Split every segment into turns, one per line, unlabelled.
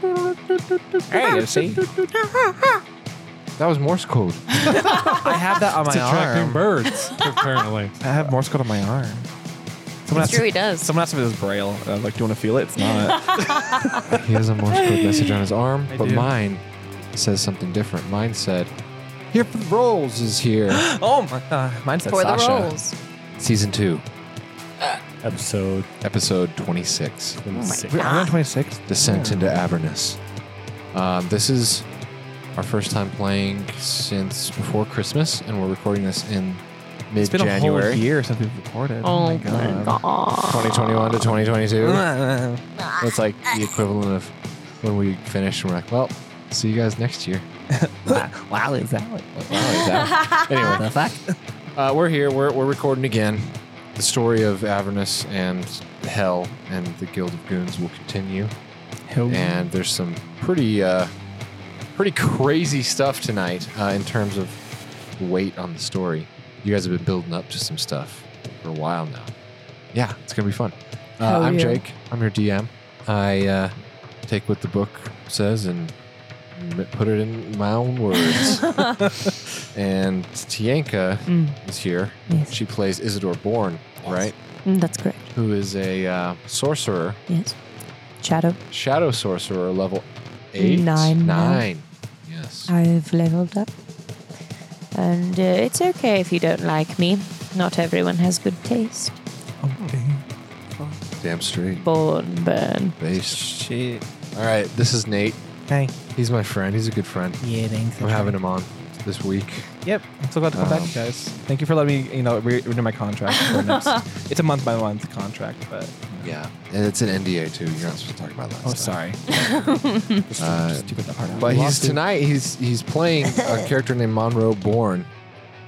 There you go, see? That was Morse code. I have that on my
It's attracting
arm.
birds, apparently.
I have Morse code on my arm. Someone
It's
asked,
true, he does.
Someone asked if it was braille. and I was like, "Do you want to feel it?" It's not.
he has a Morse code message on his arm,
I
but
do.
mine says something different. Mine said, "Here for the rolls is here."
oh my! Uh, mine says
For the
Sasha.
rolls.
Season two,
Episode
episode twenty-six.
26.
Wait, are we on 26? Descent into Avernus. Um, this is our first time playing since before Christmas, and we're recording this in
It's been a whole
mid-January,
year since we've recorded.
Oh, my god.
2021 to 2022.
god!
It's like the equivalent of when we finish and we're like, well, see you guys next year.
wow, is that?
Like, wow, is that- anyway,
The fuck?
uh, we're here. We're, we're recording again. The story of Avernus and Hell and the Guild of Goons will continue. and there's some pretty uh, pretty crazy stuff tonight uh, in terms of weight on the story. You guys have been building up to some stuff for a while now. Yeah, it's gonna be fun. Uh,
Hell
I'm
yeah.
Jake. I'm your DM. I uh, take what the book says and m- put it in my own words. and Tienka
Mm,
is here.
yes.
She plays Isidore Bourne, right?
Mm, that's correct.
Who is a uh, sorcerer
Yes. Shadow.
Shadow Sorcerer level eight.
Nine now.
Nine.
Uh,
Yes.
I've leveled up. And uh, it's okay if you don't like me. Not everyone has good taste.
Damn straight.
Born, burn.
Based.
Shit.
All right. This is Nate.
Hey.
He's my friend. He's a good friend.
Yeah, thanks.
I'm having him on this week.
Yep. I'm so glad to come back,
Um,
you guys. Thank you for letting me, you know, re- renew my contract. For next, it's a month by month contract, but
Yeah. And it's an NDA too. You're not supposed to talk about that.
oh,
stuff.
sorry. Just-
Uh,
just keep it that part out.
But he's
Lost it.
tonight. He's he's playing a character named Monroe Bourne.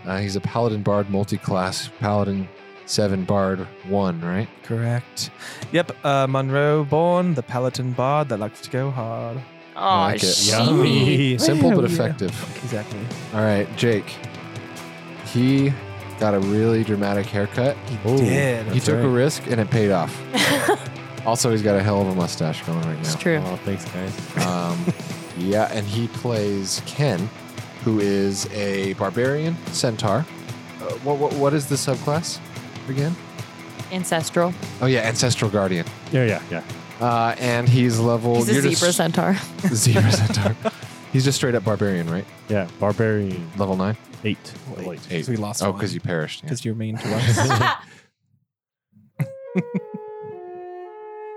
Uh, he's a paladin bard, multi-class paladin, seven bard, one. Right.
Correct. Yep. Uh, Monroe Bourne, the Paladin Bard that likes to go hard.
Oh,
I like it.
she.
Simple but
Hell yeah.
effective.
Exactly.
All right, Jake. He got a really dramatic haircut. He
Oh.
did,
He
that's
took a
right.
risk and it paid off. also, he's got a hell of a mustache going right now.
It's true.
Oh, thanks, guys.
Um, yeah, and he plays Ken, who is a barbarian centaur. Uh, what, what, what is the subclass again?
Ancestral.
Oh, yeah, ancestral guardian.
Yeah, yeah, yeah.
Uh, and he's level.
He's a
you're
zebra
just-
centaur.
zebra centaur. He's just straight up barbarian, right?
Yeah, Barbarian
Level nine.
8.
Wait.
Wait.
Eight.
we lost
Oh,
one.
because you perished. yeah.
Because you're mean to us.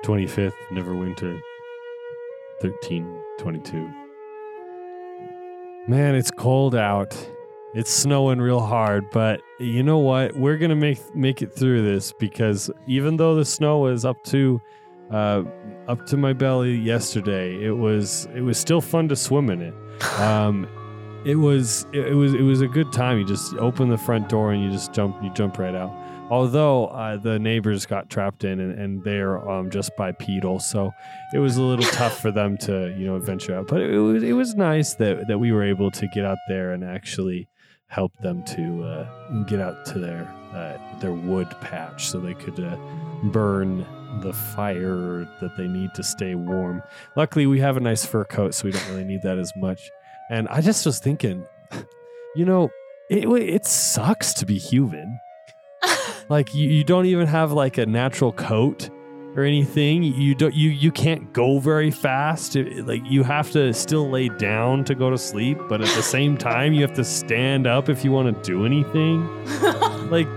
25th, Neverwinter, 1322. Man, it's cold out. It's snowing real hard, but you know what? We're gonna make make it through this because even though the snow was up to uh, up to my belly yesterday, it was it was still fun to swim in it. Um, it was it, it was it was a good time. You just open the front door and you just jump you jump right out. Although uh, the neighbors got trapped in and, and they're um, just bipedal, so it was a little tough for them to you know venture out. But it, was it was nice that that we were able to get out there and actually help them to uh, get out to their uh, their wood patch so they could uh, burn the fire that they need to stay warm. Luckily, we have a nice fur coat, so we don't really need that as much. And I just was thinking, you know, it it sucks to be human. Like you, you don't even have like a natural coat or anything. You don't you you can't go very fast. It- like you have to still lay down to go to sleep, but at the same time you have to stand up if you want to do anything. like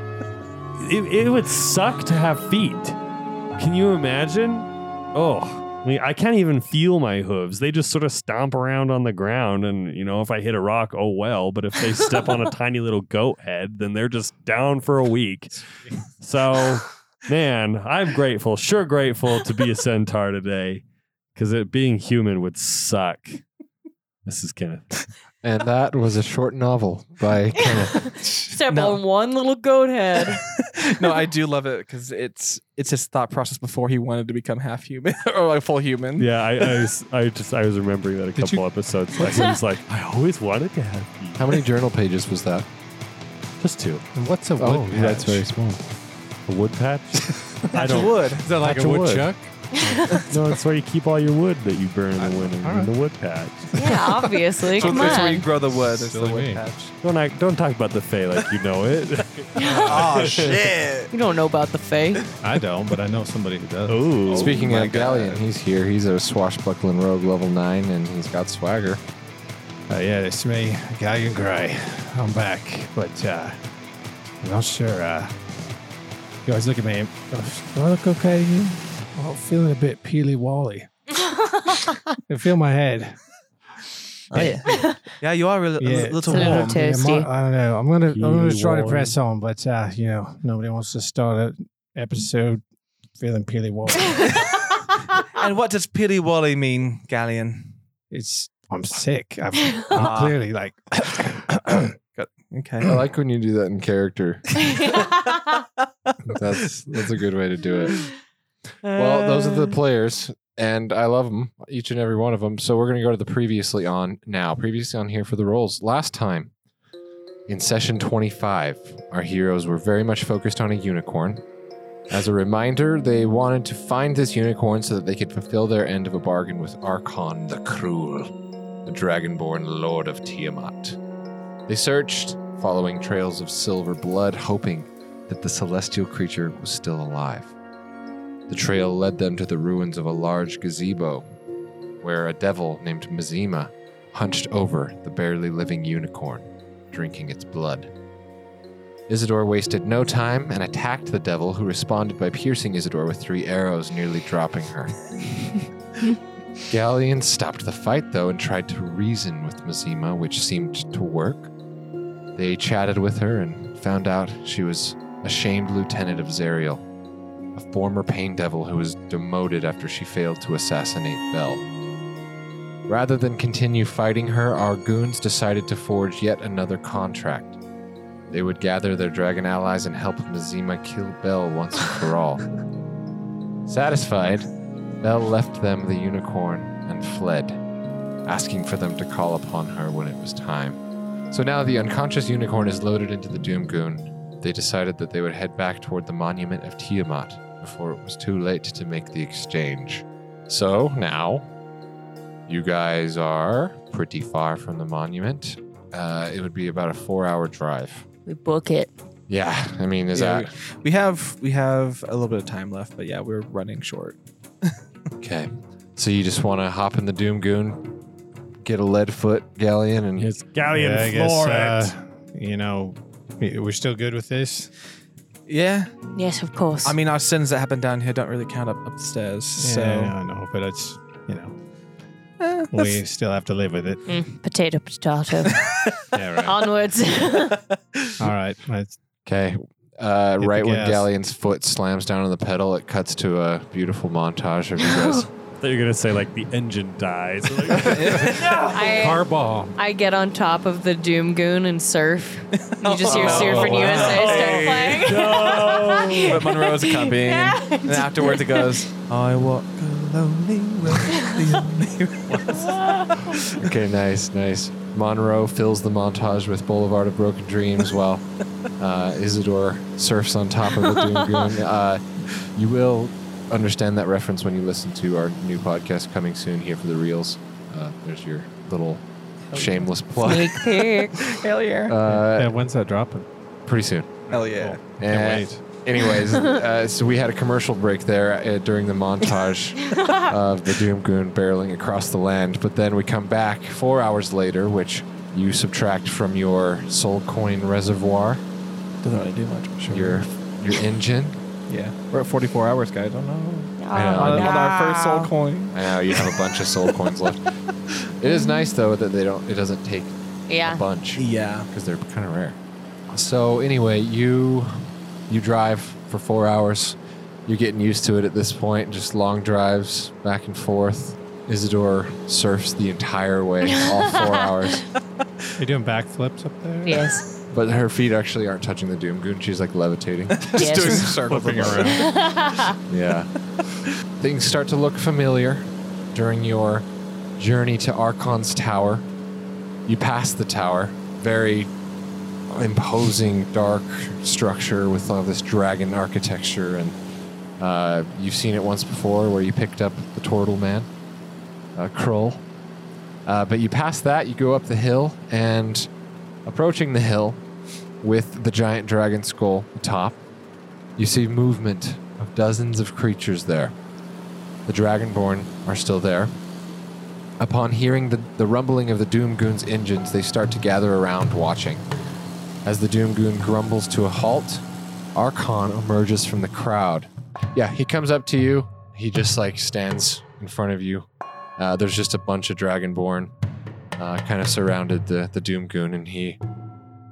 it, it would suck to have feet. Can you imagine? Oh, I mean, I can't even feel my hooves. They just sort of stomp around on the ground, and you know, if I hit a rock, oh well. But if they step on a tiny little goat head, then they're just down for a week. So, man, I'm grateful, sure grateful to be a centaur today, because it being human would suck. This is Kenneth.
And that was a short novel by Kenneth.
Step
No.
on one little goat head.
no, I do love it because it's it's his thought process before he wanted to become half human or like full human.
Yeah, I, I, was, I just I was remembering that a
Did you-
couple episodes. Like, I was like, I always wanted to have feet.
How many journal pages was that?
Just two.
And what's a
wood patch?
small.
A wood patch? I
That's
don't.
wood.
Is that like
Patch
a
of wood.
woodchuck?
No, it's where you keep all your wood that you burn in
I-
the winter
all right.
in the wood patch.
Yeah, obviously.
So
Come
that's where you
on.
grow the wood. It's the
Silly
wood
me.
patch.
Don't act, don't talk about the Fae like you know it.
oh shit!
You don't know about the Fae.
I don't, but I know somebody who
Oh.
does.
Ooh.
Speaking
my
of Galleon,
God.
he's here. He's a swashbuckling rogue level 9, and he's got swagger.
Uh, yeah, it's me, Gallion Gray. I'm back, but uh, I'm not sure. Uh, you guys look at me. uh, Do I look okay to you? I'm feeling a bit peely wally. I feel my head.
yeah. yeah, you are a, li- a
Yeah.
li- little
It's a little
warm.
too- Toasty.
I don't know. I'm gonna I'm gonna
Peely
try to
wally.
press on, but uh, you know, nobody wants to start an episode feeling peely wally.
And what does Pili Wally mean, Galleon?
it's I'm sick. I'm,
Ah.
I'm clearly like
Okay.
I like when you do that in character. That's that's a good way to do it. Well, those are
Uh.
the players, and I love them, each and every one of them. So we're going to go to the previously on now. Previously on here for the roles. Last time in session 25, our heroes were very much focused on a unicorn. As a reminder, they wanted to find this unicorn so that they could fulfill their end of a bargain with Archon the Cruel, the dragonborn lord of Tiamat. They searched, following trails of silver blood, hoping that the celestial creature was still alive. The trail led them to the ruins of a large gazebo, where a devil named Mazima hunched over the barely living unicorn, drinking its blood. Isidore wasted no time and attacked the devil, who responded by piercing Isidore with three arrows, nearly dropping her. Galleon stopped the fight, though, and tried to reason with Mazima, which seemed to work. They chatted with her and found out she was a shamed lieutenant of Zerial, a former pain devil who was demoted after she failed to assassinate Bell. Rather than continue fighting her, our goons decided to forge yet another contract. They would gather their dragon allies and help Mazima kill Bell once and for all. Satisfied, Bell left them the unicorn and fled, asking for them to call upon her when it was time. So now the unconscious unicorn is loaded into the Doom Goon they decided that they would head back toward the monument of Tiamat before it was too late to make the exchange. So now, you guys are pretty far from the monument. Uh, it would be about a four-hour drive.
we book it.
Yeah, I mean, is
Yeah,
that
We have we have a little bit of time left, but yeah, we're running short.
okay? So you just want to hop in the Doom Goon, get a lead foot galleon, and
It's Galleon
Yeah,
yeah,
I guess, uh, you know, we're still good with this.
Yeah.
Yes, of course.
I mean, our sins that happen down here don't really count up upstairs. So
yeah, I know, but it's you know,
Eh,
we still have to live with it.
Mm, potato, potato.
Yeah, right.
Onwards.
All right. Let's-
Okay. Uh,
the
right when
gas.
Galleon's foot slams down on the pedal, it cuts to a beautiful montage of you guys.
I thought you were gonna say like the engine dies.
I,
Car bomb.
I get on top of the Doom Goon and surf. You just hear
Oh,
Surfing
wow.
USA start playing.
no.
but Monroe's coming,
Yeah.
and, and afterwards it goes. I walk a lonely road.
Okay, nice, nice. Monroe fills the montage with Boulevard of Broken Dreams while uh, Isidore surfs on top of the Doom Goon. Uh, you will understand that reference when you listen to our new podcast coming soon here for the Reels. Uh, there's your little shameless plug.
Sneak peek.
Hell yeah!
Uh,
yeah, when's that dropping?
pretty soon.
Hell yeah!
Uh,
Can't wait.
Anyways, uh, so we had a commercial break there uh, during the montage of the Doom Goon barreling across the land, but then we come back four hours later, which you subtract from your soul coin reservoir,
Doesn't really do much. Sure.
your your engine.
yeah, we're at 44 hours, guys. I don't know.
Oh,
know.
on,
no.
on our first soul coin.
I know you have a bunch of soul coins left. It is nice though that they don't. It doesn't take a
Yeah.
bunch.
Yeah.
because they're kind of rare. So anyway, you you drive for four hours. You're getting used to it at this point. Just long drives back and forth. Isidore surfs the entire way, all four hours.
You're doing backflips up there?
Yes.
But her feet actually aren't touching the Doom Goon. She's like levitating.
yes.
circles
Flipping around.
yeah. Things start to look familiar during your journey to Archon's Tower. You pass the tower, very imposing dark structure with all this dragon architecture and uh, you've seen it once before where you picked up the turtle man uh, krull uh, but you pass that you go up the hill and approaching the hill with the giant dragon skull atop you see movement of dozens of creatures there the dragonborn are still there Upon hearing the, the rumbling of the Doomgoon's engines, they start to gather around, watching. As the Doomgoon grumbles to a halt, Archon emerges from the crowd. Yeah, he comes up to you. He just like stands in front of you. Uh, there's just a bunch of Dragonborn, uh, kind of surrounded the the Doomgoon, and he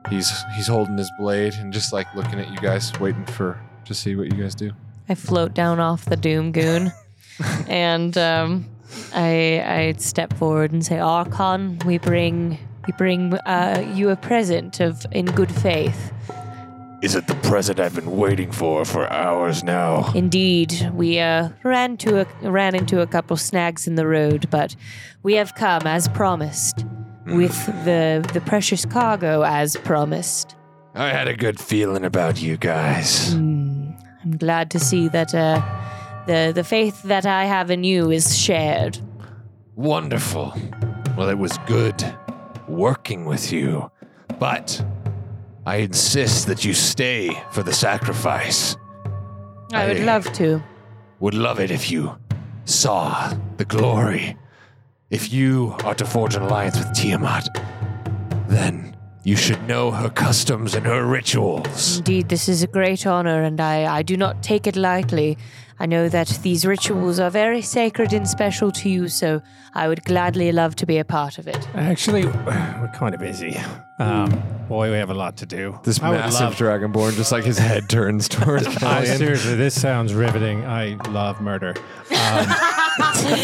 he's he's holding his blade and just like looking at you guys, waiting for to see what you guys do.
I float down off the doom goon, and um, I I step forward and say, "Archon, we bring we bring uh, you a present of in good faith.
Is it the present I've been waiting for for hours now?
Indeed, we uh, ran to a, ran into a couple snags in the road, but we have come as promised." With the the precious cargo as promised.
I had a good feeling about you guys.
Hmm. I'm glad to see that uh, the the faith that I have in you is shared.
Wonderful. Well, it was good working with you, but I insist that you stay for the sacrifice.
I would
Aye.
love to.
Would love it if you saw the glory. If you are to forge an alliance with Tiamat, then you should know her customs and her rituals.
Indeed, this is a great honor, and I, I do not take it lightly. I know that these rituals are very sacred and special to you, so I would gladly love to be a part of it.
Actually, we're kind of busy. Um, boy, we have a lot to do.
This
I would
massive
love-
dragonborn, just like his head turns towards
I,
Valiant.
seriously, this sounds riveting. I love murder. Um,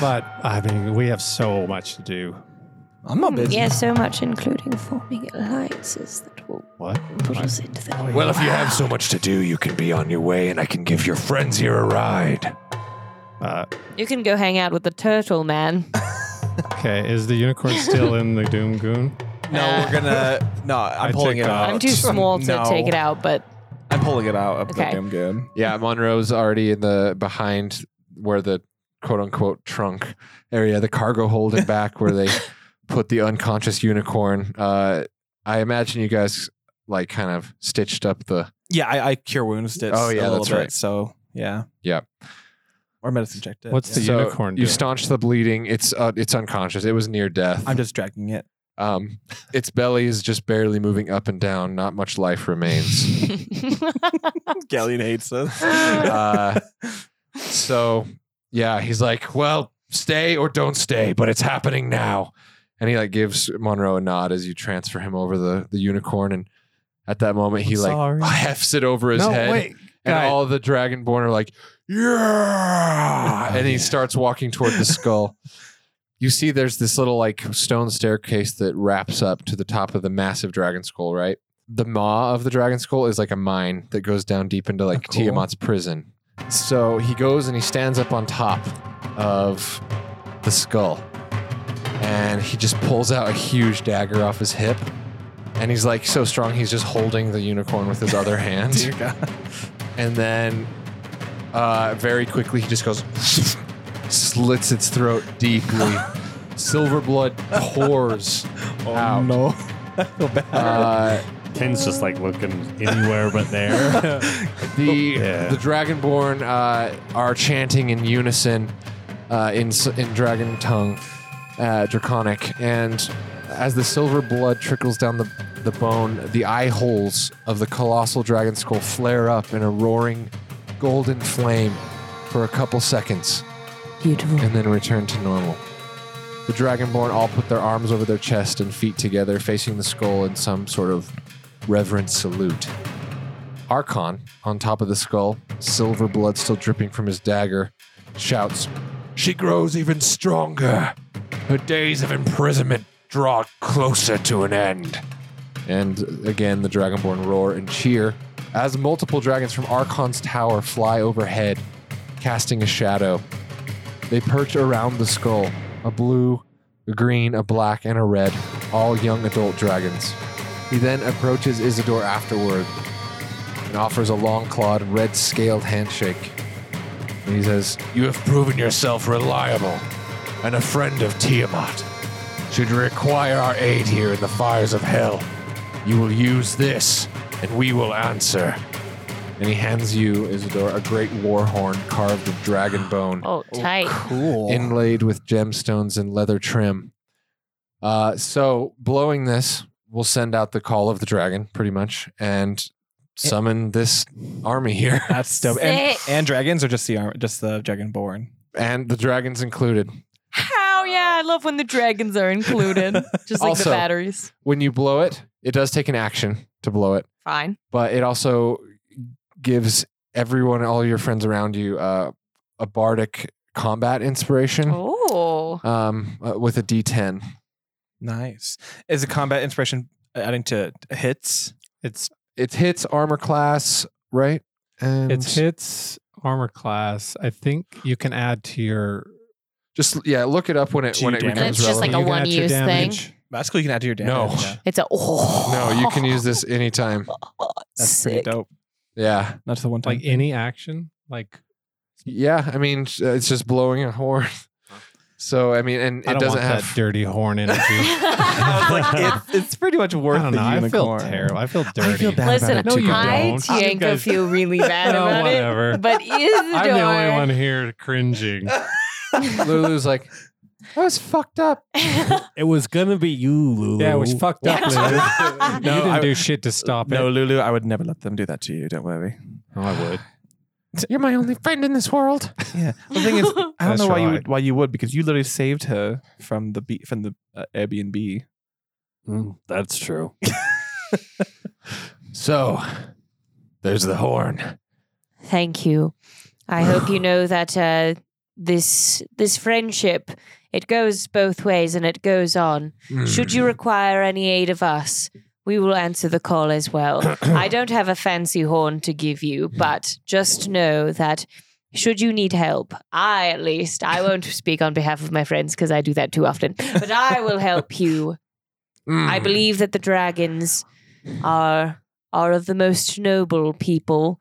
but I mean, we have so much to do.
I'm not busy.
Yes, Oh, so much, including forming alliances that will
What?
put us into the.
Well, if you have so much to do, you can be on your way and I can give your friends here a ride.
Uh,
You can go hang out with the turtle man.
okay, is the unicorn still in the Doom Goon?
No, we're gonna. No, I'm
I
pulling it
checked
out.
out.
I'm too small to
No.
take it out, but
I'm pulling it out of
Okay.
the damn good.
Yeah, Monroe's already in the behind where the quote unquote trunk area, the cargo hold and back where they put the unconscious unicorn. Uh, I imagine you guys like kind of stitched up the.
Yeah, I, I cure wounds. Did
Oh,
a
yeah,
little
that's
bit,
right.
So yeah,
Yeah.
Or medicine checked it.
What's
yeah.
the unicorn
You
doing?
staunch the bleeding. It's uh, it's unconscious. It was near death.
I'm just dragging it.
um, its belly is just barely moving up and down. Not much life remains.
Galleon hates us.
uh, so yeah, he's like, well, stay or don't stay, but it's happening now. And he like gives Monroe a nod as you transfer him over the the unicorn, and at that moment he like
Sorry.
hefts it over his
no,
head,
wait.
and
guy.
all the dragonborn are like,
Ah,
yeah, and he starts walking toward the skull. You see, there's this little like stone staircase that wraps up to the top of the massive dragon skull, right? The maw of the dragon skull is like a mine that goes down deep into like
cool.
Tiamat's prison. So he goes and he stands up on top of the skull and he just pulls out a huge dagger off his hip. And he's like so strong, he's just holding the unicorn with his other hand.
Dear God.
And then uh, very quickly, he just goes, slits its throat deeply. Silver blood pours out.
Oh, no. I feel bad.
Uh,
Tin's just like looking anywhere but there.
the
Yeah.
the Dragonborn uh, are chanting in unison uh, in s- in dragon tongue, uh, draconic, and as the silver blood trickles down the the bone, the eye holes of the colossal dragon skull flare up in a roaring golden flame for a couple seconds.
Beautiful.
and then return to normal. The Dragonborn all put their arms over their chest and feet together, facing the skull in some sort of reverent salute. Archon, on top of the skull, silver blood still dripping from his dagger, shouts,
She grows even stronger. Her days of imprisonment draw closer to an end.
and again the Dragonborn roar and cheer as multiple dragons from Archon's tower fly overhead, casting a shadow. They perch around the skull a blue, a green, a black, and a red, all young adult dragons. He then approaches Isidore afterward and offers a long clawed, red scaled handshake. And he says,
You have proven yourself reliable and a friend of Tiamat. Should you require our aid here in the fires of hell, you will use this and we will answer.
and he hands you, Isidore, a great war horn carved of dragon bone.
Oh, tight.
Cool.
inlaid with gemstones and leather trim. Uh, so blowing this will send out the call of the dragon, pretty much, and summon this army here,
That's dope. And,
Sick.
and dragons are just the arm, just the dragonborn.
and the dragons included.
How? Yeah, I love when the dragons are included, just like
Also-
the batteries.
When you blow it, it does take an action to blow it,
Fine.
but it also gives everyone, all your friends around you, uh, a bardic combat inspiration
Oh,
um, uh, with a D10.
Nice. Is the combat inspiration adding to hits?
It's
It hits armor class, right? And
it's hits armor class. I think you can add to your
Just yeah, look it up when it
To
when it
damage.
becomes
It's just
relevant.
like a
you can add to your
one-use thing.
damage.
That's cool. You can add to your damage.
No.
Yeah.
it's a oh.
No, you can use this anytime.
That's
sick.
pretty dope.
Yeah.
That's the one time.
Like any action, like
Yeah. I mean, sh- uh, it's just blowing a horn. So, I mean, and
I
it
don't
doesn't
want
have.
that dirty horn energy.
I was like, it, it's pretty much
I
worth
don't
the
know. I feel
unicorn.
terrible. I feel dirty.
I feel bad
Listen,
about it too.
you
I,
don't. You
Tienko,
guys-
feel really bad
No,
about
whatever.
it. But Isidore,
I'm the only one here cringing.
Lulu's like, that was fucked up.
It was gonna be you, Lulu.
Yeah, it was fucked up, Lulu.
one.
you
No,
didn't
I-
do shit to stop
No,
it.
Lulu, I would never let them do that to you. Don't worry.
No, Oh, I would.
You're my only friend in this world.
Yeah. The thing is, I don't
That's
know why you
right.
would, why you would because you literally saved her from the be- from the uh, Airbnb.
Mm, that's true.
So, there's the horn.
Thank you. I hope you know that uh, this this friendship it goes both ways and it goes on. Should you require any aid of us, we will answer the call as well. I don't have a fancy horn to give you, but just know that should you need help, I at least I won't speak on behalf of my friends because I do that too often, but I will help you.
Mm.
I
Hmm.
believe that the dragons are are of the most noble people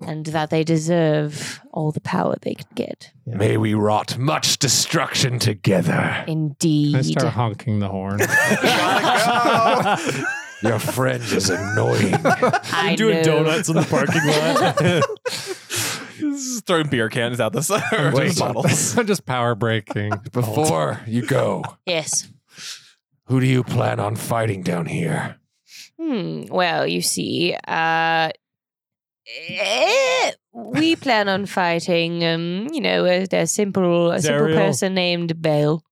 and that they deserve all the power they can get.
May we wrought much destruction together.
I
Indeed.
start honking the horn.
Your friend is annoying.
I know.
in the parking lot.
Just throwing beer cans out the side or
Wait.
just bottles.
I'm just power breaking.
Before you go,
Yes.
who do you plan on fighting down here?
Hmm. Well, you see, uh, eh, we plan on fighting, um, you know, a, a simple, a simple
Zariel.
person named Bell.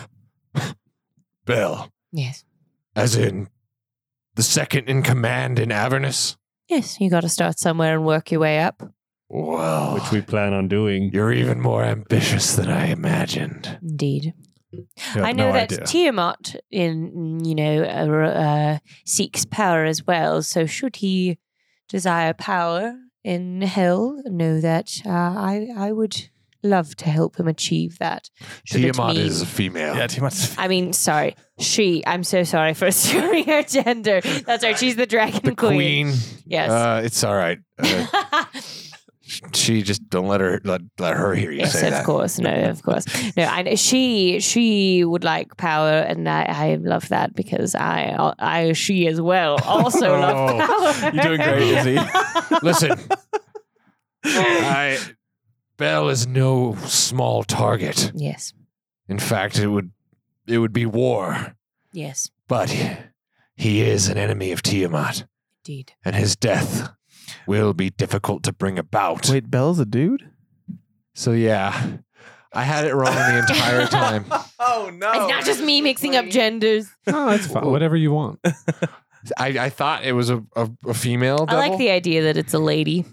Bell,
Yes.
as in the second in command in Avernus?
Yes. You got to start somewhere and work your way up.
Well,
Which we plan on doing.
you're even more ambitious than I imagined.
Indeed.
You
I
have
know
no
that
idea.
Tiamat, in you know, uh, uh, seeks power as well. So should he desire power in Hell, know that uh, I I would love to help him achieve that. Should it
Tiamat
mean-
is a female.
yeah, too much.
I mean, sorry, she. I'm so sorry for assuming her gender. That's right. She's the Dragon
the queen.
Yes.
Uh, it's all right. Uh, she just don't let her let, let her hear you
yes,
say
of
that.
course. No, of course. No, I know she she would like power, and I, I love that because I I she as well also love power.
You're doing great, Izzy.
Listen, I Belle is no small target.
yes,
In fact, it would it would be war.
yes,
But he is an enemy of Tiamat,
indeed.
and his death will be difficult to bring about.
Wait, Bell's a dude?
So, yeah, I had it wrong the entire time.
Oh no!
It's not just me mixing up genders.
No, that's fine. Whatever you want.
I, I thought it was a, a, a female devil.
I like the idea that it's a lady,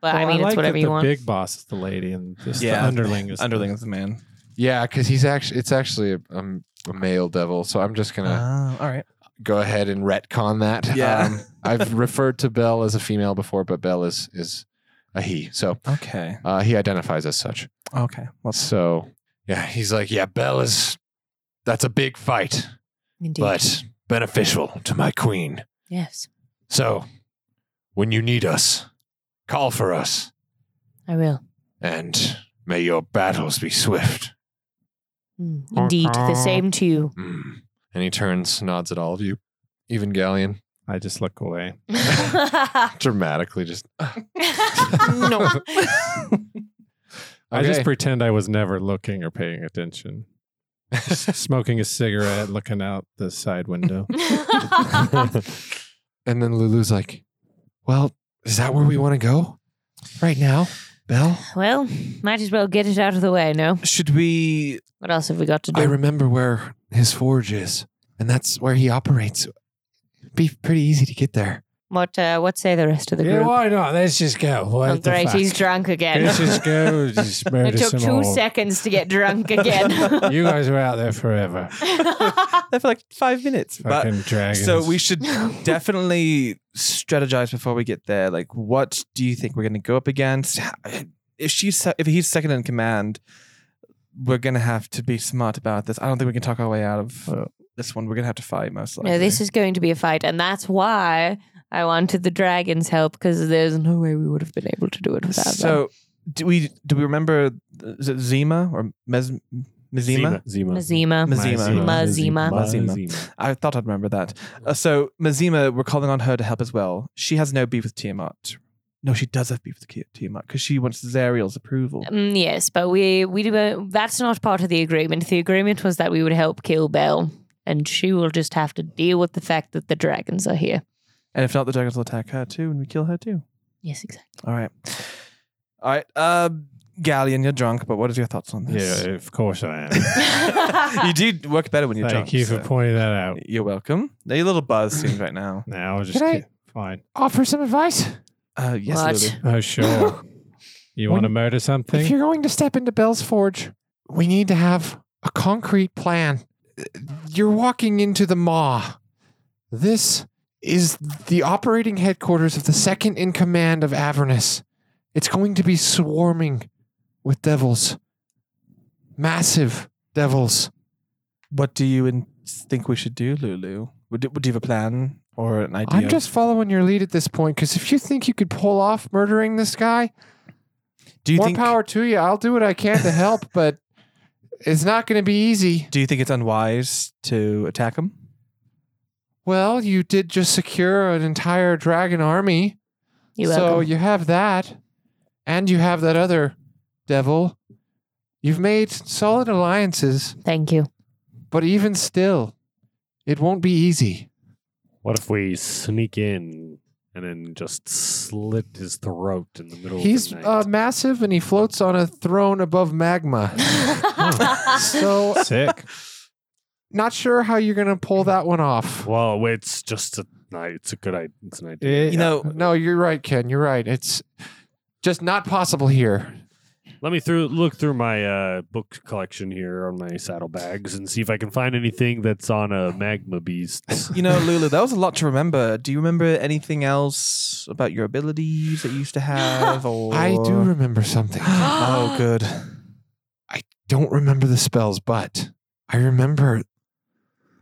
but I
Well,
mean,
Oh, like
it's whatever
that
you
the
want.
big boss is the lady, and just
Yeah.
the underling is
underling is the man.
yeah, because he's actually, it's actually a, um, a male devil. So I'm just
Ah.
going to
Oh, all right.
go ahead and retcon that. Um,
Yeah.
I've referred to Bell as a female before, but Bell is, is a he. So
Okay.
Uh, he identifies as such.
Okay. Well,
So
Yeah, he's like, yeah, Belle is that's a big fight,
Indeed.
but beneficial to my queen.
Yes,
So, when you need us, call for us,
I will.
and may your battles be swift.
Mm, Indeed, the same to you.
Mm.
Hmm. And he turns, nods at all of you, even Galleon,
I just look away.
dramatically just.
no.
I just
Okay.
pretend I was never looking or paying attention. Just smoking a cigarette, looking out the side window.
and then Lulu's like, "Well, is that where we want to go right now, Belle?
well, might as well get it out of the way, no?
Should we?
What else have we got to do?
I remember where his forge is, and that's where he operates. It'd be pretty easy to get there.
what uh, what say the rest of the group?
why not? Let's just go. What
oh, great, he's drunk again.
Let's just go. Just murder
It took
some
two
more.
seconds to get drunk again.
You guys were out there forever.
That for like five minutes. But
Fucking dragons.
so we should definitely strategize before we get there. Like, what do you think we're going to go up against? If she's se- if he's second in command, we're going to have to be smart about this. I don't think we can talk our way out of
Uh.
this one. We're going to have to fight most likely.
no, this is going to be a fight, and that's why I wanted the dragon's help because there's no way we would have been able to do it without them.
So, do we do we remember th- is it Zima or Mes Mizima?
Zima.
Mazima.
Mazima.
Mazima.
Mazima.
I thought I'd remember that. Uh, so Mazima, we're calling on her to help as well. She has no beef with Tiamat. No, she does have beef with Ki- Tiamat because she wants Zariel's approval.
Um,
Mm, yes, but we we do, uh, that's not part of the agreement. The agreement was that we would help kill Belle, and she will just have to deal with the fact that the dragons are here.
And if not, the dragons will attack her too, and we kill her too.
Yes, exactly.
All right. All right. Uh, Galleon, you're drunk, but what is your thoughts on
Yeah,
this?
of course I am.
you do work better when you're
Thank
drunk.
you for
so-
pointing that out.
You're welcome. Now, You're a little buzzed seems right now.
Now I'll just
Can I-
keep- fine.
Offer some advice.
Uh, yes,
What?
Lily.
Oh sure. You want to murder
If
something?
you're going to step into Bell's forge, we need to have a concrete plan. You're walking into the maw. This is the operating headquarters of the second in command of Avernus. It's going to be swarming with devils. Massive devils.
What do you in- think we should do, Lulu? Would, do would you have a plan or an idea?
I'm just following your lead at this point because if you think you could pull off murdering this guy,
do you
more
think,
power to you. I'll do what I can to help, but it's not going to be easy.
Do you think it's unwise to attack him?
Well, you did just secure an entire dragon army.
You're
so
welcome.
you have that. And you have that other devil. You've made solid alliances,
Thank you.
but even still, it won't be easy.
What if we sneak in and then just slit his throat in the middle
He's
of the
uh,
night?
massive and he floats on a throne above magma. so,
Sick.
not sure how you're going to pull that one off.
well, wait, it's just a night. It's a good idea. It's an idea.
It-
You know,
No, you're right, Ken. You're right. It's just not possible here.
Let me through look through my uh, book collection here on my saddlebags and see if I can find anything that's on a magma beast.
you know, Lulu, that was a lot to remember. Do you remember anything else about your abilities that you used to have? Or
I do remember something.
oh, good.
don't remember the spells, but I remember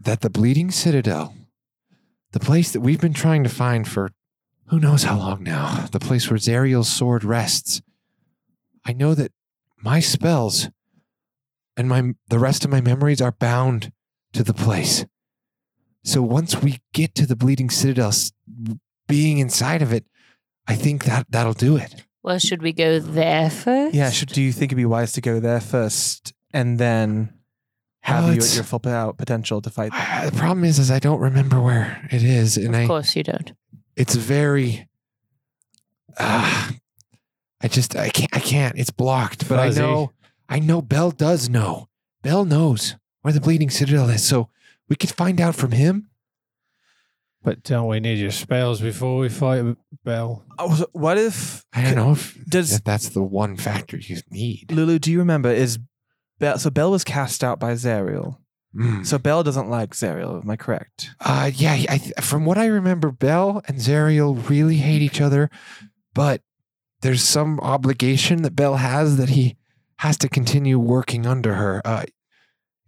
that the Bleeding Citadel, the place that we've been trying to find for who knows how long now, the place where Zariel's sword rests, I know that my spells and my the rest of my memories are bound to the place. So once we get to the Bleeding Citadel, s- being inside of it, I think that that'll do it.
well, should we go there first?
Yeah, should, do you think it'd be wise to go there first and then have
Well,
you at
it's-
your full out potential to fight?
The problem is, is I don't remember where it is, and
Of
I
course you don't.
it's very uh, i just i can't i can't it's blocked but
Fuzzy.
i know i know bell does know bell knows where the bleeding citadel is so we could find out from him
But don't we need your spells before we fight Bell?
Oh, so what if?
i don't know if,
Does
if that's the one factor you need
Lulu? Do you remember? Is Bell, so Bell was cast out by Zariel.
Mm.
So Bell doesn't like Zariel. Am I correct?
uh yeah I th- from what i remember bell and zariel really hate each other but there's some obligation that bell has that he has to continue working under her uh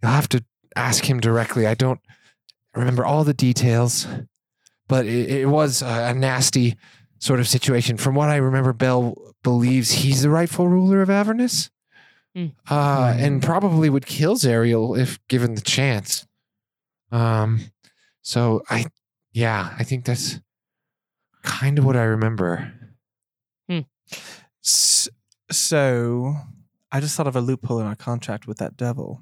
you'll have to ask him directly i don't remember all the details, but it, it was a, a nasty sort of situation. From what I remember, Bell believes he's the rightful ruler of Avernus,
Hmm.
uh,
Hmm.
and probably would kill Zariel if given the chance. Um, so I, yeah, I think that's kind of what I remember.
S- so I just thought of a loophole in our contract with that devil.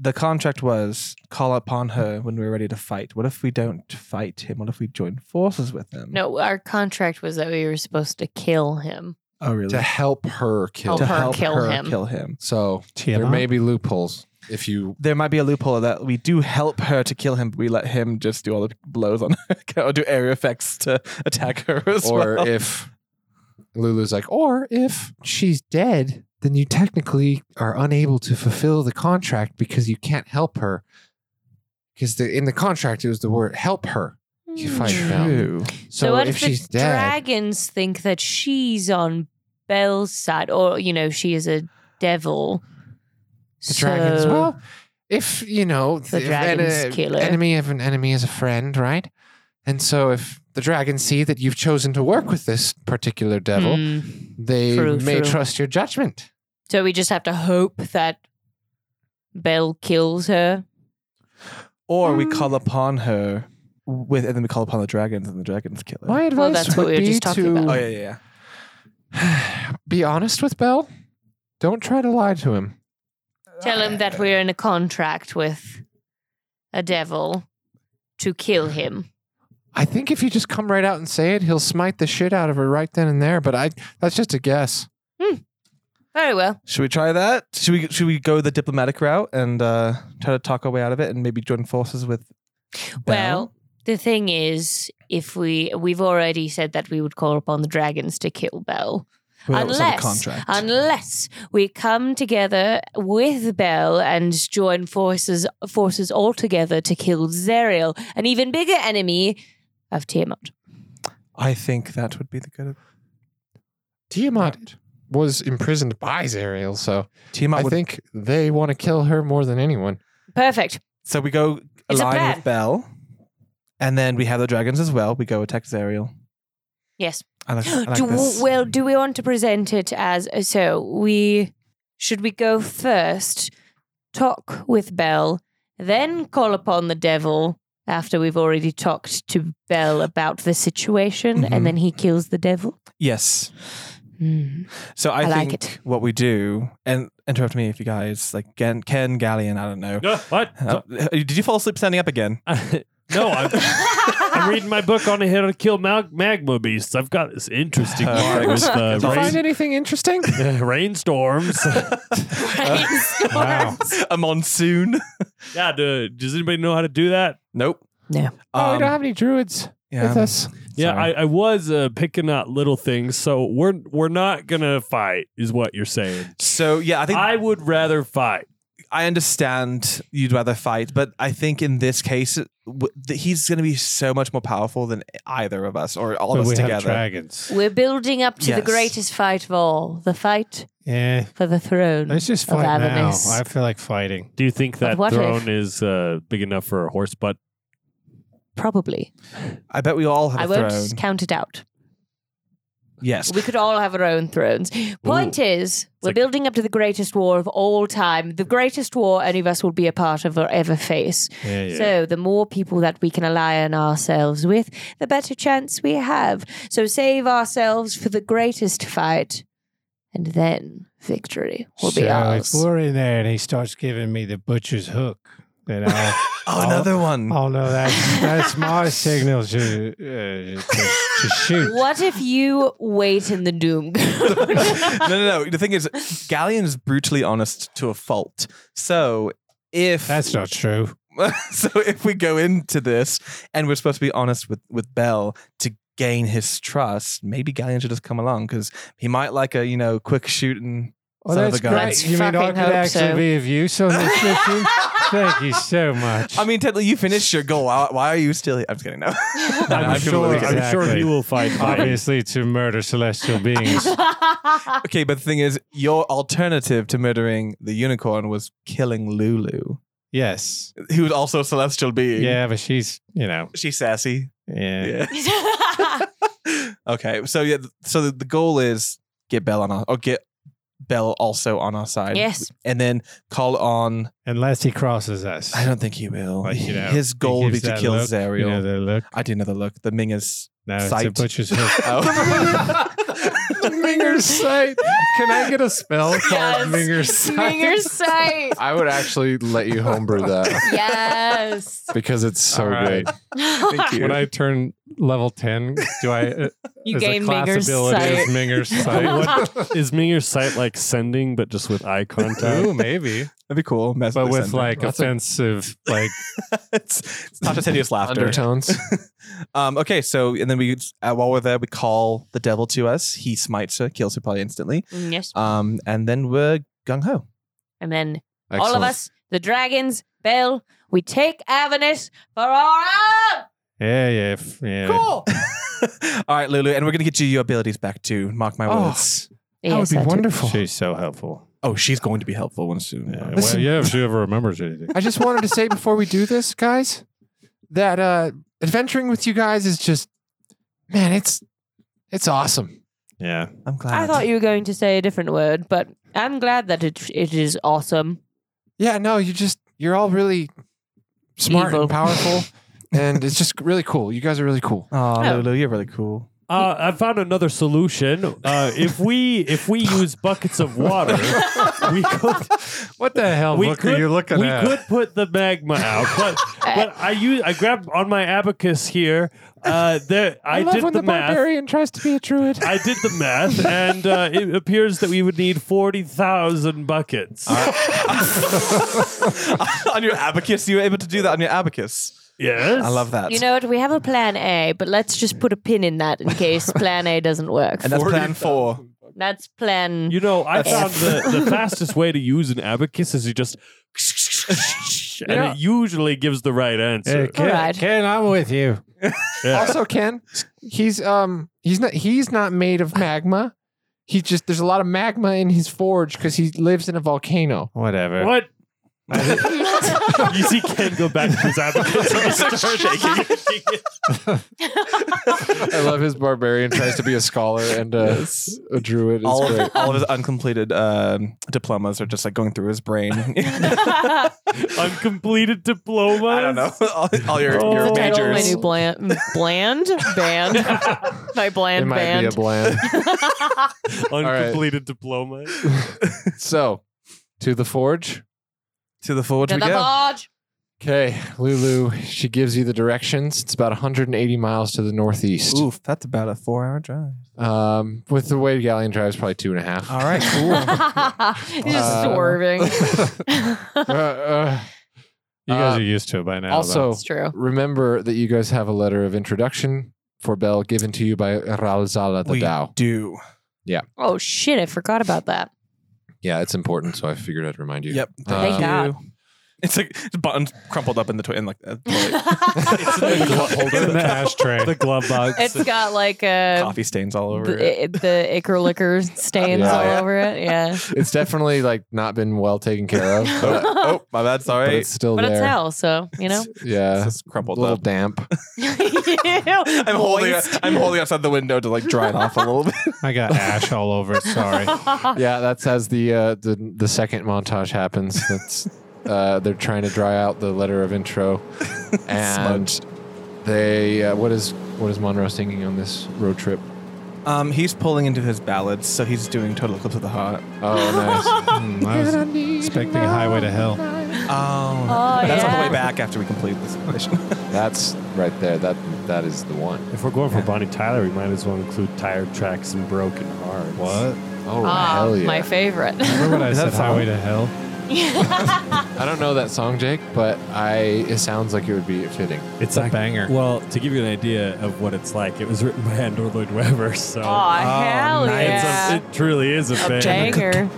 The contract was call upon her when we're ready to fight. What if we don't fight him? What if we join forces with him?
No, our contract was that we were supposed to kill him.
Oh, really?
to help her kill.
Help
To
her
help
kill
her
him.
kill him.
So there
Tiamat?
may be loopholes if you
There might be a loophole that we do help her to kill him, but we let him just do all the blows on her or do area effects to attack her as
or
well.
if Lulu's like, or if
she's dead, then you technically are unable to fulfill the contract because you can't help her. Because the, in the contract, it was the word help her. You fight
Hmm.
Bell.
True.
So,
what
if,
if,
she's
the
dead,
dragons think that she's on Belle's side, or you know, she is a devil?
the dragons,
So-
well, if, you know,
The
if
dragon's
an, uh,
killer.
enemy of an enemy is a friend, right? And so if the dragons see that you've chosen to work with this particular devil,
Mm.
they
True,
may
true.
trust your judgment.
So we just have to hope that Belle kills her.
Or we call upon her with, and then we call upon the dragons, and the dragons kill her.
My advice
that's what we
would
were
be
just talking
to
about.
Oh yeah, yeah, yeah.
be honest with Bell. Don't try to lie to him.
Tell him that we're in a contract with a devil to kill him.
I think if you just come right out and say it, he'll smite the shit out of her right then and there. But I that's just a guess.
Very well.
Should we try that? Should we should we go the diplomatic route and uh, try to talk our way out of it, and maybe join forces with?
Well, the thing is, if we we've already said that we would call upon the dragons to kill Belle.
Well, that was on the
unless-
contract.
unless we come together with Bell and join forces forces all together to kill Zeriel, an even bigger enemy of Tiamat.
I think that would be the good.
Tiamat was imprisoned by Zariel, so
Tiamat
I
would.
think they want to kill her more than anyone.
Perfect.
so we go
It's a
align
plan.
with Bell, and then we have the dragons as well. We go attack Zariel.
Yes.
I like, I like
do,
this.
well, do we want to present it as so? We should we go first, talk with Bell, then call upon the devil after we've already talked to Bell about the situation,
Mhm.
and then he kills the devil.
yes.
Hmm.
So I,
I like
think
it.
what we do, and interrupt me if you guys like Ken, Ken Galleon. I don't know.
No, what?
Uh, did you fall asleep standing up again?
no, I'm, I'm reading my book on how to kill mag- magma beasts. I've got this interesting part with uh,
Did you
rain,
Find anything interesting?
uh, rainstorms.
Brainstorm.
A monsoon.
yeah, dude, does anybody know how to do that?
Nope.
No.
oh, we
Um,
don't have any druids
yeah.
with us.
Yeah, I,
Sorry.
I was uh, picking out little things, so we're we're not gonna fight, is what you're saying.
So yeah, I think
I would rather fight.
I understand you'd rather fight, but I think in this case, it- w- th- he's going to be so much more powerful than either of us or all
But
of us
we have
together.
dragons.
We're building up to the
Yes.
greatest fight of all the fight
Yeah,
for the throne.
let's just
Of
fight now.
Avernus.
I feel like fighting.
Do you think that
what if?
throne is uh, big enough for a horse butt?
Probably.
I bet we all
I
have a
won't
throne.
count it out.
Yes.
We could all have our own thrones. Point is, we're
like-
building up to the greatest war of all time, the greatest war any of us will be a part of or ever face.
Yeah, yeah.
So, the more people that we can align ourselves with, the better chance we have. So, save ourselves for the greatest fight, and then victory will
so
be
if
ours.
we're in there and he starts giving me the butcher's hook, then I'll,
Oh, another one.
I'll know that's, that's my signal to, uh, to, to shoot.
What if you wait in the doom?
no, no, no. The thing is, Galleon's brutally honest to a fault. So if
That's not true.
so, if we go into this and we're supposed to be honest with with Bell to gain his trust, maybe Galleon should just come along because he might like a you know quick shooting.
Well,
son of
Oh, that's
a gun.
great.
Let's
you mean I
fucking
could
hope
actually
so.
be of use on this mission? Thank you so much.
I mean, technically, you finished your goal. Why, why are you still here? I'm just kidding. No. No,
I'm
I'm
sure-
sure.
I'm-
I'm sure
Exactly.
he will fight. fight.
obviously to murder celestial beings.
Okay, but the thing is, your alternative to murdering the unicorn was killing Lulu.
Yes.
He was also a celestial being.
Yeah, but she's, you know,
She's sassy.
yeah.
Yeah. okay. So yeah. th- So the, the goal is get Bell on our or get Bell also on our side.
yes.
And then call on.
Unless he crosses us.
I don't think he will.
Like, you know,
His goal would be
gives
to
that
kill
look,
Zariel.
You know, the look.
I do know the look. The Mingus.
No, it's a
Sight.
butcher's hook.
Oh.
Minger's sight. Can I get a spell called
Yes.
Minger's sight?
Finger's sight.
I would actually let you homebrew that
Yes.
because it's so
All right.
good.
When I turn level 10, do I, uh,
you
as a
gain
class
Finger's
ability,
sight.
is Minger's sight?
Is Minger's sight like sending, but just with eye
Ooh,
contact?
maybe.
That'd be cool. Mess
But with
sender.
like
That's a-
offensive, like,
it's, it's not just laughter.
Undertones.
um, okay, so and then we uh, while we're there, we call the devil to us. He smites her, kills her probably instantly.
Mm, yes.
Ah,
Um, and then we're gung ho.
And then all
Excellent.
of us, the dragons, Bell, we take Avernus for our own.
yeah, yeah, f- yeah.
Cool. all right, Lulu, and we're gonna get you your abilities back too. Mark my
Oh.
words.
That would
Yes,
be
I do.
wonderful.
She's so helpful.
Oh, she's going to be helpful one soon.
Yeah,
Listen-
well, yeah, if she ever remembers anything.
I just wanted to say before we do this, guys, that uh adventuring with you guys is just man, it's it's awesome.
Yeah.
I'm glad.
I thought you were going to say a different word, but I'm glad that it, it is awesome.
Yeah, no, you just you're all really smart
Evil.
and powerful and it's just really cool. You guys are really cool.
Oh,
Oh.
Lulu, you're really cool.
Uh, I found another solution. Uh, if we if we use buckets of water, we could
What the hell
We
book
could-
are you looking
we
at?
could put the magma out, but but I use I grabbed on my abacus here. Uh, there I,
love
did
when
the,
the,
math.
barbarian tries to be a druid.
I did the math, and uh, it appears that we would need forty thousand buckets.
on your abacus, you were able to do that on your abacus.
yes,
I love that.
You know what? We have a plan A, but let's just put a pin in that in case plan A doesn't work.
and that's plan four.
That's plan.
You know, I
That's-
found the, the fastest way to use an abacus is you just, and
Yeah.
it usually gives the right answer.
Hey, Ken,
Alright.
Ken, I'm with you.
Yeah.
Also, Ken, he's um he's not he's not made of magma. He just there's a lot of magma in his forge because he lives in a volcano.
Whatever.
what? you see Ken go back to his abacus and just start shaking it.
I love his barbarian tries to be a scholar and uh, a druid. It's
All
great.
of, all of his uncompleted um, diplomas are just like going through his brain.
Uncompleted diplomas.
I don't know. All, all your,
Oh.
your
The
Title of my
majors.
new bland, bland band, my
It
bland
might
band.
be a bland.
Uncompleted diplomas.
so, to the forge.
To the forward
To
we
the
go.
barge.
Okay, Lulu. She gives you the directions. It's about 180 miles to the northeast.
Oof, that's about a four hour drive.
Um, with the way the galleon drives, probably two and a half.
All right, cool.
He's just
Uh,
swerving.
Uh, uh,
You guys
Uh,
are used to it by now.
also,
it's true.
remember that you guys have a letter of introduction for Bell given to you by Raulzala the
We
Dao.
do.
Oh shit! I forgot about that.
Yeah, it's important, so I figured I'd remind you. Um,
Yep.
Thank
you.
God.
It's like it's buttons crumpled up in the toilet. Like, uh, toilet.
it's
Hold it in the ashtray.
The glove box.
got like a
coffee stains all over it.
the, the ichor liquor stains
Yeah.
all over it. Yeah,
It's definitely like not been well taken care of,
Oh,
but,
oh, my bad.
but
Sorry.
it's
It's, uh,
still
but
there.
it's hell, so you know.
Yeah,
just
a
crumpled
little
up.
damp.
I'm holding. it- I'm holding outside the window to like dry it off a little bit.
I got ash all over it. Sorry. Hmm,
yeah, that's as the uh, the the second montage happens. That's uh, they're trying to dry out the letter of intro, and they uh, what is what is Monroe singing on this road trip?
Um, he's pulling into his ballads, so he's doing Total Eclipse of the Heart.
Oh, nice.
Mm, I was expecting a highway to hell.
Oh,
Oh,
that's on the
yeah.
way back after we complete this mission.
that's right there. That that is the one.
If we're going for Bonnie Tyler, we might as well include tired tracks and broken hearts.
What?
Oh hell yeah!
Ah, My favorite.
Remember when I
that
said
song?
highway to hell?
I don't know that song, Jake, but I it sounds like it would be fitting.
It's a banger.
Well, to give you an idea of what it's like, it was written by Andrew Lloyd Webber, so
oh hell
nice.
it's
yeah!
a, it truly is a,
A
banger.
banger.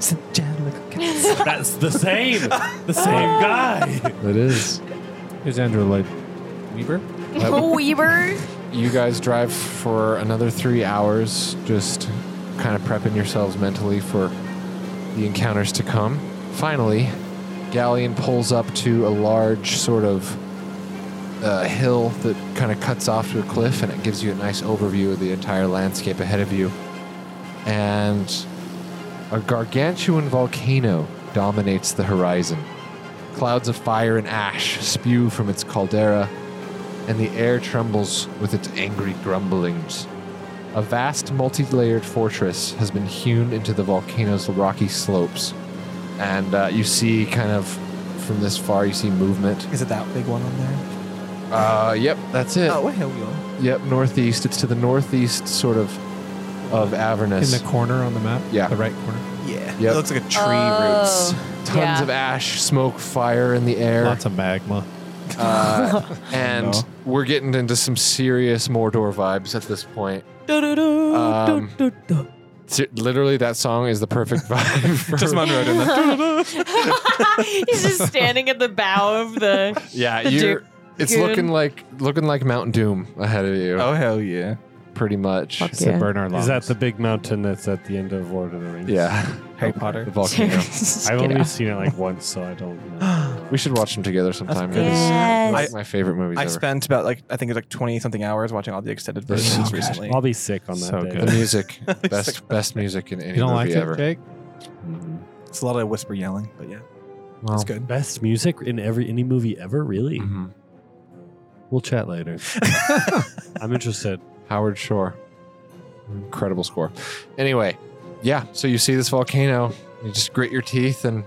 That's the same, the same guy.
It is.
Here's Andrew Lloyd Weaver.
Yep.
Weaver.
you guys drive for another three hours, just kind of prepping yourselves mentally for the encounters to come. Finally, Galleon pulls up to a large sort of uh, hill that kind of cuts off to a cliff, and it gives you a nice overview of the entire landscape ahead of you. And a gargantuan volcano dominates the horizon. Clouds of fire and ash spew from its caldera, and the air trembles with its angry grumblings. A vast, multi layered fortress has been hewn into the volcano's rocky slopes. And uh, you see, kind of from this far, you see movement.
Is it that big one on there?
Uh, yep, that's it.
Oh, what hill we on?
Yep, northeast. It's to the northeast, sort of, of Avernus.
In the corner on the map?
Yeah.
The right corner?
Yeah.
Yep.
It looks like a tree
Oh,
roots.
Tons
yeah.
of ash, smoke, fire in the air.
Lots of magma.
Uh, and
No.
we're getting into some serious Mordor vibes at this point. Um, ser- Literally, that song is the perfect vibe. For,
Just Monroe in the
He's just standing at the bow of the.
yeah,
the
you're.
Duke
It's
Goon.
looking like looking like Mount Doom ahead of you,
Oh hell yeah.
pretty much.
Fuck
It's yeah.
yeah.
burn our lungs.
Is that the big mountain that's at the end of Lord of the Rings?
Yeah,
Harry Potter.
the volcano.
Just
I've
get
only
out.
seen it like once, so I don't know.
we should watch them together sometime.
good.
It's-
Yes.
it's my favorite movies
I
ever.
spent about like I think it was like twenty something hours watching all the extended
They're
versions
so good.
recently.
I'll be sick on that
So
day.
the
good.
music, best best music in any
you don't like
movie
it,
ever.
Jake?
Mhm.
It's a lot of whisper yelling, but yeah,
Well,
it's good.
Best music in every any movie ever, really?
Mm-hmm.
mhm.
We'll chat later. I'm interested.
Howard Shore, incredible score. Anyway, yeah. So you see this volcano, you just grit your teeth and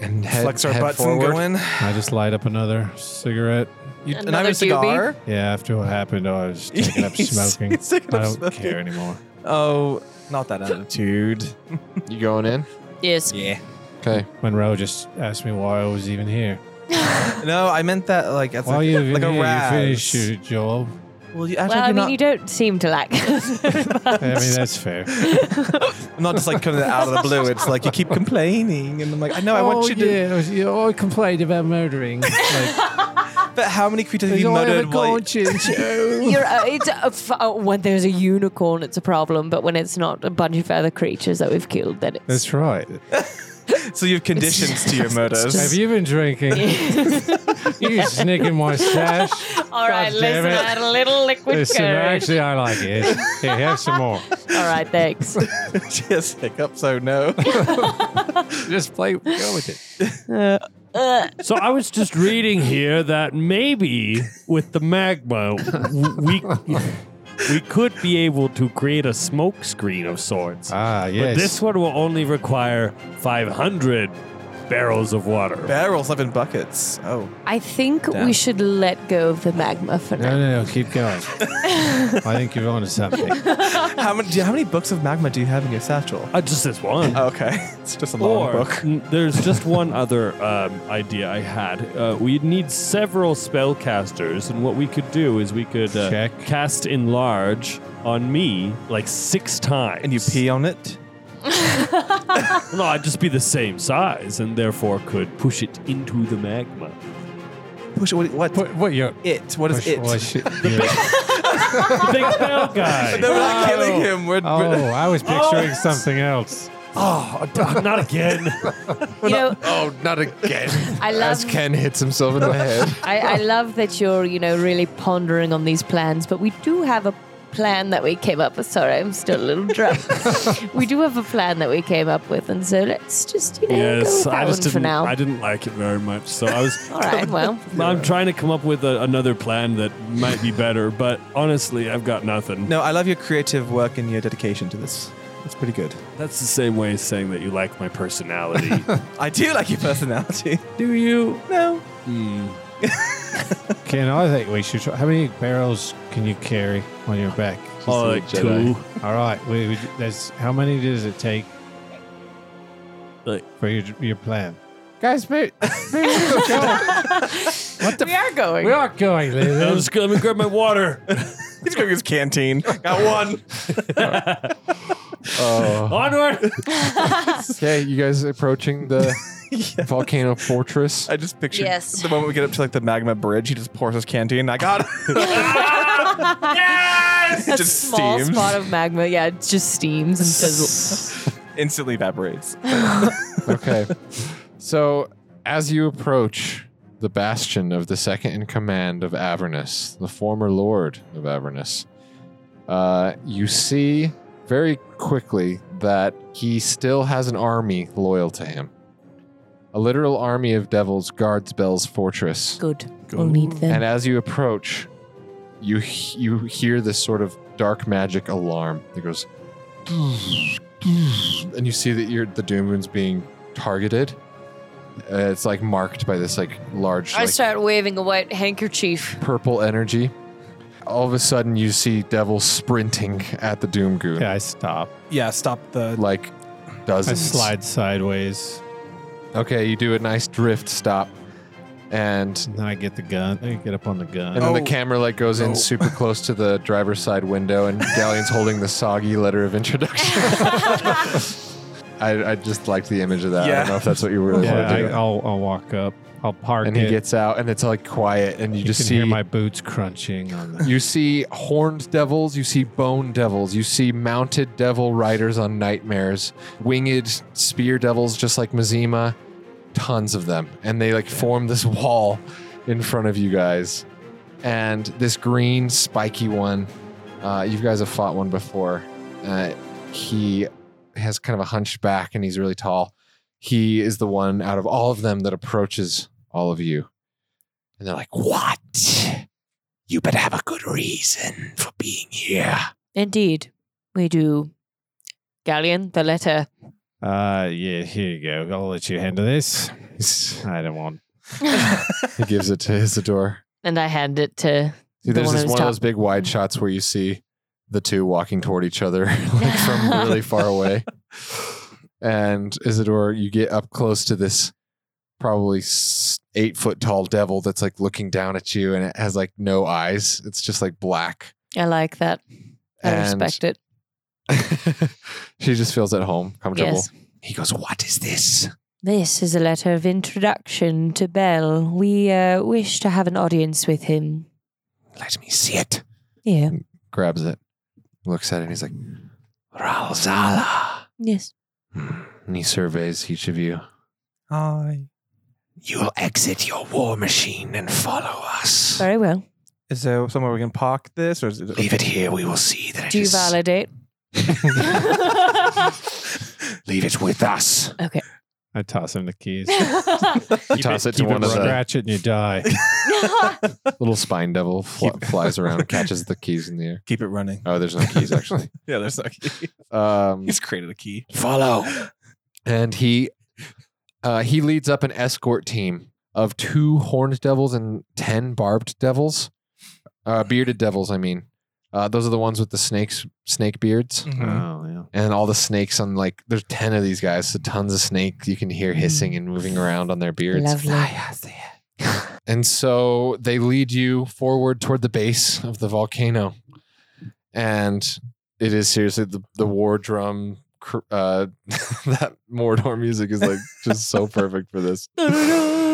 and head,
Flex our
head
butts
forward.
and go in.
I just light up another cigarette.
You,
Another
another
doobie?
cigar.
Yeah, after what happened, I was taking up
He's-
smoking.
he's taking
I
up
don't
smoking.
care anymore.
Oh, not that attitude.
You going in?
Yes.
yeah.
Okay.
Monroe just asked me why I was even here.
No, I meant that like as
Why
like,
you even
like a
here?
raz.
You finished your job.
Well, you,
Well,
actually,
I
you're
mean,
not,
you don't seem to like.
I mean, that's fair.
I'm not just like coming out of the blue. It's like you keep complaining, and I'm like, I know, I
Oh,
want you to.
I, was, you I complained about murdering. Like,
But how many creatures have you murdered? while-
You're, uh, it's a f- uh, when there's a unicorn, it's a problem. But when it's not a bunch of other creatures that we've killed, then it's
That's right.
So you've conditions to your murders.
Have you been drinking? you snicking my stash?
All right,
God damn
listen,
it.
I had a little liquid
Listen,
courage.
actually, I like it. Here, have some more.
All right, thanks.
Just hiccup, so no.
Just play, go with it.
So I was just reading here that maybe with the magma, w- we we could be able to create a smoke screen of sorts.
Ah,
But
yes.
this one will only require 500 barrels of water.
Barrels, live in buckets. Oh,
I think
Damn.
we should let go of the magma for
no,
now.
no, no, keep going. I think you're onto something.
how many? Do you, how many books of magma do you have in your satchel?
Uh, just this
Oh,
one.
Okay, it's just a long
or
book.
n- there's just one other um, idea I had. Uh, we'd need several spellcasters, and what we could do is we could uh,
Check.
cast enlarge on me like six times.
And you pee on it.
No, I'd just be the same size, and therefore could push it into the magma.
Push it. What? what?
What, what you're.
it. What is
Push,
it?
push it. Yeah.
The big spell guy.
No, we're not killing him. We're,
Oh,
we're,
I was picturing something else.
Not again.
You know,
Oh, not again.
I
As
love,
Ken hits himself in the head.
I, I love that you're, you know, really pondering on these plans. But we do have a plan that we came up with. Sorry, I'm still a little drunk. we do have a plan that we came up with, and so let's just, you know, go with
yes,
that
I just
one for
didn't.
now.
I didn't like it very much, so I was.
All right, well,
I'm trying to come up with a, another plan that might be better, but honestly, I've got nothing.
no, I love your creative work and your dedication to this. It's pretty good.
That's the same way as saying that you like my personality.
I do like your personality.
Do you?
No.
Ken, I think we should try. How many barrels can you carry on your back?
Oh, like two.
All right. We, we, there's, how many does it take
Like-
for your, your plan?
we are going.
We're not going,
I'm
Liz.
just gonna let me grab my water.
He's going to his canteen. Got one.
Oh.
Onward.
Okay, you guys approaching the volcano fortress.
I just pictured
Yes.
the moment we get up to like the magma bridge, he just pours his canteen. I got it.
yes.
It
a
just
small
steams.
spot of magma. Yeah, it just steams and fizzles.
Instantly evaporates.
Okay. So As you approach the bastion of the second in command of Avernus, the former lord of Avernus, uh, you see very quickly that he still has an army loyal to him. A literal army of devils guards Bell's fortress.
Good. We'll need them.
And as you approach, you h- you hear this sort of dark magic alarm that goes, and you see that you're the Doom Moon's being targeted. Uh, it's like marked by this like large
I
like,
start waving a white handkerchief.
purple energy. All of a sudden, you see devils sprinting at the Doom Goon,
Yeah, I stop.
Yeah, stop the.
like
I
dozens.
slide sideways,
Okay, you do a nice drift stop, and
and then I get the gun. I get up on the gun.
And then the
Oh.
camera like goes in
No.
super close to the driver's side window, and Galleon's holding the soggy letter of introduction. I, I just liked the image of that. I
Yeah.
don't know if that's what you really
yeah,
want
I,
to do.
I'll, I'll walk up. I'll park
and
it.
he gets out, and it's like quiet, and you,
you
just
can
see
hear my boots crunching on the.
you see horned devils, you see bone devils, you see mounted devil riders on nightmares, winged spear devils just like Mazima, tons of them. And they like form this wall in front of you guys. And this green spiky one, uh, you guys have fought one before. Uh, he has kind of a hunch back and he's really tall. He is the one out of all of them that approaches all of you. And they're like, What?
You better have a good reason for being here.
Indeed, we do. Galleon, the letter.
Uh, yeah, here you go. I'll let you handle this. I don't want.
He gives it to Isidore.
and I hand it to. The
See, there's
one
this
who's
one
top.
of those big wide shots where you see the two walking toward each other like from really far away. And Isidore, you get up close to this probably s- eight foot tall devil that's like looking down at you and it has like no eyes. It's just like black.
I like that. I
and
respect it.
she just feels at home, comfortable.
Yes.
He goes, What is this?
This is a letter of introduction to Bell. We uh, wish to have an audience with him.
Let me see it.
Yeah.
Grabs it, looks at it, and he's like,
Ralzala,
Yes.
and he surveys each of you.
Hi.
you'll exit your war machine and follow us.
Very well.
Is there somewhere we can park this, or is it?
Leave it here. We will see that it
Do you
is-
validate?
Leave it with us.
I toss him the keys.
You toss it to one of the
Scratch it and you die.
little spine devil fl- flies around, catches the keys in the air.
Keep it running.
Oh, there's no keys actually.
Yeah, there's a key.
Um,
He's created a key.
Follow.
and he uh, he leads up an escort team of two horned devils and ten barbed devils, uh, bearded devils. I mean, uh, those are the ones with the snakes, snake beards,
Mm. Mm-hmm.
Oh yeah.
and all the snakes on like there's ten of these guys, so tons of snake you can hear hissing and moving around on their beards.
Lovely.
And so they lead you forward toward the base of the volcano. And it is seriously the, the war drum. cr- Uh, that Mordor music is like just so perfect for this. Uh,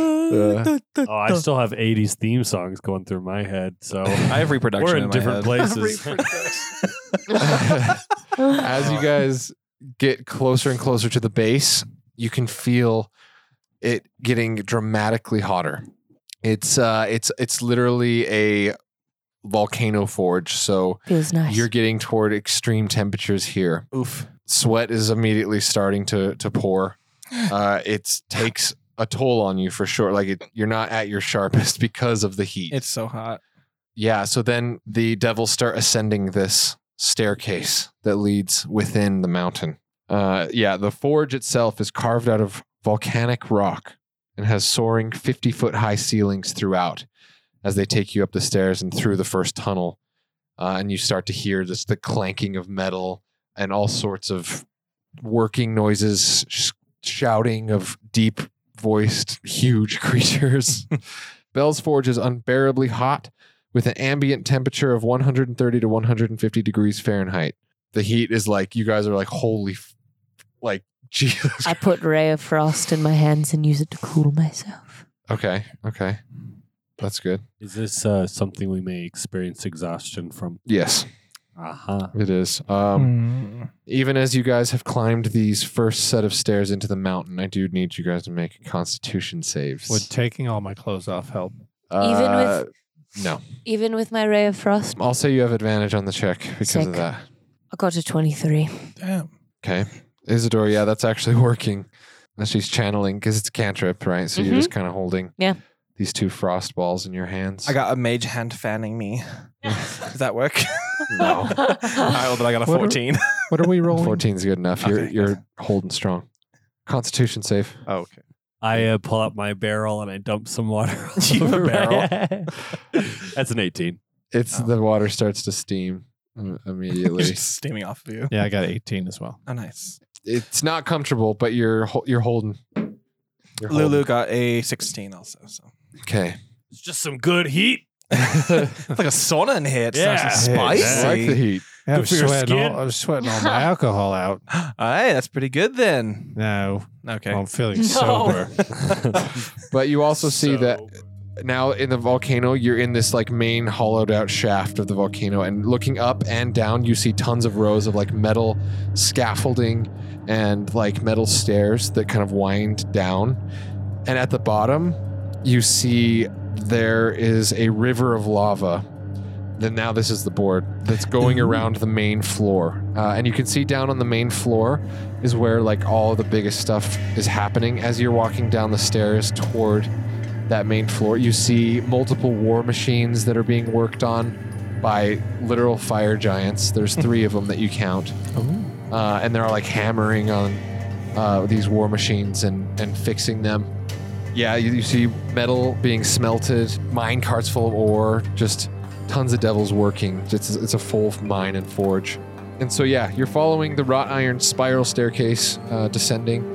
Oh, I still have 80s theme songs going through my head. So
I have reproduction.
we're
in
in
my
different
head.
places.
As you guys get closer and closer to the base, you can feel it getting dramatically hotter. It's uh, it's it's literally a volcano forge. So
Feels nice.
You're getting toward extreme temperatures here.
Oof.
Sweat is immediately starting to to pour. Uh, it takes a toll on you for sure. Like it, you're not at your sharpest because of the heat.
It's so hot.
yeah. So then the devils start ascending this staircase that leads within the mountain. Uh, yeah, the forge itself is carved out of volcanic rock and has soaring 50 foot high ceilings throughout as they take you up the stairs and through the first tunnel. Uh, and you start to hear just the clanking of metal and all sorts of working noises, sh- shouting of deep voiced, huge creatures. Bell's Forge is unbearably hot with an ambient temperature of 130 to 150 degrees Fahrenheit. The heat is like, you guys are like, holy, f- like, Jesus.
I put Ray of Frost in my hands and use it to cool myself.
Okay, okay. That's good.
Is this uh, something we may experience exhaustion from?
Yes.
Uh huh.
It is. Um,
Mm.
Even as you guys have climbed these first set of stairs into the mountain, I do need you guys to make Constitution saves.
Would taking all my clothes off help?
Even
Uh,
with
no,
even with my ray of frost,
I'll say you have advantage on the check because
Sick.
of that.
I got a twenty-three.
Damn.
Okay, Isidore. Yeah, that's actually working. And she's channeling because it's a cantrip, right? So you're just kind of holding
Mm-hmm. Yeah.
these two frost balls in your hands.
I got a mage hand fanning me. Does that work?
no.
I but I got a
What are-
14.
What are we rolling?
14's good enough. You're
Okay.
you're holding strong. Uh, Constitution safe.
Oh, okay.
I uh, pull out my barrel and I dump some water.
You have a
over my head. That's an 18.
It's the water starts to steam uh, immediately.
It's just steaming off of you.
Yeah, I got 18 as well.
Oh, nice.
it's not comfortable, but you're hol- you're holding. You're
Lulu
holding.
got a 16 also. So.
Okay.
It's just some good heat.
it's like a sauna in here. It's nice and
Yeah. Hey,
I like the
spicy.
heat.
Yeah, I
Good
was
for your
sweating
skin.
all, I was sweating all my alcohol out.
All right, that's pretty good then.
No,
Okay.
I'm feeling
No.
sober.
But you also see that
So-
now in the volcano, you're in this like main hollowed out shaft of the volcano, and looking up and down, you see tons of rows of like metal scaffolding and like metal stairs that kind of wind down. And at the bottom, you see there is a river of lava. Then now this is the board that's going around the main floor. Uh, and you can see down on the main floor is where like all the biggest stuff is happening. As you're walking down the stairs toward that main floor. You see multiple war machines that are being worked on by literal fire giants. There's three of them that you count. Uh, and they're like hammering on uh, these war machines and, and fixing them. Yeah, you, you see metal being smelted, mine carts full of ore, just tons of devils working. It's, it's a full mine and forge. And so, yeah, you're following the wrought iron spiral staircase uh, descending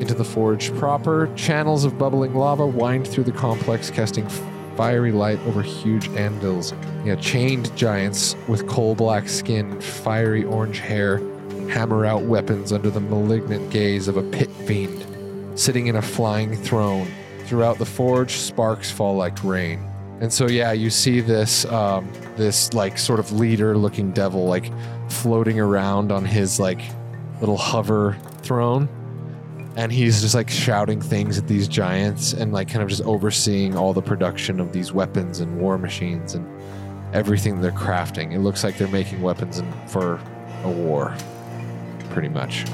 into the forge proper. Channels of bubbling lava wind through the complex, casting fiery light over huge anvils. Yeah, chained giants with coal black skin, fiery orange hair, hammer out weapons under the malignant gaze of a pit fiend sitting in a flying throne. Throughout the forge, sparks fall like rain. And so, yeah, you see this, um, this like sort of leader-looking devil, like floating around on his like little hover throne and he's just like shouting things at these giants and like kind of just overseeing all the production of these weapons and war machines and everything they're crafting. It looks like they're making weapons in, for a war, pretty much.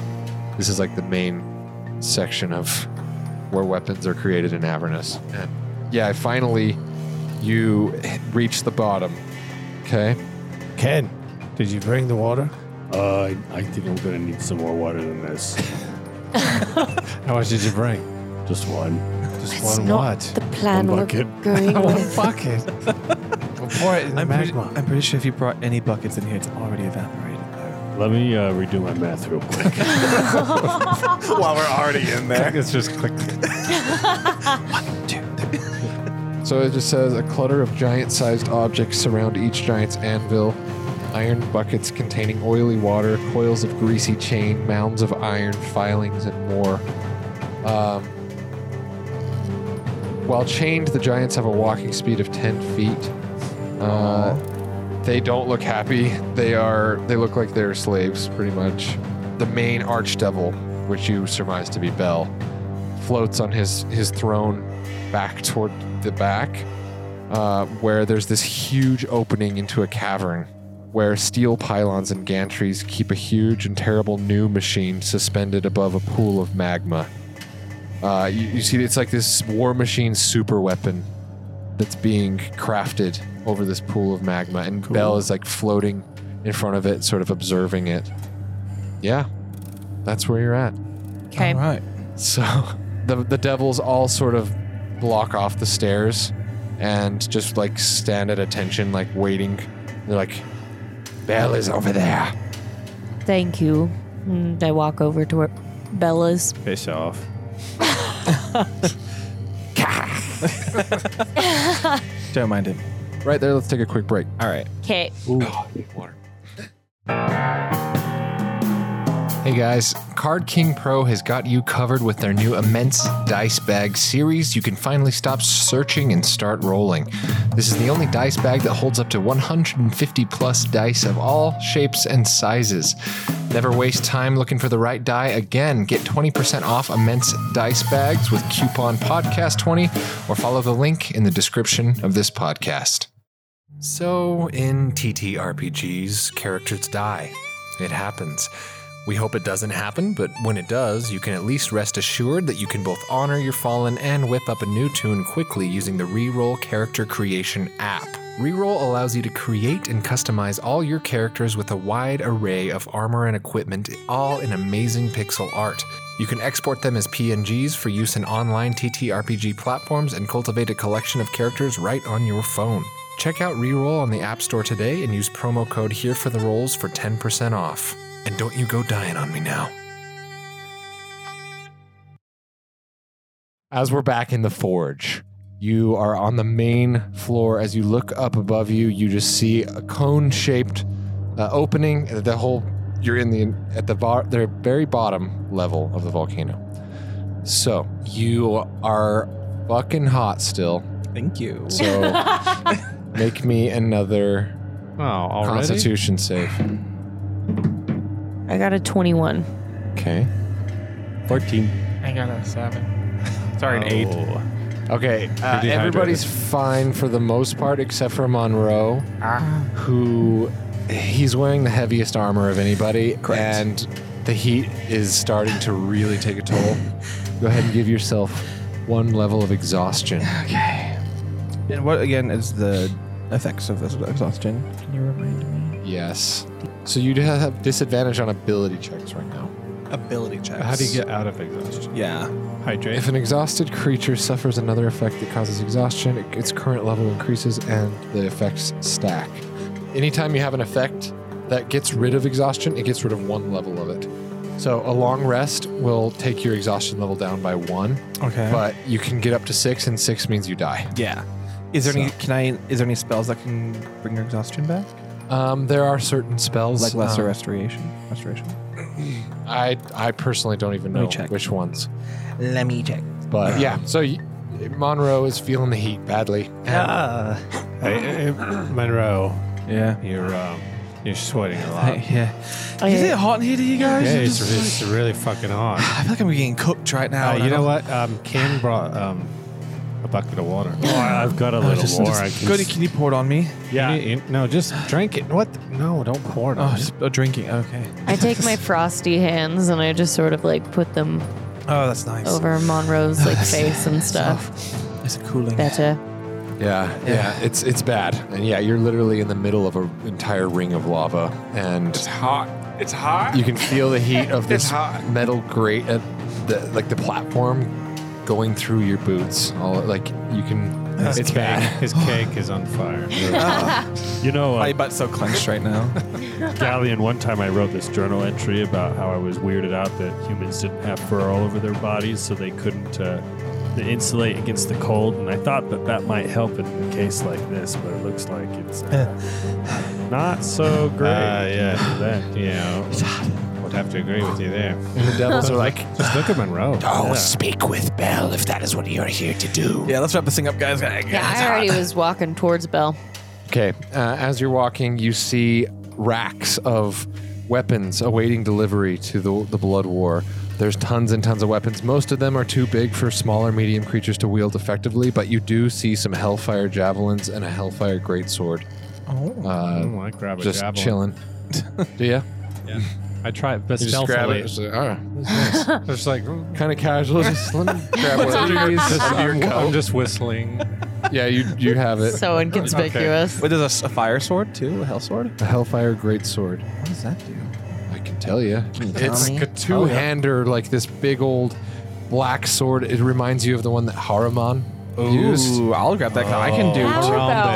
This is like the main section of where weapons are created in Avernus. And yeah, finally, you reach the bottom. Okay.
Ken, did you bring the water?
Uh, I, I think I'm gonna need some more water than this.
How much did you bring?
Just one.
Just
It's
one
not
what? Oh,
The plan
One
we're
bucket.
going
One
with.
bucket. I'll pour it in the
I'm, pretty,
magma.
I'm pretty sure if you brought any buckets in here, it's already evaporated. though.
Let me uh, redo my math real quick.
While we're already in there.
it's just click.
So it just says a clutter of giant sized objects surround each giant's anvil. Iron buckets containing oily water, coils of greasy chain, mounds of iron, filings, and more. Um, while chained, the giants have a walking speed of 10 feet. Uh, they don't look happy. They are. They look like they're slaves, pretty much. The main archdevil, which you surmise to be Bell, floats on his his throne back toward the back, uh, where there's this huge opening into a cavern, where steel pylons and gantries keep a huge and terrible new machine suspended above a pool of magma. Uh, you, you see, it's like this war machine super weapon that's being crafted over this pool of magma, and Bell is like floating in front of it, sort of observing it. Yeah, that's where you're at.
Okay.
Right.
So the the devils all sort of block off the stairs and just like stand at attention, like waiting. They're like, Bell is over there.
Thank you. And I walk over to where Bella's.
Piss off.
Don't mind him.
Right there, let's take a quick break.
All right.
Okay.
Oh, I need water. Hey guys, Card King Pro has got you covered with their new immense dice bag series. You can finally stop searching and start rolling. This is the only dice bag that holds up to 150 plus dice of all shapes and sizes. Never waste time looking for the right die again. Get 20% off immense dice bags with coupon podcast20 or follow the link in the description of this podcast. So, in TTRPGs, characters die. It happens. We hope it doesn't happen, but when it does, you can at least rest assured that you can both honor your fallen and whip up a new tune quickly using the Reroll Character Creation app. Reroll allows you to create and customize all your characters with a wide array of armor and equipment, all in amazing pixel art. You can export them as PNGs for use in online TTRPG platforms and cultivate a collection of characters right on your phone. Check out Reroll on the App Store today and use promo code here for the rolls for 10% off. And don't you go dying on me now. As we're back in the forge, you are on the main floor. As you look up above you, you just see a cone-shaped uh, opening. The whole you're in the at the bar, the very bottom level of the volcano. So you are fucking hot still.
Thank you.
So make me another
Oh, already?
Constitution save.
I got a 21.
Okay.
14.
I got a seven. Sorry, an eight.
Oh.
Okay, uh,
dehydrated.
everybody's fine for the most part except for Monroe,
Ah.
who he's wearing the heaviest armor of anybody, and the heat is starting to really take a toll. Go ahead and give yourself one level of exhaustion.
And what again is the effects of this exhaustion?
Can you remind me?
Yes. So you do have disadvantage on ability checks right now.
Ability checks.
How do you get out of exhaustion?
Yeah.
Hydrate.
If an exhausted creature suffers another effect that causes exhaustion, it- its current level increases and the effects stack. Anytime you have an effect that gets rid of exhaustion, it gets rid of one level of it. So a long rest will take your exhaustion level down by one,
Okay.
but you can get up to six, and six means you die.
yeah. Is there any? Can I? Is there any spells that can bring your exhaustion back?
Um, there are certain spells
Like lesser
uh,
um,
restoration. Restoration.
I I personally don't even
Let me
know
check.
which ones,
Let me check.
but um, yeah. So y- Monroe is feeling the heat badly. And
Ah. Hey, hey, Monroe,
Yeah.
you're um, you're sweating a lot.
Hey, yeah. Is it hot in here, to you guys?
Oh, Yeah,
I'm
it's,
just
it's really fucking hot.
like- I feel like I'm getting cooked right now.
Uh,
and I
you know
don't-
what? Um, Ken brought um, a bucket of water.
Oh, I've got a
Oh,
little
just,
more.
just
I can
Cody,
s-
can you pour it on me?
yeah.
You- you- no, just drink it. What? the- No, don't pour it.
Oh,
on
just
it.
oh, drinking. Okay.
I take my frosty hands and I just sort of like put them
Oh, that's nice.
over Monroe's like face and stuff.
It's cooling.
Better.
Yeah, yeah, it's it's bad, and yeah, you're literally in the middle of an entire ring of lava, and
Hot. It's hot.
you can feel the heat of this
hot.
metal grate at the like the platform going through your boots. All like you can,
his
it's
cake,
bad.
His cake is on fire.
You know,
My
uh,
butt's so clenched right now.
Galleon, one time I wrote this journal entry about how I was weirded out that humans didn't have fur all over their bodies, so they couldn't uh, they insulate against the cold. And I thought that that might help in a case like this, but it looks like it's uh, not so great.
Uh, yeah.
after that.
you know, would have to agree with you there.
And the devils are like,
Just look at Monroe.
Oh, speak with Bell if that is what you're here to do.
yeah, let's wrap this thing up, guys. Yeah,
Yeah, I already was walking towards Bell.
okay. Uh, as you're walking, you see racks of weapons awaiting delivery to the the blood war. There's tons and tons of weapons. Most of them are too big for smaller, medium creatures to wield effectively, but you do see some hellfire javelins and a hellfire greatsword. Uh,
Oh, I grab a
just
javelin.
chilling. Do you?
I try it, but
You just grab it.
stealthily.
Just like, all right.
It's like
Kind of casual. Just let me grab one of these. under
I'm,
your
I'm
coat.
just whistling.
Yeah, you you have it.
So inconspicuous.
Wait, there's a s- a, fire sword too? A hell sword?
the Hellfire Greatsword.
What does that do?
I can tell you. It's
me?
like a
Oh,
two-hander, like this big old black sword. It reminds you of the one that Haruman used.
Ooh, I'll grab that. 'cause I can do.
How
Harambe.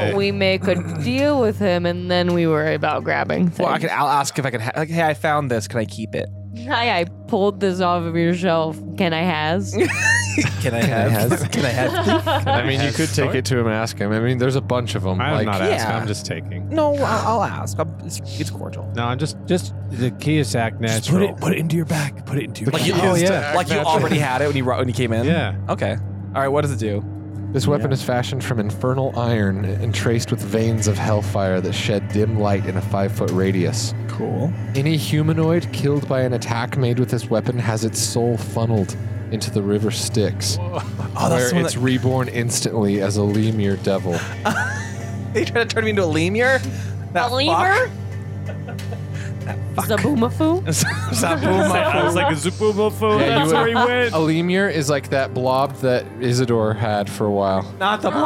about we make a deal with him and then we worry about grabbing things?
Well, I can. I'll ask if I can. Ha- like, hey, I found this. Can I keep it?
Hi, I pulled this off of your shelf. Can I has?
Can I have? Can I have?
I mean, you could take it to him and ask him. I mean, there's a bunch of them.
I'm
like,
not
yeah.
asking. I'm just taking.
no, I'll, I'll ask. I'm, it's, it's cordial.
No, I'm just just the Kiyosak natural.
put it into your back. Put it into your
Like you- oh, yeah.
Like you already had it when you ro- when you came in.
Yeah.
Okay. All right. What does it do?
This weapon is fashioned from infernal iron and traced with veins of hellfire that shed dim light in a five foot radius.
Cool.
Any humanoid killed by an attack made with this weapon has its soul funneled into the river Styx,
Oh, that's
where
the one
it's
that,
reborn instantly as a Lemur devil.
they tried to turn me into a lemur. That
A lemur? Zaboomafu?
fuck. Zabuma.
I was like
Oh,
a Zupumofu.
Yeah,
That's
you
where he went.
a Lemur is like that blob that Isidore had for a while.
Not the
My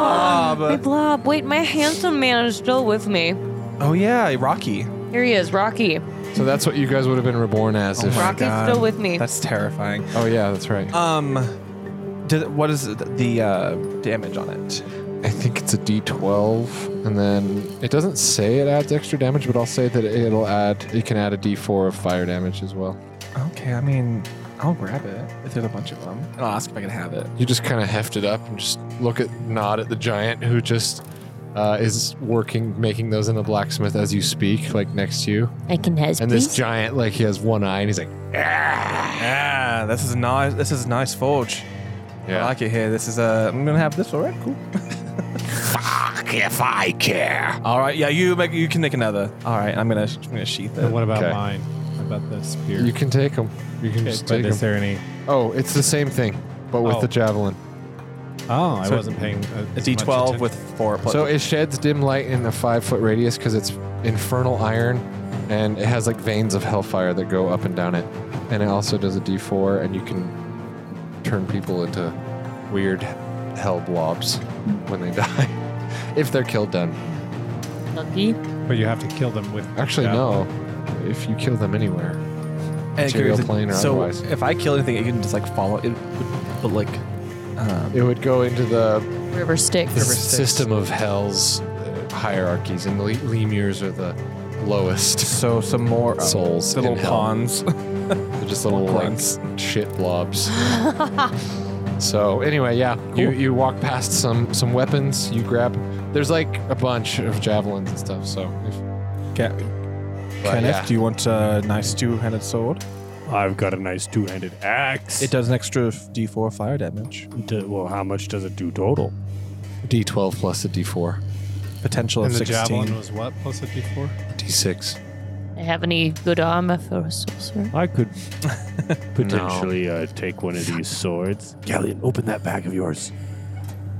blob.
blob. Wait, my handsome man is still with me.
oh yeah, Rocky.
Here he is, Rocky.
So that's what you guys would have been reborn as if.
Rocky's
Oh God.
still with me.
That's terrifying.
Oh, yeah, that's right.
Um, did, what is the, the uh, damage on it?
I think it's a D12, and then it doesn't say it adds extra damage, but I'll say that it'll add. It can add a D4 of fire damage as well.
Okay, I mean, I'll grab it if there's a bunch of them, and I'll ask if I can have it.
You just kind of heft it up and just look at nod at the giant who just uh, is working making those in the blacksmith as you speak, like next to you.
I can has
And
please.
this giant, like he has one eye, and he's like,
Yeah, Ah, this is nice. This is nice forge. I
yeah.
like it here. This is Uh, I'm gonna have this. All right, cool.
Fuck if I care.
All right, yeah. You make. You can make another. All right, I'm gonna. I'm gonna sheath it.
But what about
Okay.
mine? What about the spear?
you can take him. You can
Okay,
just
but
take him.
is there any?
Oh, it's the same thing, but with
Oh.
the javelin.
Oh,
So
I wasn't paying a,
A D12 with four. Plus
So it sheds dim light in a five foot radius because it's infernal iron, and it has like veins of hellfire that go up and down it. And it also does a D4, and you can turn people into weird hell blobs when they die, if they're killed. Done.
Lucky.
But you have to kill them with.
Actually,
Yeah.
no. If you kill them anywhere,
And it
material
carries a-
plane or
so
otherwise.
if I kill anything, it can just like follow it, would- but like um,
it would go into the,
River Styx.
the system of hell's uh, hierarchies, and the le- lemurs are the lowest
so some more uh,
souls.
little
in hell.
pawns.
They're just little like
Grunts.
shit blobs. so anyway, yeah, you you walk past some some weapons. You grab. There's like a bunch of javelins and stuff. So if,
Can,
but
Kenneth,
yeah.
do you want a nice two-handed sword?
I've got a nice two-handed axe.
It does an extra f- D4 fire damage.
D- well, how much does it do total?
D12 plus a D4,
Potential
And
of
the
16.
javelin was what plus a D4?
D6.
I have any good armor for a sorcerer?
I could potentially uh, take one of these swords. Galleon, open that bag of yours.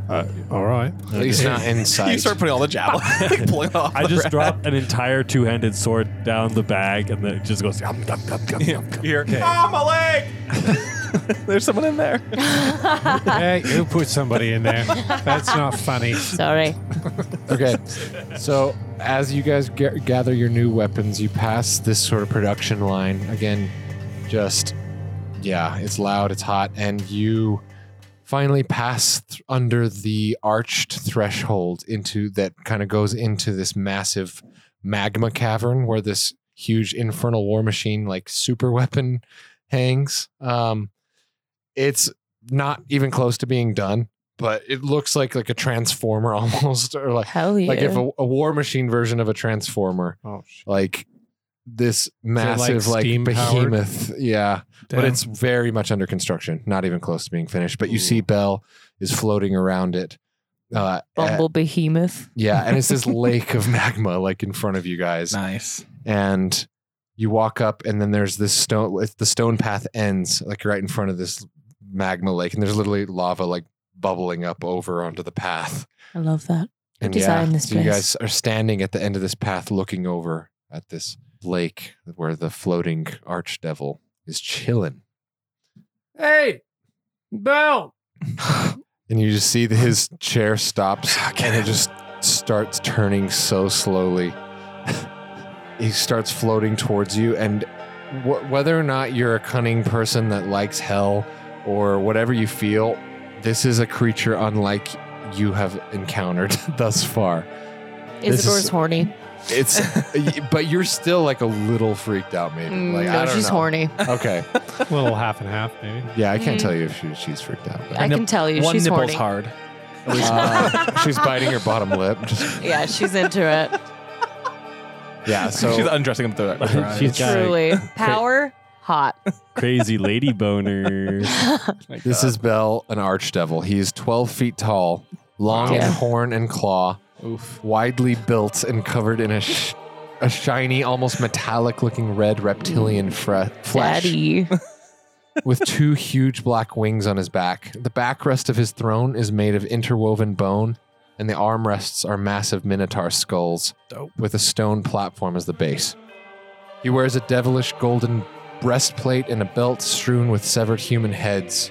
Uh, all right.
At least not inside.
You start putting all the javelin, like pulling off.
I
the
just
wrap.
drop an entire two-handed sword down the bag, and then it just goes. Yum, yum, yum, yum, yum, yum.
here. Ah, my leg! There's someone in there.
hey, you put somebody in there. That's not funny.
Sorry.
okay. So as you guys ga- gather your new weapons, you pass this sort of production line again. Just yeah, it's loud, it's hot, and you finally pass th- under the arched threshold into that kind of goes into this massive magma cavern where this huge infernal war machine like super weapon hangs. Um, it's not even close to being done, but it looks like like a transformer almost, or like
Hell yeah.
like if a, a war machine version of a transformer
Oh, shit.
like this massive like,
steam-powered?
behemoth yeah but
Damn.
it's very much under construction not even close to being finished but you see bell is floating around it uh,
Bumble behemoth.
yeah and it's this lake of magma like in front of you guys
Nice.
and you walk up and then there's this stone the stone path ends like right in front of this magma lake and there's literally lava like bubbling up over onto the path
I love that. I
and
design
yeah,
this
so you
place.
guys are standing at the end of this path looking over at this lake where the floating arch devil is chilling.
Hey, Bell.
And you just see that his chair stops and it just starts turning so slowly. he starts floating towards you. And wh- whether or not you're a cunning person that likes hell or whatever you feel, this is a creature unlike you have encountered thus far. This
Isidore's
is-
horny.
It's, but you're still like a little freaked out, maybe.
Mm,
like I
no,
don't
she's
know.
horny.
Okay,
A little half and half, maybe.
yeah, I can't tell you if she, she's freaked out. but-
Mm. I can tell you,
One
she's
nipple's
horny.
hard.
Uh, she's biting her bottom lip. Just-
Yeah, she's into it.
yeah, so
She's undressing him through that.
She's got a
Truly, power hot.
crazy lady boner.
This is Bell, an archdevil. He is 12 feet tall, long in
Yeah.
horn and claw, widely built and covered in a, sh- a shiny, almost metallic looking red reptilian fre- flesh
Daddy.
with two huge black wings on his back. The backrest of his throne is made of interwoven bone, and the armrests are massive minotaur skulls with a stone platform as the base. He wears a devilish golden breastplate and a belt strewn with severed human heads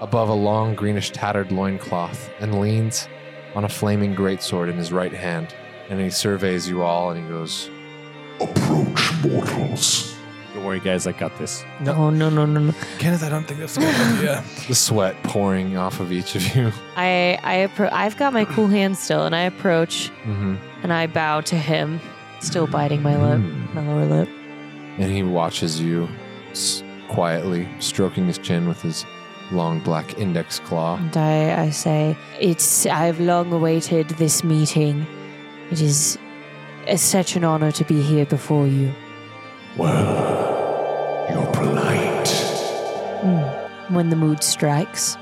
above a long greenish tattered loincloth and leans on a flaming greatsword in his right hand. And he surveys you all and he goes,
Approach, mortals.
Don't worry, guys, I got this.
Oh no no no no!
Kenneth, I don't think that's a good idea.
the sweat pouring off of each of you.
I I appro- I've got my cool hand still, and I approach
Mm-hmm. Mm.
and I bow to him, still biting my lip, my lower lip.
and he watches you s- quietly, stroking his chin with his long black index claw.
And I, I say, it's, I've long awaited this meeting. It is it's such an honor to be here before you.
You're polite.
Mm. When the mood strikes.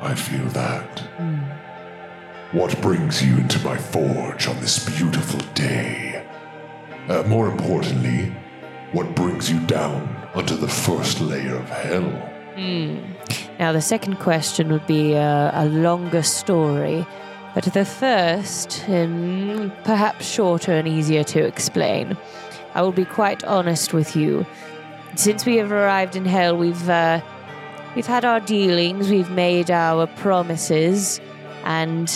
I feel that.
Mm.
What brings you into my forge on this beautiful day? Uh, more importantly, what brings you down onto the first layer of hell?
Now, the second question would be a, a longer story, but the first, um, perhaps shorter and easier to explain. I will be quite honest with you. Since we have arrived in hell, we've uh, we've had our dealings, we've made our promises, and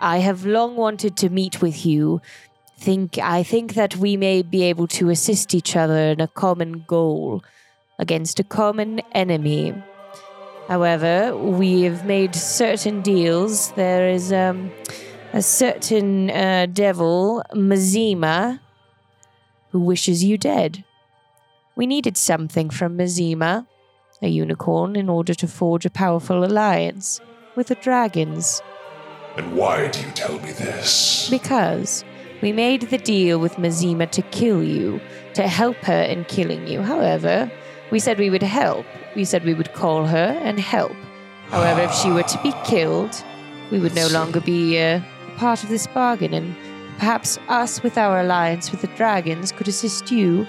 I have long wanted to meet with you. Think I think that we may be able to assist each other in a common goal against a common enemy. However, we have made certain deals. There is um, a certain uh, devil, Mazima, who wishes you dead. We needed something from Mazima, a unicorn, in order to forge a powerful alliance with the dragons.
And why do you tell me this?
Because we made the deal with Mazima to kill you, to help her in killing you. However, we said we would help. We said we would call her and help. However, if she were to be killed, we would no longer be uh, part of this bargain, and perhaps us, with our alliance with the dragons, could assist you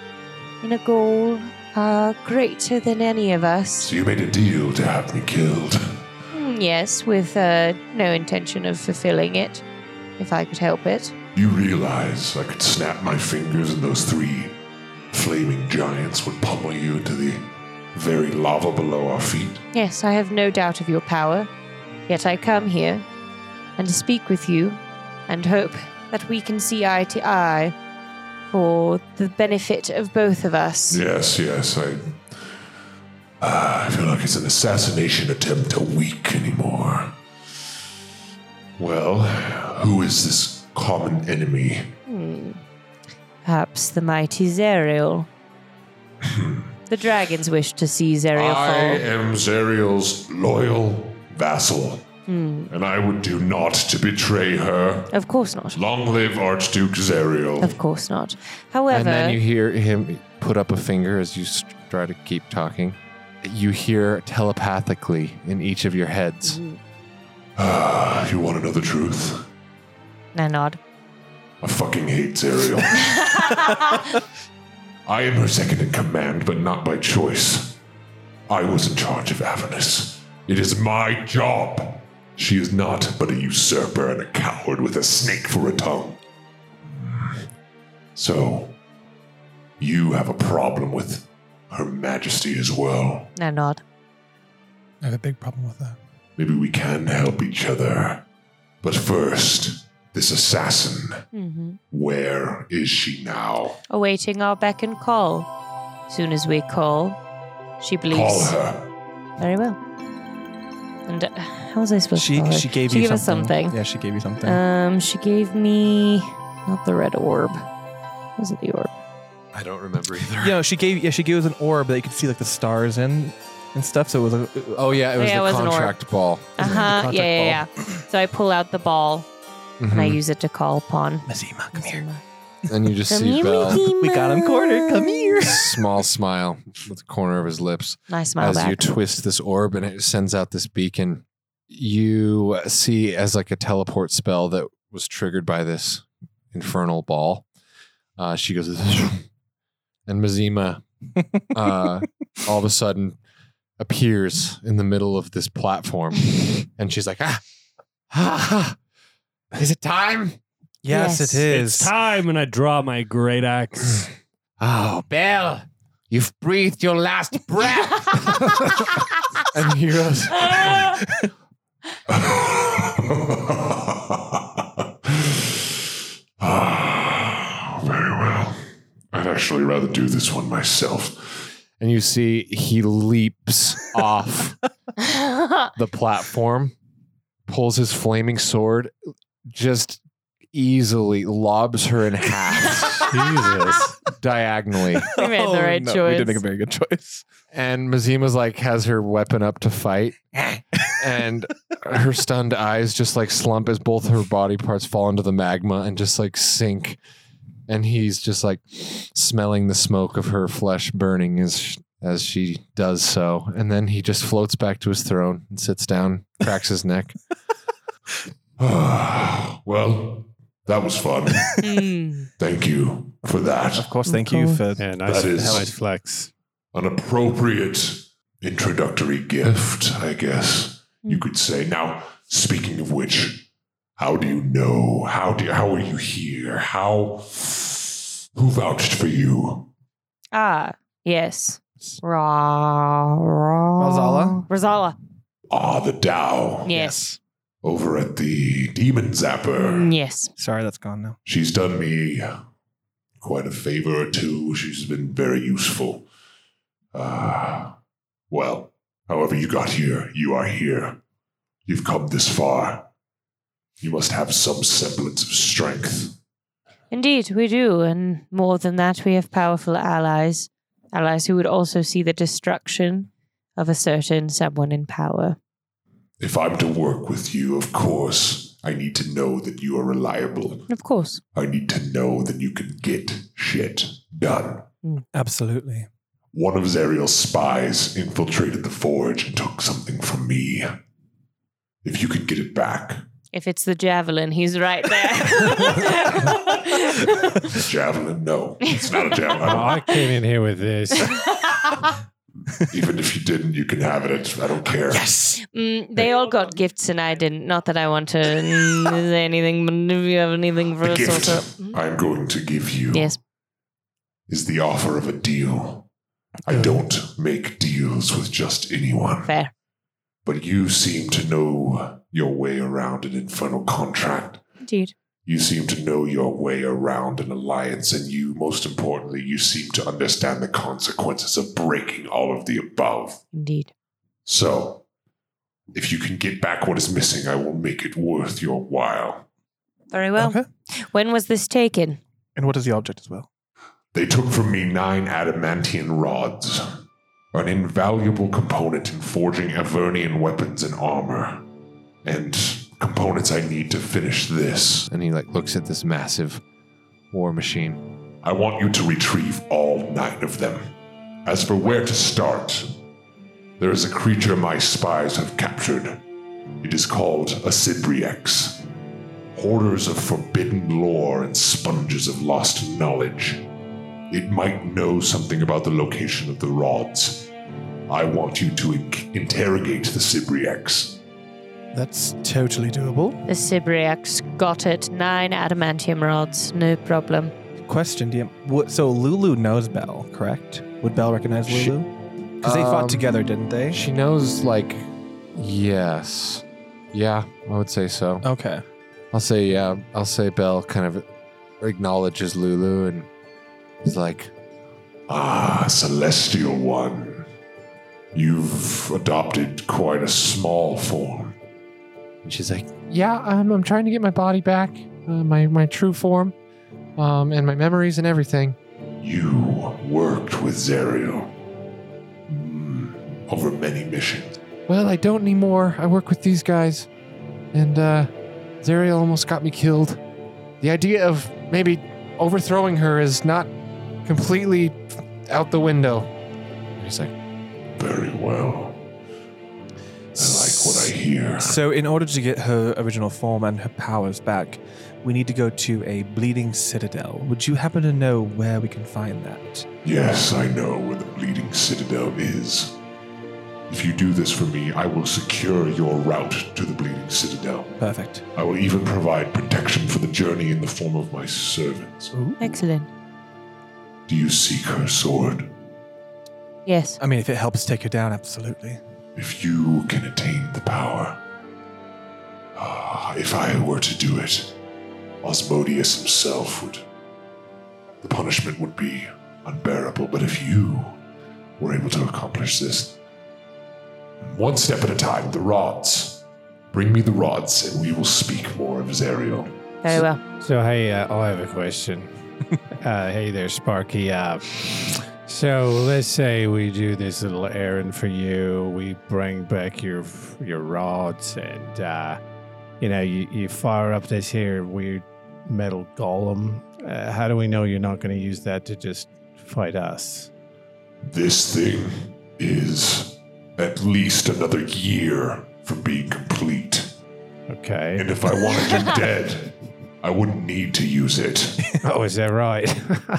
in a goal uh, greater than any of us.
So you made a deal to have me killed.
Mm, Yes, with uh, no intention of fulfilling it, if I could help it.
You realize I could snap my fingers and those three flaming giants would pummel you into the very lava below our feet.
Yes, I have no doubt of your power. Yet I come here and speak with you and hope that we can see eye to eye for the benefit of both of us.
Yes, yes, I. Ah, I feel like it's an assassination attempt a week anymore. Well, who is this common enemy?
Perhaps the mighty Zerial. the dragons wish to see Zerial
I
fall.
am Zeriel's loyal vassal,
Hmm.
and I would do naught to betray her.
Of course not.
Long live Archduke Zeriel.
Of course not.
And
However,
then you hear him put up a finger as you s- try to keep talking. You hear telepathically in each of your heads.
Ah, you want to know the truth?
I nod.
I fucking hate Zeriel. I am her second in command, but not by choice. I was in charge of Avernus. It is my job. She is not but a usurper and a coward with a snake for a tongue. So, you have a problem with Her Majesty as well.
I nod.
I have a big problem with that.
Maybe we can help each other. But first, this assassin.
hmm
Where is she now?
Awaiting our beck and call. Soon as we call, she believes.
Call her.
Very well. And uh, how was I supposed to
She
call her?
she gave
she
you
gave
something.
us something.
Yeah, she gave you something.
Um, she gave me not the red orb. Was it the orb?
I don't remember either.
yeah, no, she gave yeah she gave us an orb that you could see like the stars in and stuff. So it was like
Oh yeah, it was
Yeah, it
the
was an orb.
contract ball.
Uh huh. Yeah, yeah, yeah. So I pull out the ball and I use it to call upon.
Mazima, Mm-hmm. come here.
Mm-hmm. And you just see Bell.
We got him cornered. Come here.
Small smile with the corner of his lips
Nice smile
as
back.
you twist this orb and it sends out this beacon. You see as like a teleport spell that was triggered by this infernal ball. Uh, she goes, and Mazima uh, all of a sudden appears in the middle of this platform, and she's like, ah, ah, ah. is it time?
Yes,
Yes.
it is.
It's time, and I draw my great axe.
Oh, Belle, you've breathed your last breath. and he goes,
Ah, Very well. I'd actually rather do this one myself.
and you see he leaps off the platform, pulls his flaming sword, just easily lobs her in half. Jesus. Diagonally.
we made the right
Oh, no,
choice.
We did make a very good choice.
And Mazima's like has her weapon up to fight. and her stunned eyes just like slump as both her body parts fall into the magma and just like sink. And he's just like smelling the smoke of her flesh burning as as she does so. And then he just floats back to his throne and sits down, cracks his neck.
well, that was fun.
Mm.
Thank you for that.
Of course, thank you
Mm-hmm.
for
Yeah, nice,
That is-
nice flex.
An appropriate introductory gift, I guess
Hmm.
you could say. Now, speaking of which, how do you know? How do how are you here? How who vouched for you?
Ah, yes. Ra, ra.
Rosala?
Rosala.
Ah, the Tao
Yes.
over at the Demon Zapper.
Mm, Yes.
Sorry, that's gone now.
She's done me quite a favor or two. She's been very useful. Uh, well, however you got here, you are here. You've come this far. You must have some semblance of strength.
Indeed, we do. And more than that, we have powerful allies. Allies who would also see the destruction of a certain someone in power.
If I'm to work with you, of course, I need to know that you are reliable.
Of course.
I need to know that you can get shit done.
Absolutely.
One of Zariel's spies infiltrated the forge and took something from me. If you could get it back,
If it's the javelin, he's right there.
javelin, no, it's not a
Oh,
Uh-huh.
javelin.
I came in here with this.
Even if you didn't, you can have it. I just- I don't care.
Mm, they all got gifts and I didn't. Not that I want to mm, say anything, but if you have anything for
The
us
gift
also. Mm,
I'm going to give you
Yes.
is the offer of a deal. I don't make deals with just anyone,
Fair.
but you seem to know your way around an infernal contract.
Indeed.
You seem to know your way around an alliance, and you, most importantly, you seem to understand the consequences of breaking all of the above.
Indeed.
So, if you can get back what is missing, I will make it worth your while.
Very well.
Okay.
When was this taken?
And what is the object as well?
They took from me nine adamantian rods, an invaluable component in forging Avernian weapons and armor, and components I need to finish this.
And he like looks at this massive war machine.
I want you to retrieve all nine of them. As for where to start, there is a creature my spies have captured. It is called a Sidriex. Hoarders of forbidden lore and sponges of lost knowledge. It might know something about the location of the rods. I want you to in- interrogate the Sidriex.
That's totally doable.
The Sibriax got it. Nine adamantium rods. No problem.
Question, DM. What, so Lulu knows Bell, correct? Would Bell recognize
She-
Lulu? Because they
Um,
fought together, didn't they?
She knows like yes. Yeah, I would say so.
Okay.
I'll say yeah. I'll say Belle kind of acknowledges Lulu and is like,
Ah, Celestial One. You've adopted quite a small form.
And she's like,
Yeah, I'm, I'm trying to get my body back, uh, my, my true form, um, and my memories and everything.
You worked with Zerial mm, over many missions.
Well, I don't anymore. I work with these guys, and uh, Zariel almost got me killed. The idea of maybe overthrowing her is not completely out the window. He's like,
Very well. I like what I hear.
So, in order to get her original form and her powers back, we need to go to a bleeding citadel. Would you happen to know where we can find that?
Yes, I know where the Bleeding Citadel is. If you do this for me, I will secure your route to the Bleeding Citadel.
Perfect.
I will even provide protection for the journey in the form of my servants.
Excellent.
Do you seek her sword?
Yes.
I mean, if it helps take her down, absolutely.
If you can attain the power. Ah, if I were to do it, Osmodius himself would. The punishment would be unbearable, but if you were able to accomplish this, one step at a time, the rods. Bring me the rods, and we will speak more of Zeriel.
Very well.
So hey, uh, I have a question. uh, hey there, Sparky. Uh, so let's say we do this little errand for you. We bring back your your rods, and uh, you know you, you fire up this here weird metal golem. Uh, how do we know you're not going to use that to just fight us?
This thing is at least another year from being complete.
Okay.
And if I wanted you dead, I wouldn't need to use it.
oh, is that right?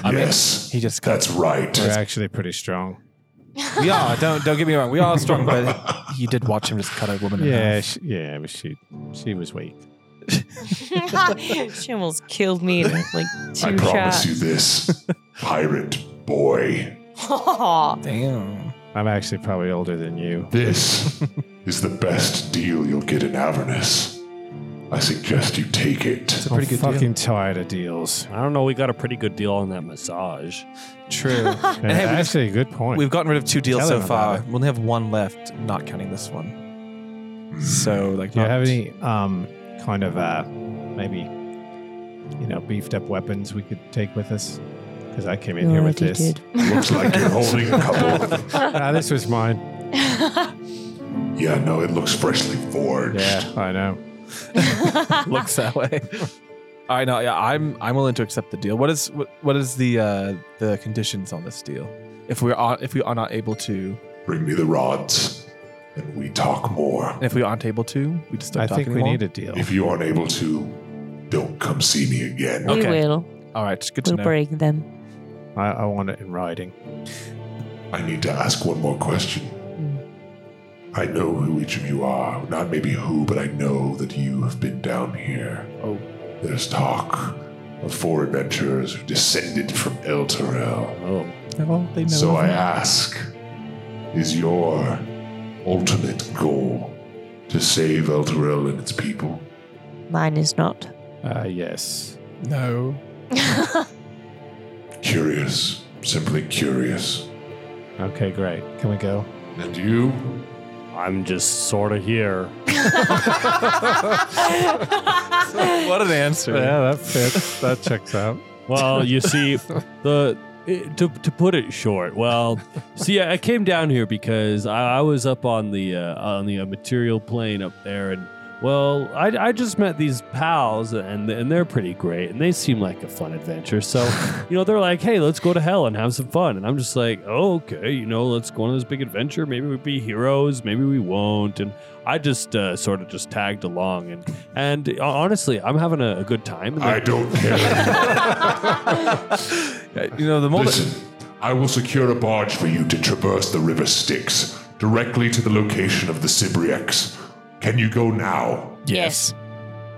yes,
He just
that's right.
We're actually pretty strong.
We are. Don't don't get me wrong. We are strong, but you did watch him just cut a woman. in
Yeah,
half.
she, yeah, but she she was weak.
she almost killed me in like two
I promise
shots.
you this, pirate boy.
Damn.
I'm actually probably older than you.
This is the best deal you'll get in Avernus. I suggest you take it.
It's a pretty
I'm
good
fucking tired of deals.
I don't know. We got a pretty good deal on that massage.
deal. True.
Yeah,
hey, we-
actually, a good point.
We've gotten rid of two deals
Tell
so
him about
far.
it.
We only have one left, not counting this one. So, like,
Hmm. Do you
not-
have any um, kind of uh, maybe you know beefed up weapons we could take with us? Because I came in here with this.
Looks like you're holding a couple.
Ah, this was mine.
Yeah, no, it looks freshly forged.
Yeah, I know.
looks that way. All right, no, yeah, I'm I'm willing to accept the deal. What is what, what is the uh, the conditions on this deal? If we are if we are not able to,
Bring me the rods, and we talk more.
and if we aren't able to, we just don't
I
talk
think we
anymore?
need a deal.
If you aren't able to, don't come see me again.
We
Okay.
will.
All right, good to
We'll
know.
break them.
I, I want it in writing.
I need to ask one more question. I know who each of you are. Not maybe who, but I know that you have been down here.
Oh.
There's talk of four adventurers who descended from El Terrell.
Oh,
Well, they know
So I
everything.
ask, is your ultimate goal to save El Terrell and its people?
Mine is not.
Uh, yes.
no.
Curious, simply curious.
Okay, great. Can we go?
And you?
I'm just sort of here.
What an answer!
Yeah, that fits. that checks out.
Well, you see, the it, to to put it short. Well, see, I, I came down here because I, I was up on the uh, on the uh, material plane up there, and well, I, I just met these pals, and and they're pretty great, and they seem like a fun adventure. So, you know, they're like, hey, let's go to hell and have some fun, and I'm just like, oh, okay, you know, let's go on this big adventure. Maybe we'll be heroes, maybe we won't, and. I just uh, sort of just tagged along, and and uh, honestly, I'm having a, a good time. and
I
they're-
don't care.
Yeah, You know the moment.
Listen, I will secure a barge for you to traverse the river Styx directly to the location of the Sybriax. Can you go now?
yes.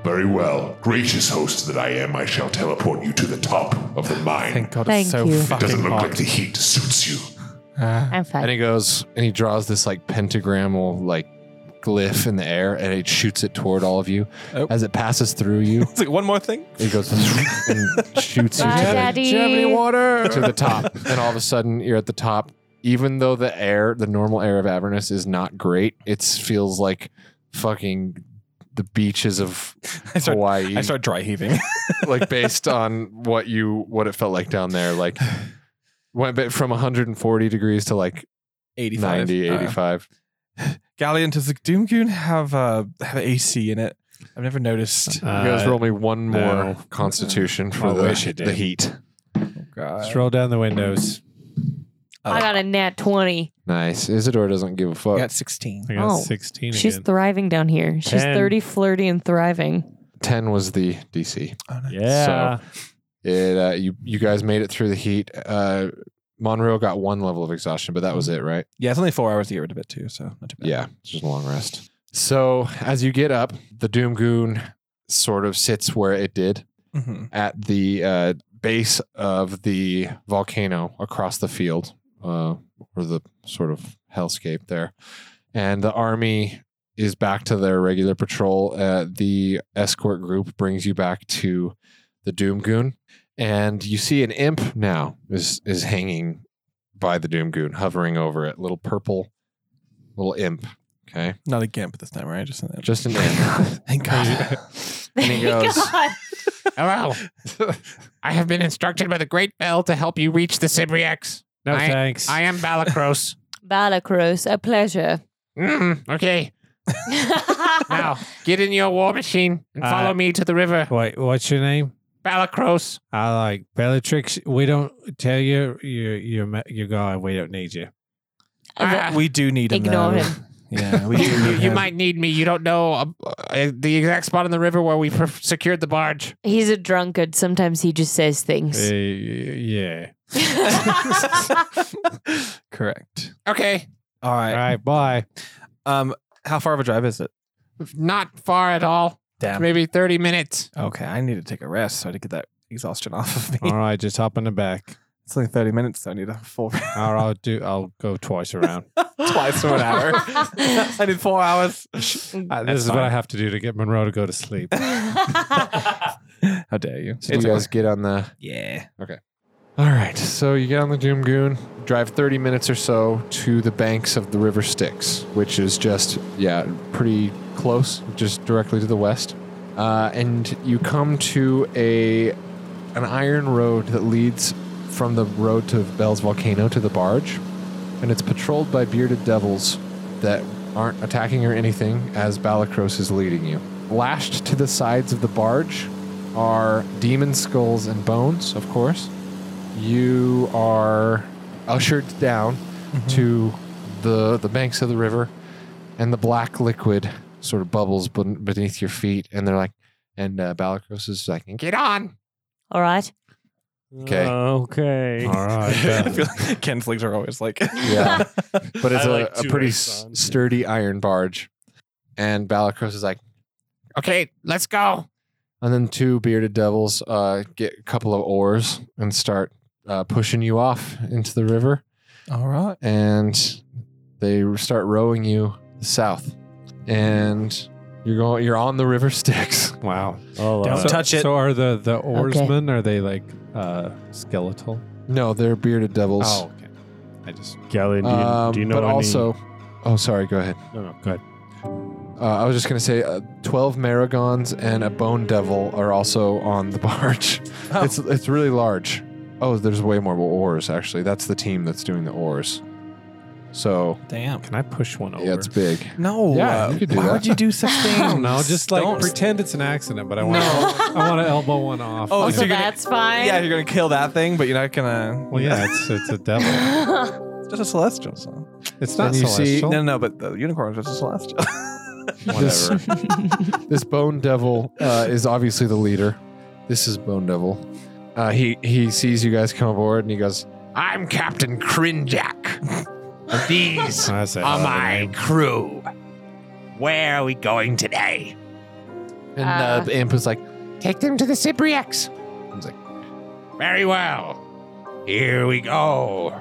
Very well. Gracious host that I am, I shall teleport you to the top of the mine.
Thank God
Thank
it's so
you.
It doesn't
fucking
look
hot.
like the heat suits you.
I'm
And
fine.
he goes and he draws this like pentagrammal like glyph in the air and it shoots it toward all of you.
Oh.
As it passes through you,
It's like one more thing.
it goes and shoots you
Bye,
to the,
Daddy.
to the top. And all of a sudden you're at the top even though the air, the normal air of Avernus is not great, it feels like fucking the beaches of
I start-
Hawaii.
I start dry heaving.
like based on what you what it felt like down there, like went bit from 140 degrees to like
85.
90,
Uh,
85.
Galleon, does the Doomgoon have uh, have AC in it? I've never noticed.
you guys
Uh,
roll me one more
no. Oh,
Constitution for
I
the,
wish it
the
did.
heat.
God.
Stroll down the windows.
I got a nat 20.
Nice. Isidore doesn't give a
I
fuck.
got 16.
I got
Oh,
16
She's
again.
thriving down here. She's
Ten.
30, flirty, and thriving.
10 was the DC.
Oh,
Yeah.
It uh, you you guys made it through the heat. Uh, Monreal got one level of exhaustion, but that was it, right?
Yeah, it's only four hours to get rid of it, too, so not too bad.
Yeah, it's just a long rest. So as you get up, the Doom Goon sort of sits where it did
hmm
at the uh, base of the volcano across the field, uh, or the sort of hellscape there. And the army is back to their regular patrol. Uh, the escort group brings you back to the Doom Goon, and you see an imp now is is hanging by the Doom Goon, hovering over it. Little purple, little imp. Okay,
Not a gimp this time, right? Just an
just an imp.
Thank God.
And he goes-
God.
Hello. I have been instructed by the Great Bell to help you reach the Cibriex.
No
I-
thanks.
I am Balakros.
Balakros, a pleasure.
mm,
Mm-hmm.
okay. Now, get in your war machine and follow
Uh,
me to the river.
Wait, what's your name?
Balakros.
I like Bellatrix. We don't tell you you're you're ma- you're gone. We don't need you.
Ah,
we do need him.
Ignore
though.
him.
Yeah, we do
you, you,
need
you
him.
might need me. You don't know uh, uh, the exact spot in the river where we per- secured the barge.
He's a drunkard. Sometimes he just says things.
Uh, yeah.
Correct.
Okay.
All
All
right.
right. Bye.
Um, how far of a drive is it?
Not far at all.
Damn.
Maybe 30 minutes.
Okay, I need to take a rest so I to get that exhaustion off of me.
All right. Just hop in the back.
It's only thirty minutes, so I need a full
Or I'll do. I'll go twice around.
twice for an hour. I need four hours. Mm. Ah,
Uh, this is what I have to do to get Monroe to go to sleep.
How dare you?
So do you guys get on the
yeah.
All right, so you get on the Doom Goon, drive 30 minutes or so to the banks of the River Styx, which is just, yeah, pretty close, just directly to the west. Uh, and you come to a an iron road that leads from the road to Bell's Volcano to the barge, and it's patrolled by bearded devils that aren't attacking or anything as Balakros is leading you. Lashed to the sides of the barge are demon skulls and bones, of course you are ushered down
Mm-hmm.
to the the banks of the river and the black liquid sort of bubbles ben- beneath your feet and they're like and uh, Balakros is like get on
All right.
Okay.
okay.
All right.
I
Bella.
feel like Ken's legs are always like
yeah but it's a,
I like
a
two
pretty
race
s-
on.
sturdy iron barge and Balakros is like
Okay, let's go.
and then two bearded devils uh, get a couple of oars and start uh, pushing you off into the river
All right.
and they start rowing you south, and you're going. You're on the River Styx.
Wow.
All
Don't
right.
so,
touch it.
So are the the oarsmen? Are they like uh skeletal?
No, they're bearded devils.
Oh, okay. I just
Galleon, do you,
Um,
do you know
but
any-
also, oh, sorry. Go ahead.
no no. Go ahead.
Uh, I was just gonna say, uh, twelve maragons and a bone devil are also on the barge.
Oh.
It's it's really large. Oh, there's way more oars actually. That's the team that's doing the oars. So
Damn.
Can I push one over?
yeah, it's big.
No.
Yeah,
uh,
you could do
why
that.
would you do such things?
I don't know. Just like
Don't-
pretend it's an accident, but I want I want to elbow one off.
Oh,
Also,
so you're gonna-
that's fine.
Yeah, you're gonna kill that thing, but you're not gonna.
Well, yeah, it's it's a devil.
It's just a celestial. So.
It's not
And you see-
celestial.
No, no, no, but the unicorn is just a celestial.
This- this bone devil uh, is obviously the leader. This is bone devil. Uh, he he sees you guys come aboard and he goes,
I'm Captain Crinjack. These
That's a hell
are
of a
Oh my
name.
crew. Where are we going today?
and
Uh.
uh, the imp is like,
Take them to the Cibriex.
He's like-
Very well. Here we go.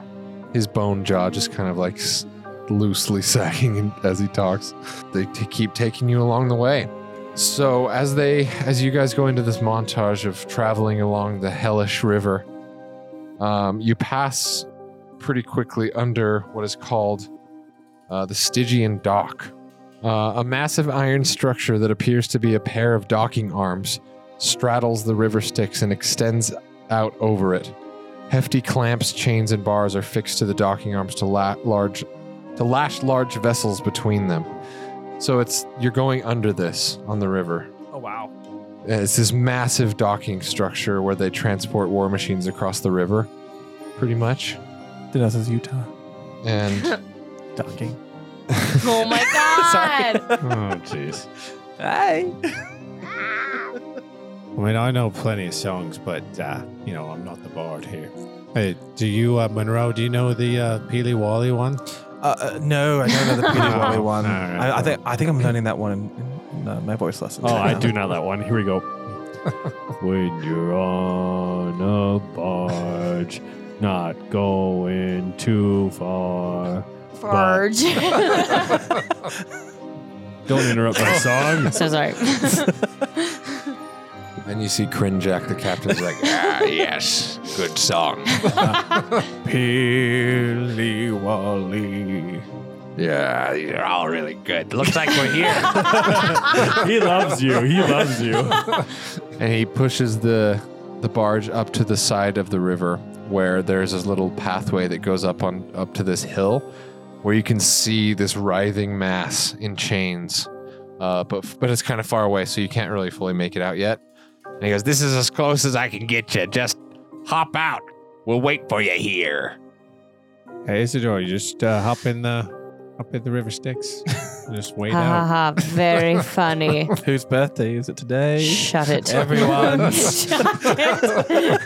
his bone jaw just kind of like s- loosely sagging as he talks. They t- keep taking you along the way. So as they as you guys go into this montage of traveling along the hellish river, um, you pass pretty quickly under what is called uh, the Stygian Dock, uh, a massive iron structure that appears to be a pair of docking arms straddles the river Styx and extends out over it. Hefty clamps, chains, and bars are fixed to the docking arms to la- large to lash large vessels between them. So it's you're going under this on the river.
Oh wow.
And It's this massive docking structure where they transport war machines across the river, pretty much.
Then us is Utah.
And
Docking.
Oh my god!
Oh, jeez.
Hi.
I mean, I know plenty of songs, but uh, you know, I'm not the bard here. Hey, do you, uh, Monroe? Do you know the uh, Peely Wally one?
Uh, uh, no, I don't know the Peter Wally one.
All right.
I, I think I think I'm learning that one in, in uh, my voice lessons.
Oh,
right
I
now.
do know that one. Here we go. when you're on a barge, not going too far.
Farge.
Don't interrupt my song.
so sorry.
then you see Crinjack, the captain's like,
Ah, yes. Good song.
Peely Wally.
Yeah, you're all really good. Looks like we're here.
he loves you. He loves you.
and he pushes the the barge up to the side of the river where there's this little pathway that goes up on up to this hill where you can see this writhing mass in chains uh, but but it's kind of far away so you can't really fully make it out yet
And he goes, This is as close as I can get you. Just hop out. We'll wait for you here.
Hey, Isidore, you just uh, hop in the up in the river Styx. and just wait
ha ha
out.
ha. Very funny.
Whose birthday is it today?
Shut it.
Everyone.
Shut it.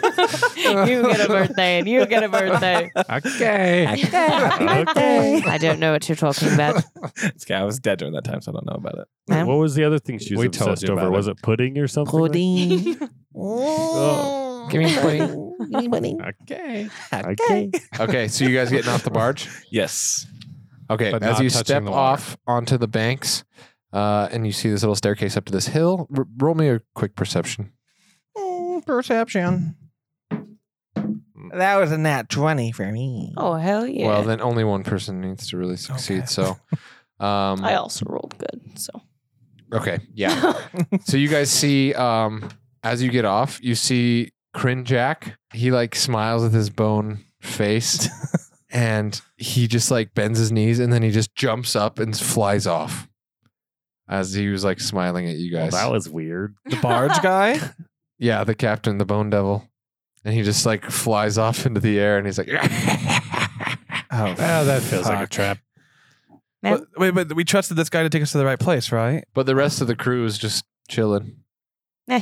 you get a birthday and you get a birthday.
Okay.
okay. I don't know what you're talking about.
It's okay, I was dead during that time, so I don't know about it.
Ma'am?
What was the other thing she was
We told
obsessed
you
over?
about
Was it pudding or something?
Oh.
give me pudding
okay.
Okay.
okay so you guys getting off the barge
Yes.
Okay,
but
as
not
you
touching
step
the water.
off onto the banks, uh, and you see this little staircase up to this hill, r- roll me a quick perception.
perception. That was a nat 20 for me.
Oh, hell yeah.
Well, then only one person needs to really succeed.
Okay.
So, um,
I also rolled good. So.
okay, yeah. so you guys see, um, as you get off, you see Crinjack. He like smiles with his bone face, and he just like bends his knees, and then he just jumps up and flies off. As he was like smiling at you
Well,
guys.
Oh, that was weird.
The barge guy?
Yeah, the captain, the bone devil. And he just like flies off into the air and he's like,
Oh,
Well, that feels like a trap.
But, wait, but we trusted this guy to take us to the right place, right?
but the rest of the crew is just chilling.
Um,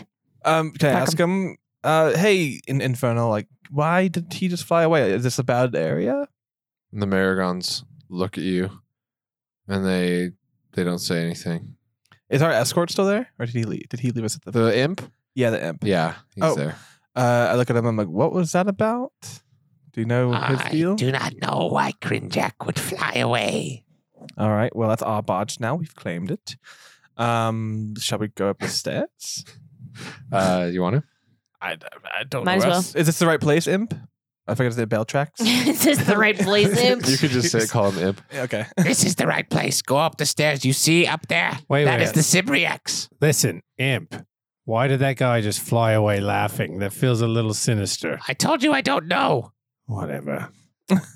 can I
Fuck
ask him? Uh, hey, in- Infernal, like, why did he just fly away? Is this a bad area?
And the Maragons look at you and they they don't say anything.
Is our escort still there, or did he leave? Did he leave us at the?
The imp?
yeah, the imp.
Yeah, he's
Oh.
there.
Uh, I look at him. I'm like, what was that about? Do you know his deal?
not know why Crinjack would fly away.
All right. Well, that's our barge now. We've claimed it. Um, shall we go up the stairs?
Uh you want to?
I, I don't
Might as
know.
well.
Is this the right place, Imp? I forgot to say bell tracks.
Is this the right place, Imp?
You could just say call him imp.
Yeah, okay.
This is the right place. Go up the stairs. You see up there?
Wait,
That
wait.
is the Cibriax.
Listen, imp. Why did that guy just fly away laughing? That feels a little sinister.
I told you I don't know.
Whatever.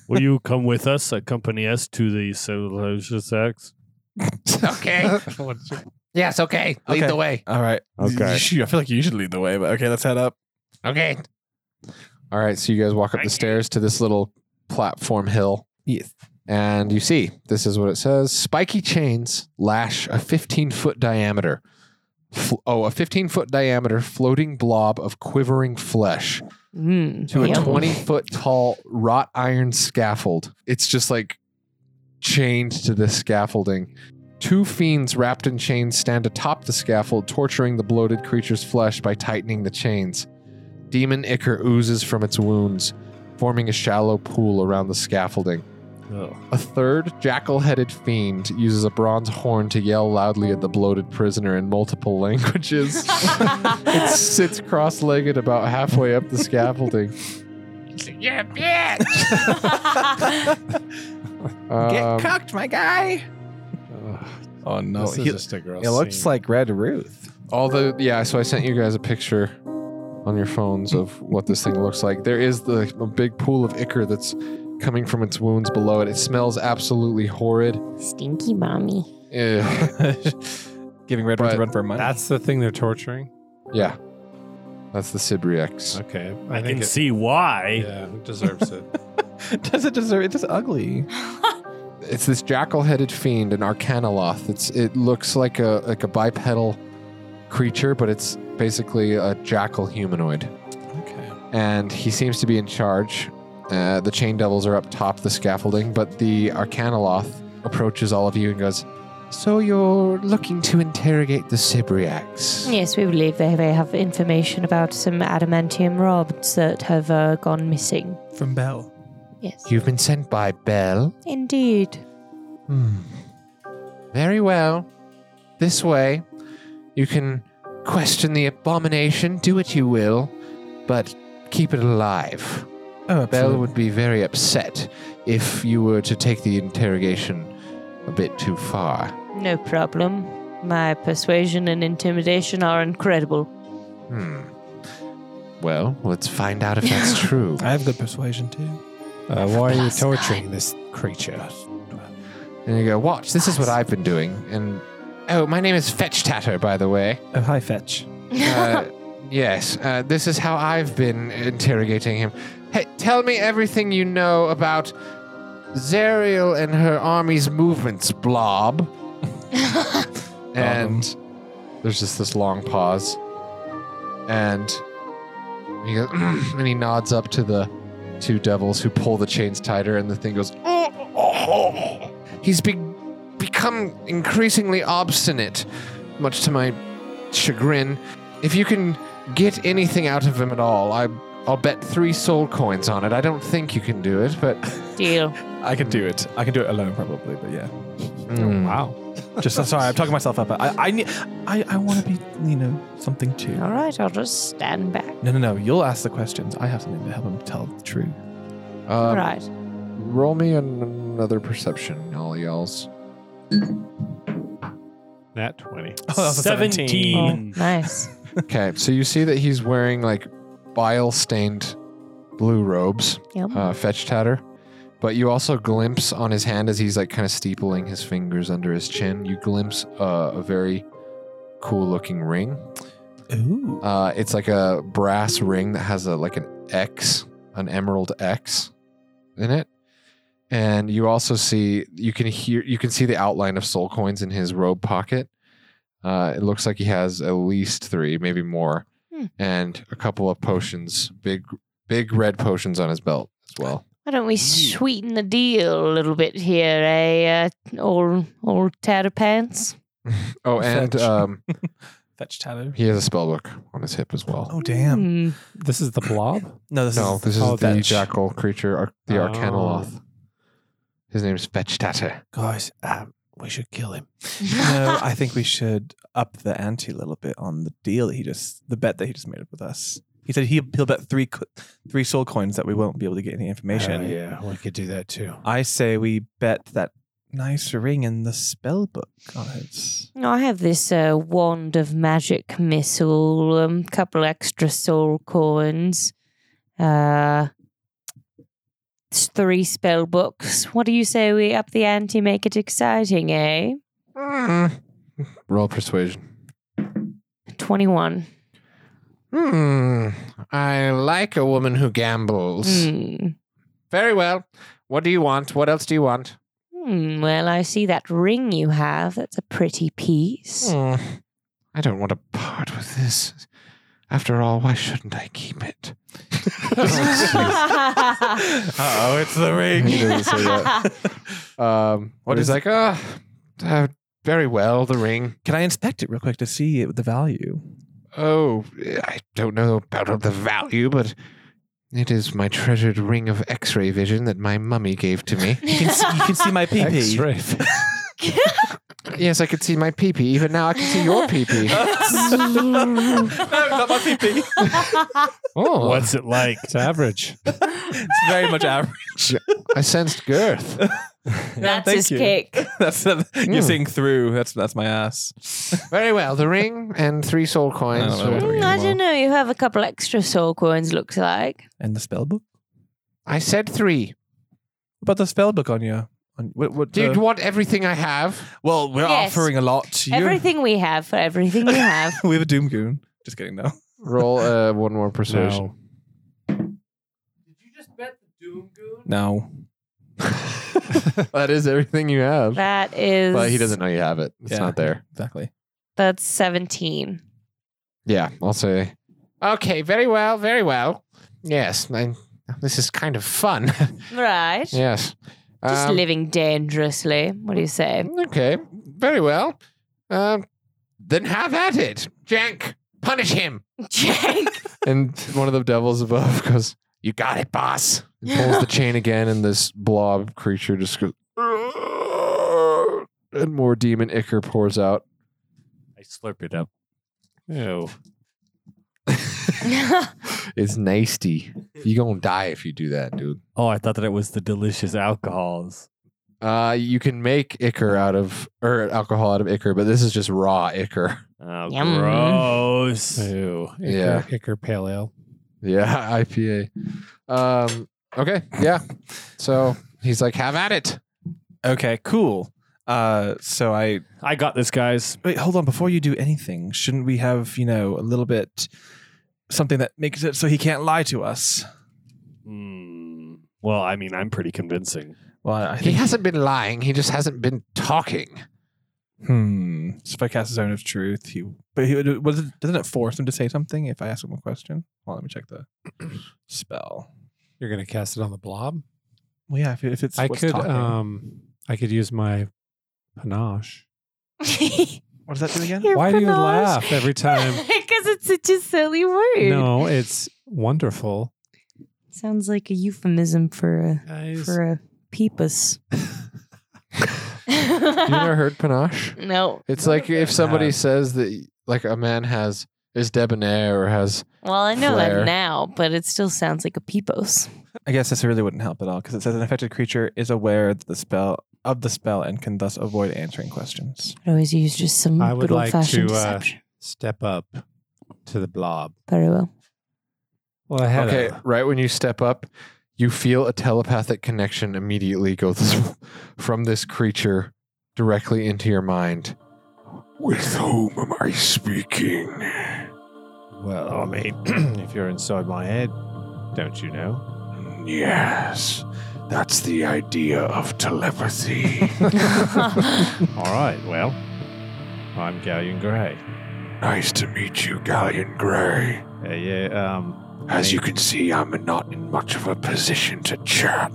Will you come with us, accompany us to the civilization sex?
Okay. yes, okay. Lead
Okay.
the way.
All right.
Okay.
Shoot, I feel like you should lead the way, but okay, let's head up.
Okay.
All right, so you guys walk up
Thank you.
the stairs to this little platform hill.
Yes.
And you see, this is what it says spiky chains lash a 15 foot diameter. fl- oh, a 15 foot diameter floating blob of quivering flesh
Mm,
to
yum.
a 20 foot tall wrought iron scaffold. It's just like chained to this scaffolding. Two fiends wrapped in chains stand atop the scaffold, torturing the bloated creature's flesh by tightening the chains. Demon ichor oozes from its wounds, forming a shallow pool around the scaffolding.
Oh.
A third jackal headed fiend uses a bronze horn to yell loudly at the bloated prisoner in multiple languages. it sits cross legged about halfway up the scaffolding.
You're a bitch.
Um,
cocked, my guy.
Oh no, this is
he-
just a gross
It looks
scene.
like Red Ruth.
all the yeah. So I sent you guys a picture on your phones of what this thing looks like. There is the a big pool of ichor that's coming from its wounds below it. It smells absolutely horrid. Eh,
Stinky mommy.
Ugh.
Giving Red Ruth
But
a run for her money.
that's the thing they're torturing.
yeah, that's the Sibriex.
Okay,
I,
think
can
it,
see why.
Yeah, it deserves it.
does it deserve? It's just ugly.
It's this jackal-headed fiend, an Arcanoloth. It's it looks like a like a bipedal creature, but it's basically a jackal humanoid.
okay,
and he seems to be in charge. Uh, the chain devils are up top the scaffolding, but the Arcanoloth approaches all of you and goes, So you're looking to interrogate the Sibriax?
Yes, we believe they may have information about some adamantium rods that have uh, gone missing.
From Bell.
Yes.
You've been sent by Bell.
Indeed.
Very well. This way, you can question the abomination, do what you will, but keep it alive.
Oh,
Bell would be very upset if you were to take the interrogation a bit too far.
No problem. My persuasion and intimidation are incredible.
Hmm. Well, let's find out if that's true.
I have good persuasion too.
uh, why are you
Last
torturing this creature?
And you go, watch, this is what I've been doing. And oh, my name is Fetch Tatter, by the way.
Oh, hi, Fetch.
Uh, yes, uh, this is how I've been interrogating him. Hey, tell me everything you know about Zeriel and her army's movements, Blob. and there's just this long pause. And he goes, and he nods up to the two devils who pull the chains tighter, and the thing goes. He's be- become increasingly obstinate, much to my chagrin. If you can get anything out of him at all, I, I'll bet three soul coins on it. I don't think you can do it, but.
Deal.
I can do it. I can do it alone, probably. But yeah.
Mm.
Wow. Just sorry, I'm talking myself up. I I need, I, I want to be you know something too.
All right, I'll just stand back.
No, no, no. You'll ask the questions. I have something to help him tell the truth.
Um,
right.
Roll me an- another perception, all y'alls.
Nat twenty.
Oh,
Seventeen.
nice.
okay, so you see that he's wearing like bile stained blue robes,
Yep.
uh, fetch tatter. But you also glimpse on his hand as he's like kind of steepling his fingers under his chin. You glimpse uh, a very cool looking ring.
Ooh.
Uh, it's like a brass ring that has a like an X, an emerald X, in it. And you also see you can hear you can see the outline of soul coins in his robe pocket. Uh, it looks like he has at least three, maybe more,
Hmm.
and a couple of potions, big big red potions on his belt as well.
Why don't we sweeten the deal a little bit here, eh? Uh, old, old tatterpants.
Oh, and
Fetch.
um,
Fetch Tatter.
he has a spell book on his hip as well.
Oh damn.
Hmm.
This is the blob.
No, this
No,
is
this is
oh,
the
Fetch.
jackal creature, Ar- the
Oh.
Arcanoloth. His name's Fetchtatter.
guys. Um, we should kill him. no, I think we should up the ante a little bit on the deal that he just the bet that he just made with us. He said he, he'll bet three co- three soul coins that we won't be able to get any information.
Oh, yeah, we could do that too.
I say we bet that nice ring in the spell book Oh, on it.
I have this uh, wand of magic missile, a um, couple extra soul coins, uh, s- three spell books. What do you say we up the ante, make it exciting, eh?
Hmm. Roll persuasion.
21.
Hmm. I like a woman who gambles.
Hmm.
Very well. What do you want? What else do you want?
Hmm, well, I see that ring you have. That's a pretty piece.
Hmm. I don't want to part with this. After all, why shouldn't I keep it?
oh, it's the
He doesn't say that. Um,
What
what is
is-
like? Ah, uh, very well. The ring.
Can I inspect it real quick to see it, the value?
Oh, I don't know about the value, but it is my treasured ring of X-ray vision that my mummy gave to me.
E. You can see, you can see my pee pee.
X-ray.
Yes, I could see my pee pee. Even now, I can see your pee pee.
No, not my pee pee.
Oh,
What's it like?
It's average.
It's very much average.
I sensed girth.
That's
thank
his
you.
cake.
That's you're seeing through. That's that's my ass.
Very well. The ring and three soul coins.
I don't know.
were-
Mm, I don't know. You have a couple extra soul coins, looks like.
And the spell book.
I said three.
What about the spell book on you? On what? what
Do you
uh,
want everything I have?
well, we're
Yes.
offering a lot. to you.
Everything we have for everything we have.
we have a doom goon. Just kidding. No.
Roll uh, one more persuasion.
No.
No.
that is everything you have.
That is.
But he doesn't know you have it. It's
Yeah.
not there.
Exactly.
That's 17.
Yeah, I'll say. Okay, very well, very well. Yes, I, this is kind of fun.
Right.
yes.
Just
Um,
living dangerously. What do you say?
Okay, very well. Um, then have at it, Jank. Punish him.
Jake.
And one of the devils above goes, "You got it, boss." And pulls the chain again, and this blob creature just goes, "Argh!" and more demon ichor pours out.
I slurp it up.
Ew.
Um,
It's nasty. You gonna die if you do that, dude.
Oh, I thought that it was the delicious alcohols.
Uh, you can make ichor out of or alcohol out of ichor, but this is just raw ichor.
Oh,
Yum.
gross.
Ew. Ichor,
Yeah.
Ichor pale ale.
Yeah, IPA. Um, okay, yeah. So he's like, "Have at it."
Okay. Cool. Uh, so I
I got this, guys.
wait. Hold on. Before you do anything, shouldn't we have you know a little bit something that makes it so he can't lie to us?
Hmm. Well, I mean, I'm pretty convincing.
Well, I
He
think.
hasn't been lying. He just hasn't been talking.
Hmm. So if I cast a zone of truth, he but he would- was it, doesn't it force him to say something if I ask him a question? Well, let me check the spell.
You're gonna cast it on the blob.
Well, yeah. If, if it's
I
what's
could.
talking.
Um, I could use my panache.
what does that do again?
Your
Why do you
panache.
laugh every time?
Because it's such a silly word.
no, it's wonderful.
Sounds like a euphemism for a,
Guys,
for a peepus.
You never heard panache?
no.
It's like if somebody
Yeah.
says that, like a man has is debonair or has.
Well, I know
Flare.
that now, but it still sounds like a peepos.
I guess this really wouldn't help at all because it says an affected creature is aware that the spell of the spell and can thus avoid answering questions.
I always use just some
I would
good
like
old-fashioned
to, uh,
deception.
step up to the blob.
Very well.
Well, I had
Okay, right when you step up, you feel a telepathic connection immediately go th- from this creature directly into your mind.
With whom am I speaking?
Well, I mean, if you're inside my head, don't you know?
Yes, that's the idea of telepathy.
All right. Well, I'm Galleon Gray.
nice to meet you, Galleon Grey.
Uh, yeah. Um,
As you can see, I'm not in much of a position to chat.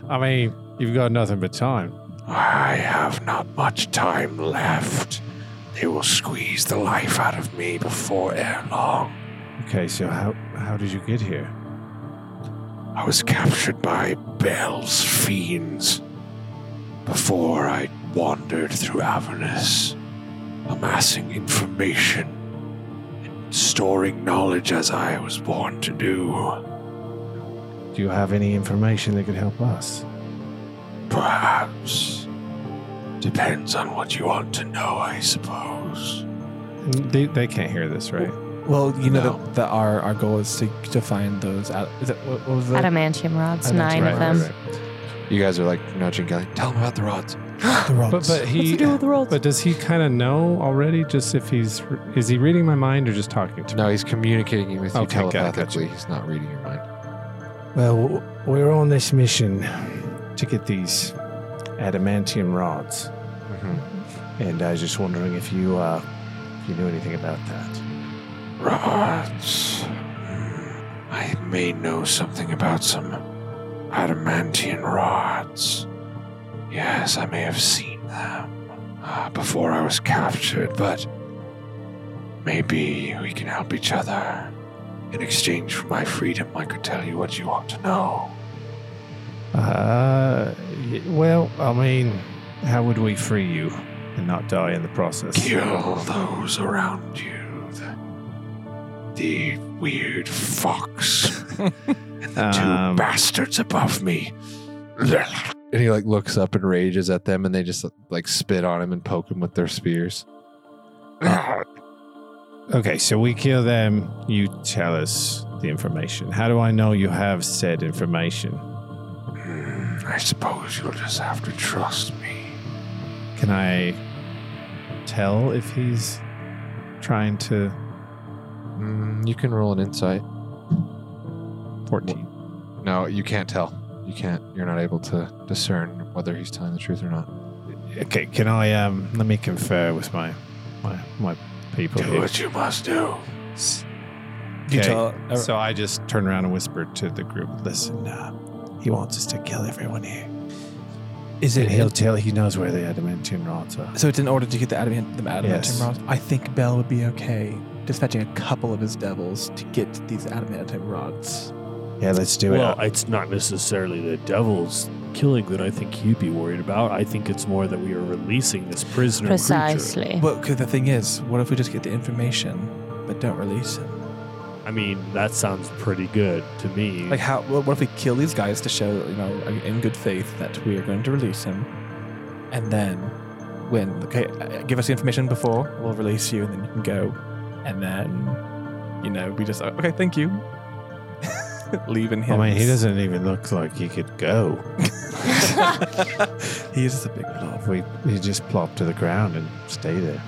I mean, you've got nothing but time.
I have not much time left. They will squeeze the life out of me before ere long.
Okay, so how how did you get here?
I was captured by Bell's fiends before I wandered through Avernus, amassing information and storing knowledge as I was born to do.
Do you have any information that could help us?
Perhaps. Depends on what you want to know, I suppose.
They, they can't hear this, right?
Well, you know that, that our our goal is to to find those. Out, is it what, what was the?
Adamantium rods,
Adamantium
nine
right,
of them.
Right,
You guys are like nudging, going, "Tell him about the rods."
the
right. But
rods.
but he but does he kind of know already? Just if he's is he reading my mind or just talking to me?
No, he's communicating with you
Okay, got it, got
telepathically. He's not reading your mind.
Well, we're on this mission to get these adamantium rods, and I was just wondering if you uh, if you knew anything about that.
Rods. Hmm. I may know something about some adamantium rods. Yes, I may have seen them uh, before I was captured, but maybe we can help each other. In exchange for my freedom, I could tell you what you want to know.
Uh, y- well, I mean, How would we free you and not die in the process?
Kill those around you. The, the weird fox. and the
Um,
two bastards above me.
And he like looks up and rages at them, and they just like spit on him and poke him with their spears.
Okay, so we kill them. You tell us the information. How do I know you have said information?
Hmm, I suppose you'll just have to trust me.
Can I tell if he's trying to?
Mm, you can roll an insight.
14.
No, you can't tell. You can't. You're not able to discern whether he's telling the truth or not.
Okay, can I? Um, let me confer with my my my people
Do
here.
what you must do.
S-
You
Okay,
tell-
so I just turn around and whisper to the group, "Listen, uh, he wants us to kill everyone here.
Is
And he'll tell he knows where the adamantium rods are.
So it's in order to get the adamant, the adamantium
Yes.
rods. I think Bell would be okay dispatching a couple of his devils to get these adamantium rods.
Yeah, let's do
well,
it.
it's not necessarily the devil's killing that I think he'd be worried about. I think it's more that we are releasing this prisoner. creature.
Precisely.
Well, 'cause the thing is, what if we just get the information but don't release it?
I mean, that sounds pretty good to me.
Like, how? What what if we kill these guys to show, you know, in good faith that we are going to release him, and then when okay, uh, give us the information before we'll release you, and then you can go, and then you know we just uh, okay, thank you, leaving
I
him.
mean, Oh, he doesn't even look like he could go.
He is just a big blob.
We he just plopped to the ground and stay there.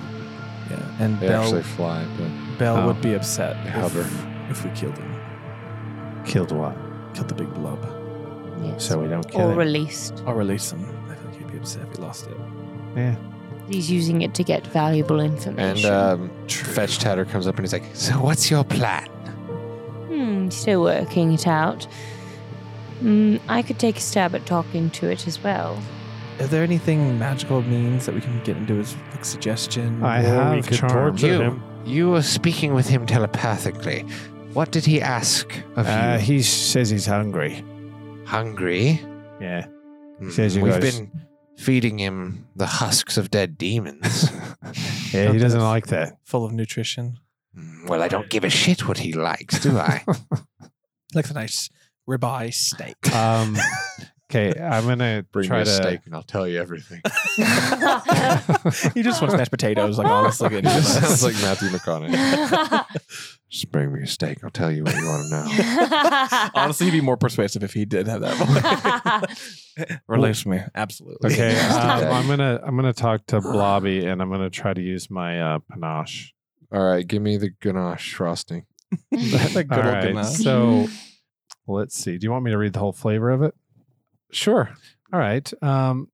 Yeah, and
They
Bell
actually fly, but
Bell
Oh.
would be upset if,
hover.
if we killed him,
Killed what?
killed the big blob,
So we don't kill
or
him.
released.
or release him. I think he'd be upset if we lost it.
yeah.
He's using it to get valuable
and
information.
um, Fetch Tatter comes up and he's like, "So what's your plan?"
Hmm, still working it out. Mm, I could take a stab at talking to it as well.
Is there anything magical means that we can get into his like, suggestion?
I
Or we
have
could
charm.
torture
You.
him.
You were speaking with him telepathically. What did he ask of
Uh,
you?
he says he's hungry.
Hungry?
Yeah.
Hmm,
says you
We've
guys-
been feeding him the husks of dead demons.
Yeah, he doesn't like that.
full of nutrition.
Hmm, well, I don't give a shit what he likes, do I?
Like a nice ribeye steak.
Um, okay, I'm gonna
Bring
try
me a
to.
steak and I'll tell you everything.
Uh,
he just wants mashed potatoes, like honestly.
it just sounds like Matthew McConaughey.
Just bring me a steak. I'll tell you what you want to know.
honestly, he'd be more persuasive if he did have that. voice. Release me, absolutely.
Okay, um,
Yeah.
I'm gonna I'm gonna talk to Blobby and I'm gonna try to use my uh, panache.
All right, give me the ganache frosting.
Like good
All
old
right,
ganache.
so let's see. Do you want me to read the whole flavor of it? Sure. All right. Um,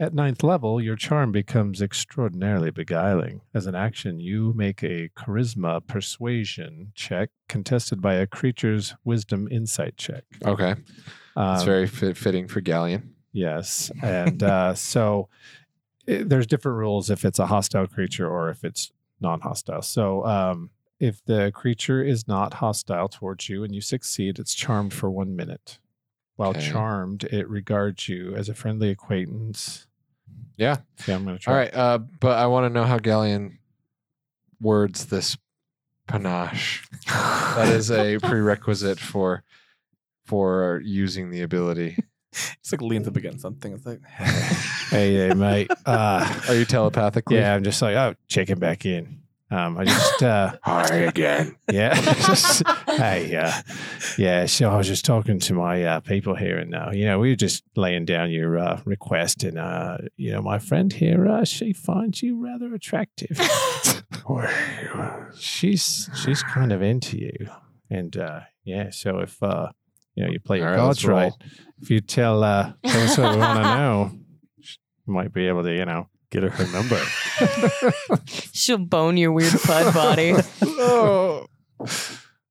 at ninth level, your charm becomes extraordinarily beguiling. As an action, you make a charisma persuasion check contested by a creature's wisdom insight check.
Okay, it's
Um,
very fit, fitting for Galleon.
Yes. And uh, so it, there's different rules if it's a hostile creature or if it's non hostile. So um, if the creature is not hostile towards you and you succeed, it's charmed for one minute. While
Okay.
charmed, it regards you as a friendly acquaintance.
Yeah.
Yeah, I'm going to try.
All right, uh, but I want to know how Galleon words this panache. that is a prerequisite for for using the ability.
It's like leans up against something. It's like
Hey, hey, mate. Uh,
Are you telepathically?
yeah, I'm just like, oh, checking back in. Um, I just, uh,
Hi again.
yeah. just- hey, uh, yeah. So I was just talking to my uh, people here, and uh, you know, we were just laying down your uh, request, and uh, you know, my friend here, uh, she finds you rather attractive. she's she's kind of into you, and uh, yeah. So if uh, you know you play your
All right,
cards
let's roll.
right, if you tell uh, tell us what we want to know, you might be able to, you know.
Get her her number.
She'll bone your weird pud body.
oh,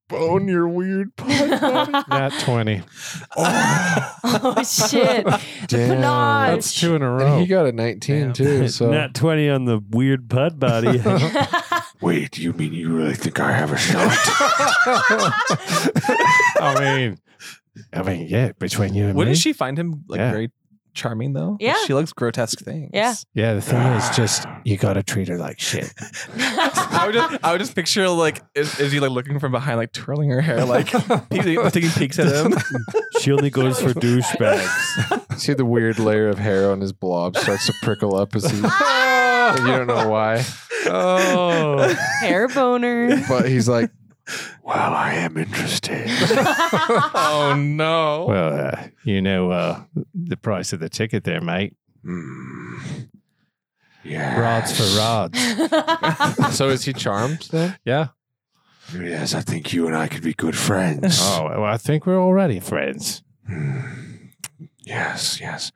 bone your weird
Not twenty.
oh shit! The
That's
panache.
two in a
And
row.
he got a 19
Damn.
too. So
Nat 20 on the weird pud body.
Wait, you mean you really think I have a shot?
I mean, I mean, yeah. Between you and me,
Wouldn't she find him like
Yeah.
very charming though.
Yeah.
She likes grotesque things.
Yeah.
Yeah, the thing
Ah.
is just you gotta treat her like shit.
I would just, I would just picture like, is, is he like looking from behind, like twirling her hair, like he's taking peeks at him.
She only goes for douchebags.
See the weird layer of hair on his blob starts to prickle up as he. and you don't know why,
Oh,
Hair boner.
but he's like,
Well, I am interested.
oh no!
Well, uh, you know uh, the price of the ticket there, mate.
Hmm. Yes.
Rods for rods.
so is he charmed then?
Yeah.
Yes, I think you and I could be good friends.
Oh, well, I think we're already friends.
Hmm. Yes, yes.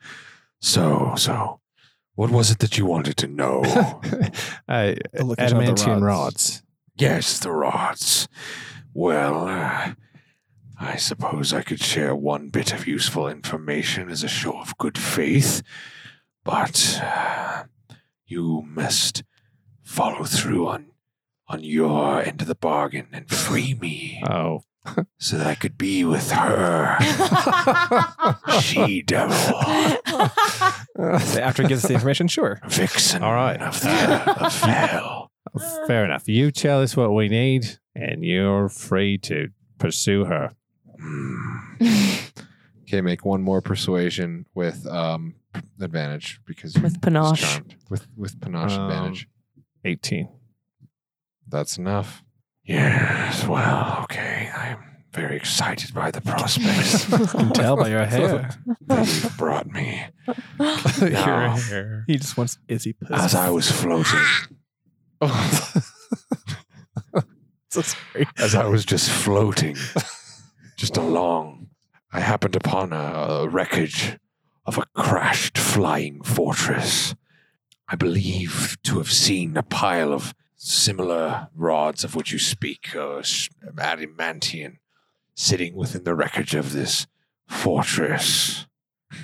So, so, what was it that you wanted to know?
I,
looking at the
Uh,
rods.
adamantium rods.
yes, the rods. Well, uh, I suppose I could share one bit of useful information as a show of good faith, but uh, you must follow through on on your end of the bargain and free me
Oh,
so that I could be with her. she devil.
After he gives us the information, sure.
Vixen
All right.
of the of hell.
fair enough. You tell us what we need, and you're free to pursue her.
Hmm.
Okay, make one more persuasion with um advantage because he's
With panache.
charmed. with with panache
Um,
advantage.
18.
That's enough.
Yes, well, okay. I'm very excited by the prospects
can tell by your
hair.
that you've brought me. Now,
He just wants Izzy pussy.
as I was floating,
so sorry.
as I was just floating, just along, I happened upon a, a wreckage of a crashed flying fortress. I believe to have seen a pile of similar rods of which you speak, uh, s- adamantium, sitting within the wreckage of this fortress.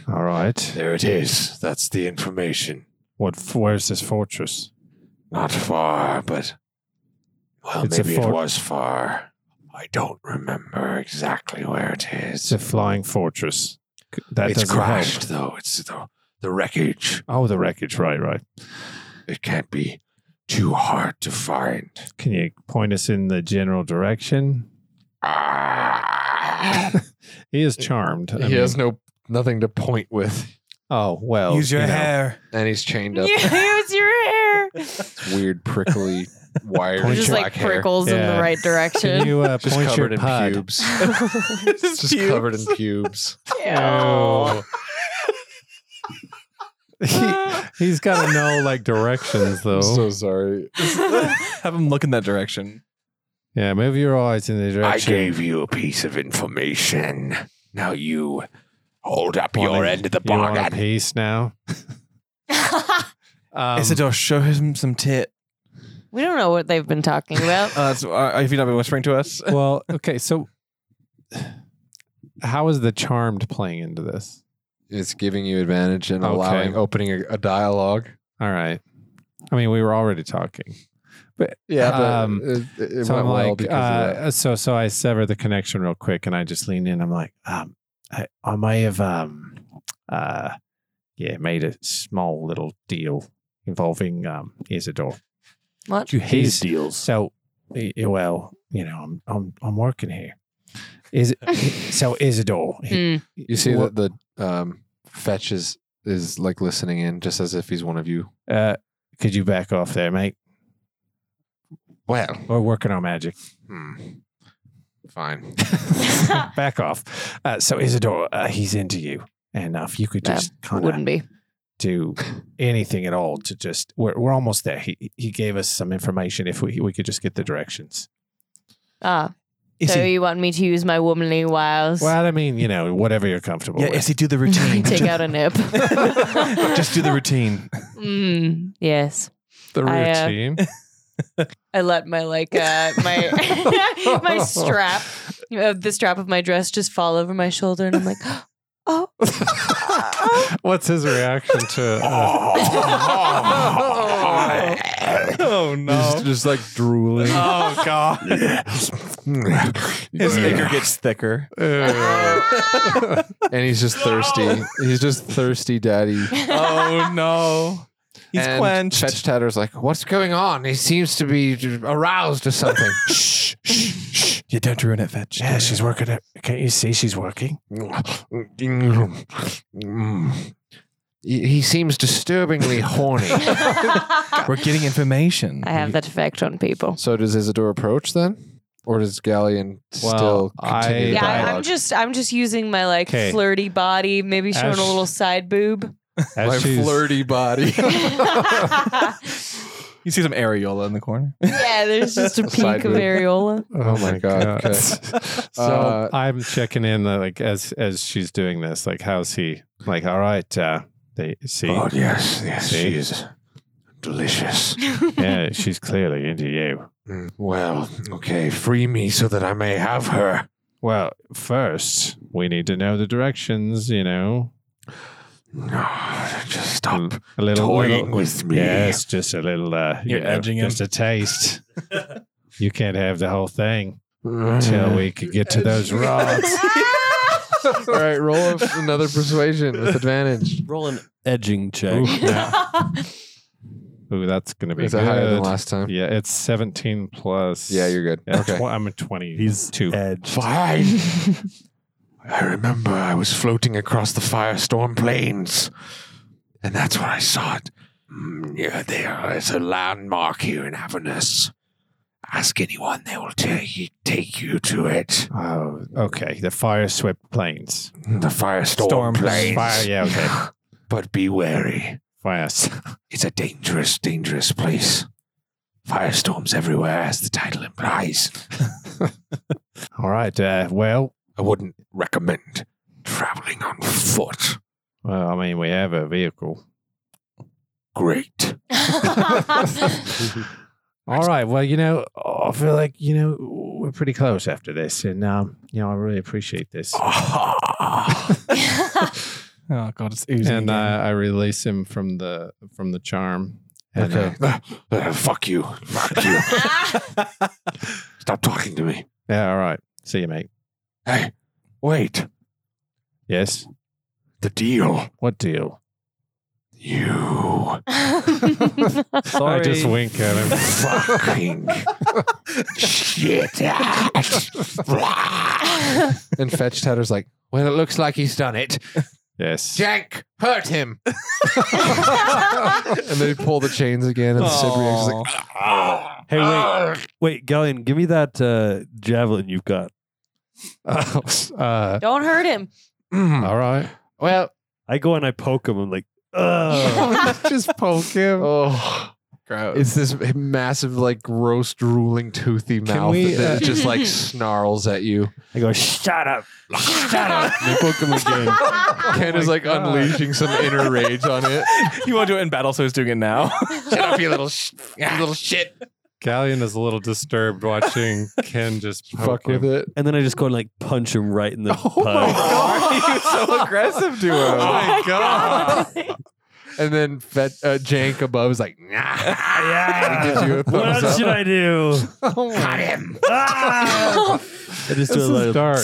All right.
There it is. That's the information.
What? f- Where's this fortress?
Not far, but well,
It's a
maybe it
fort-
was far. I don't remember exactly where it
It's
is.
a flying fortress. C- That
it's
doesn't help.
crashed, though. It's the, the wreckage.
Oh, the wreckage. Right, right.
It can't be too hard to find.
Can you point us in the general direction?
Ah.
He is charmed. I
he
mean-
has no nothing to point with,
Oh well.
Use your
you know.
hair.
and he's chained up.
Use your hair.
It's weird, prickly, wiry
Point
Just
black
like
hair.
prickles in the
Yeah.
right
Can
direction.
you uh,
Just
point your
covered in
pud?
pubes.
His
Just
pubes.
covered in pubes.
Oh. he, he's got to know like directions though.
I'm so sorry.
Have him look in that direction.
yeah, move your eyes in the
I
direction.
gave you a piece of information. Now you hold up your
Wanna-
end of the
you want a
bargain.
piece now. Um,
Isidore, show him some tit.
we don't know what they've been talking about.
Uh, that's, uh, if you've not been whispering to us,
well, okay, so how is the charmed playing into this?
It's giving you advantage and
Okay.
allowing opening a, a dialogue.
All right. I mean, we were already talking.
Yeah, but
Um,
it, it it
so
went
I'm
well
like,
because
uh,
of that.
so so I sever the connection real quick, and I just lean in. I'm like, um, I, I may have, um, uh, yeah, made a small little deal involving um Isidore.
What?
you
His deals.
So, y- well, you know, I'm I'm I'm working here. Is so Isidore. he-
Mm.
You see
what-
that the um, fetch is is like listening in, just as if he's one of you.
Uh, could you back off there, mate?
Well,
We're working on magic.
hmm. fine.
back off. Uh, so Isidore, uh, he's into you, and uh, if you could
That
just kind of
Wouldn't be.
do anything at all to just we're, we're almost there he he gave us some information if we we could just get the directions
Ah,
is
so
he,
you want me to use my womanly wiles?
well i mean you know whatever you're comfortable
yeah,
with
is he do the routine?
Take out a nip.
Just do the routine.
Mm, yes.
the
I, uh,
routine
I let my like uh my my strap uh, the strap of my dress just fall over my shoulder and I'm like oh
what's his reaction to uh,
Oh no!
like drooling.
oh god! His liquor gets thicker.
and he's just thirsty. He's just thirsty, daddy.
oh no. He's
and
quenched.
Fetch Tatter's like, what's going on? He seems to be aroused to something.
You don't ruin it, Fetch.
Yeah, she's working. It. Can't you see she's working?
Mm. he he seems disturbingly horny.
I
We're getting information.
have that effect on people.
so does Isidore approach then? Or does Galleon still
Well,
continue
I-
the
Yeah, I- I'm
dialogue?
just I'm just using my like
'Kay.
flirty body, maybe showing
Ash-
a little side boob.
As she's-
body.
You see some areola in the corner.
yeah, there's just a
A side
peak of
boob.
areola.
Oh my God. Okay.
so
Uh,
I'm checking in, uh, like as as she's doing this, like how's he? Like, all right, uh, they see,
Oh, yes, yes,
See?
she is delicious.
yeah, she's clearly into you.
Mm, Well, okay, free me so that I may have her.
Well, first we need to know the directions. You know,
No, just stop
a Mm. little
toying
little-
with me.
Yes, just a little. Uh, you
You're
know,
edging him.
Just a taste. you can't have the whole thing
Mm.
until we could get to those rods.
All right, roll up another persuasion with advantage.
Roll an edging check.
Ooh, Ooh, that's gonna be
Is
good.
that higher than last time?
Yeah, it's 17 plus.
Yeah, you're good.
Yeah,
okay.
tw- I'm a 20.
He's
two.
edged.
Fine. I remember I was floating across the firestorm plains, and that's when I saw it. Mm, yeah, there is a landmark here in Avernus. Ask anyone; they will tell you, take you to it.
Oh, okay. The fire swept plains.
The firestorm
Storm
plains.
Fire, yeah, okay.
But be wary;
Fire. s-
it's a dangerous, dangerous place. Firestorms everywhere, as the title implies.
All right. Uh, well,
I wouldn't recommend traveling on foot.
well, I mean, we have a vehicle.
Great.
All right. Well, you know, I feel like, you know, we're pretty close after this. And, um, you know, I really appreciate this.
Ah,
Oh god, it's oozing.
And uh, I release him from the from the charm. And, uh,
Okay. uh, fuck you. Fuck you.
Ah.
Stop talking to me.
uh, yeah. All right. See you, mate.
Hey, wait.
Yes.
The deal.
What deal?
You
Sorry.
I just wink at him.
fucking shit
And Fetch Tatter's like, well, it looks like he's done it.
Yes.
Jank, hurt him. and they pull the chains again, and Cibrian's just like,
Hey, wait. Wait, Galleon, give me that uh, javelin you've got.
Uh,
"Oh,
uh,
Don't hurt him.
Hmm.
all right.
well,
I go and I poke him. I'm like, ugh.
Just poke him.
oh. It's this massive, like, gross, drooling, toothy mouth
we,
that
uh,
just like snarls at you.
I go, shut up.
Ken is like
God.
unleashing some inner rage on it.
you want to do it in battle, so he's doing it now.
Shut up, you little, sh- you little shit.
Galleon is a little disturbed watching Ken just poke
Fuck with
him.
it.
And then I just go and like punch him right in the oh
Why are you so aggressive to him?
Oh my god! and then Fet, uh, Jank above is like, nah. He gives you a
What
thumbs
else
up.
should I do?
Got him.
Ah! I just do a little-
Dark.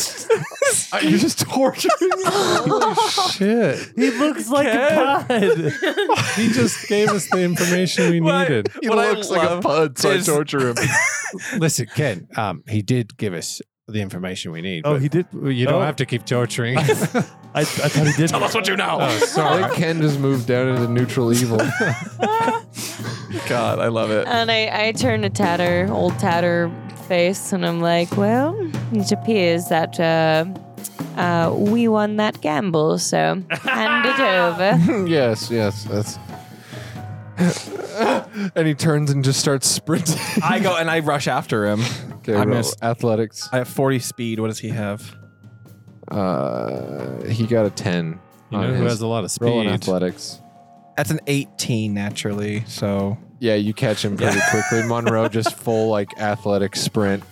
You're just torturing
Shit.
He looks like a god.
He just gave us the information we
What?
needed.
He
What I
looks like a
love
pud, so I
is-
torture him.
Listen, Ken, um, he did give us the information we need.
Oh,
but
he did.
You don't
oh.
have to keep torturing.
I, I thought he did. Tell us what you know.
oh,
I
sorry.
think Ken just moved down into neutral evil.
God, I love it.
And I, I turn to Tatter, old Tatter face, and I'm like, well, it appears that uh, uh, we won that gamble, so hand it over.
yes, yes, that's. and he turns and just starts sprinting.
I go and I rush after him.
Okay,
I'm
roll
gonna s-
athletics.
I have 40 speed. What does he have?
Uh, he got a ten.
You
on
know who
his-
has a lot of
roll in
speed?
athletics.
That's an 18 naturally. So
Yeah, you catch him pretty quickly. Monroe just full like athletic sprint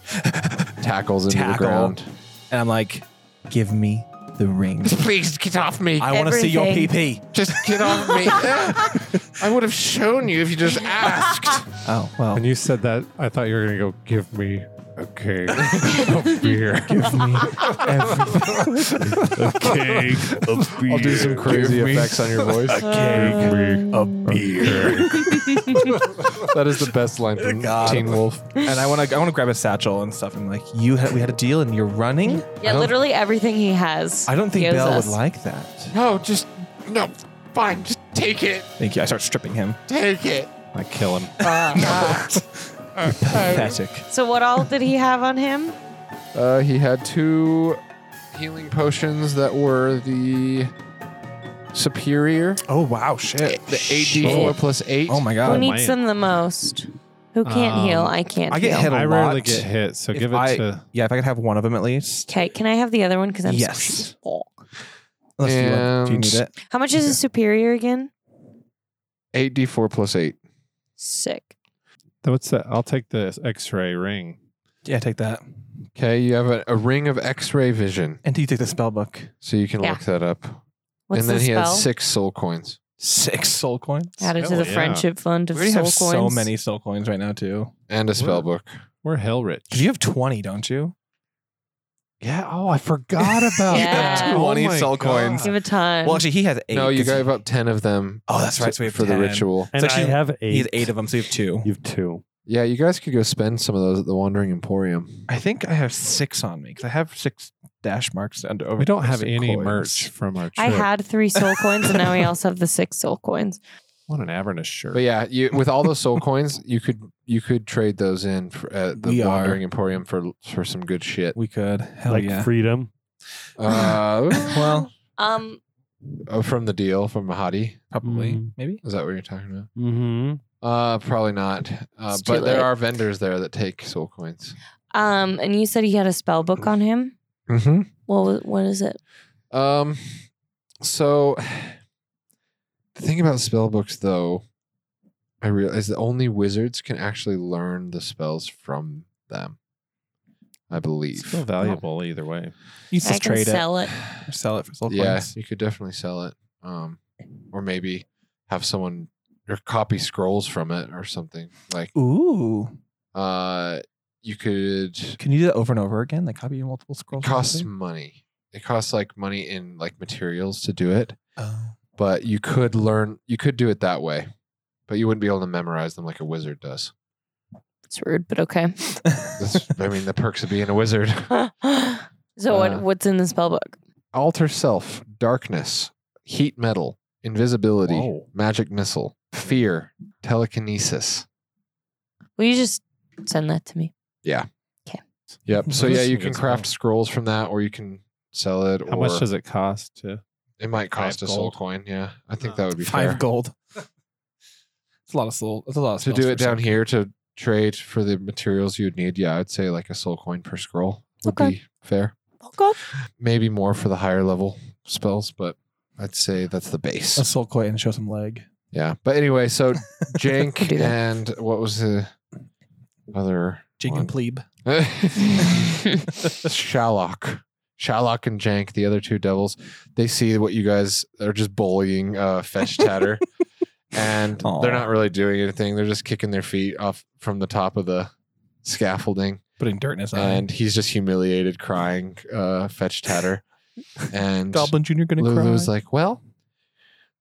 tackles into
Tackle.
the ground.
and I'm like, give me the ring.
Please get off me.
I want to see your
Everything.
PP.
Just get off me. I would have shown you if you just asked.
Oh well.
When you said that, I thought you were going to go, give me
Okay. a beer. Give me everything. a cake. A beer.
I'll do some crazy
Give me
effects on your voice.
A cake. a beer.
that is the best line from Teen Wolf.
And I want to I want to grab a satchel and stuff. I'm like, you had we had a deal and you're running.
Yeah, literally everything he has.
I don't think
gives
Belle would
us.
like that.
No, just no. Fine, just take it.
Thank you. I start stripping him.
Take it.
I kill him.
Pathetic.
So what all did he have on him?
Uh, he had two healing potions that were the superior,
Oh wow, shit.
the 8d4 plus 8.
Oh my Um, god.
Who needs
man.
them the most? Who can't heal? I can't.
I get
heal.
hit a
I
lot.
rarely get hit, so
If
give it
I-
to.
Yeah, if I could have one of them at least.
Okay, can I have the other one? Because I'm
Yes.
small.
Unless you want- do you
And-
need it?
How much is his superior again?
8d4 plus 8.
Sick.
What's that? I'll take the X-ray ring.
Yeah, take that.
Okay, you have a, a ring of x ray vision,
And do you take the spell book?
so you can
Yeah.
look that up.
What's
and then
the
he
spell?
has six soul coins.
Six soul coins.
Added to
Oh,
the
yeah.
friendship fund
we
of
already
soul
have so
coins.
many soul coins right now too.
And a spell book.
We're hell rich.
Because you have twenty, don't you?
Yeah. Oh, I forgot about
Yeah.
that. Oh
20
my
soul
God.
coins.
Give it time.
Well, actually, he has eight.
No, you
'cause he-
gave up 10 of them
Oh, that's right.
to-
So we have
for the
10.
ritual.
And
actually-
I have eight.
He has eight of them, so you have two.
You have two.
Yeah, you guys could go spend some of those at the Wandering Emporium.
I think I have six on me because I have six dash marks under. Over
We don't have
six
any
coins.
merch from our trip.
I had three soul coins, and now we also have the six soul coins.
What an Avernus shirt.
But yeah, you, with all those soul coins, you could you could trade those in for, at the
We are.
Wandering Emporium for for some good shit.
We could. Hell
like
yeah.
freedom.
Uh,
well,
Um,
uh, from the deal from Mahadi,
probably.
Mm.
Maybe.
is that what you're talking about?
Mm-hmm.
Uh, probably not. Uh,
It's too
but there
late.
are vendors there that take soul coins.
um, and you said he had a spell book on him.
Mm-hmm.
Well, wh- what is it?
Um, so the thing about spell books, though, I realize that only wizards can actually learn the spells from them. I
It's
believe.
still valuable either way.
You just
I can
trade it.
sell it.
Or Sell it for soul
yeah,
coins.
you could definitely sell it, um, or maybe have someone or copy scrolls from it or something. Like,
Ooh.
uh, you could
Can you do that over and over again? Like copy multiple scrolls.
it
or
costs
something?
money. It costs like money in like materials to do it.
Oh.
but you could learn you could do it that way but you wouldn't be able to memorize them like a wizard does
It's rude, but okay.
That's, i mean the perks of being a wizard
so
Uh,
what? What's in the spell book?
alter self darkness heat metal invisibility
Whoa.
magic missile fear telekinesis
Will you just send that to me?
yep so
Those
yeah
are
you
some
can
good
craft scrolls from that or you can sell it
How
or
much does it cost to?
it might cost a
Five
soul
gold? Uh,
coin yeah i think that would be
Five
fair
gold. It's a lot of soul. It's a lot of
to
spells
do
for
it down
soul.
here to trade for the materials you'd need yeah i'd say like a soul coin per scroll would
Okay.
be fair
Oh,
Okay.
maybe more for the higher level spells, but I'd say that's the
A
base.
soul coin and show some leg.
Yeah. But anyway, so
Can
Jank
do that.
and what was the other
Jig
one?
and plebe.
Shallock. Shallock and Jank, the other two devils, they see what you guys are just bullying uh, Fetch Tatter. and
Aw.
they're not really doing anything. They're just kicking their feet off from the top of the scaffolding.
Putting dirt in his eye.
And he's just humiliated, crying, uh, Fetch Tatter. And
Goblin Junior gonna cry.
Lulu's like, well,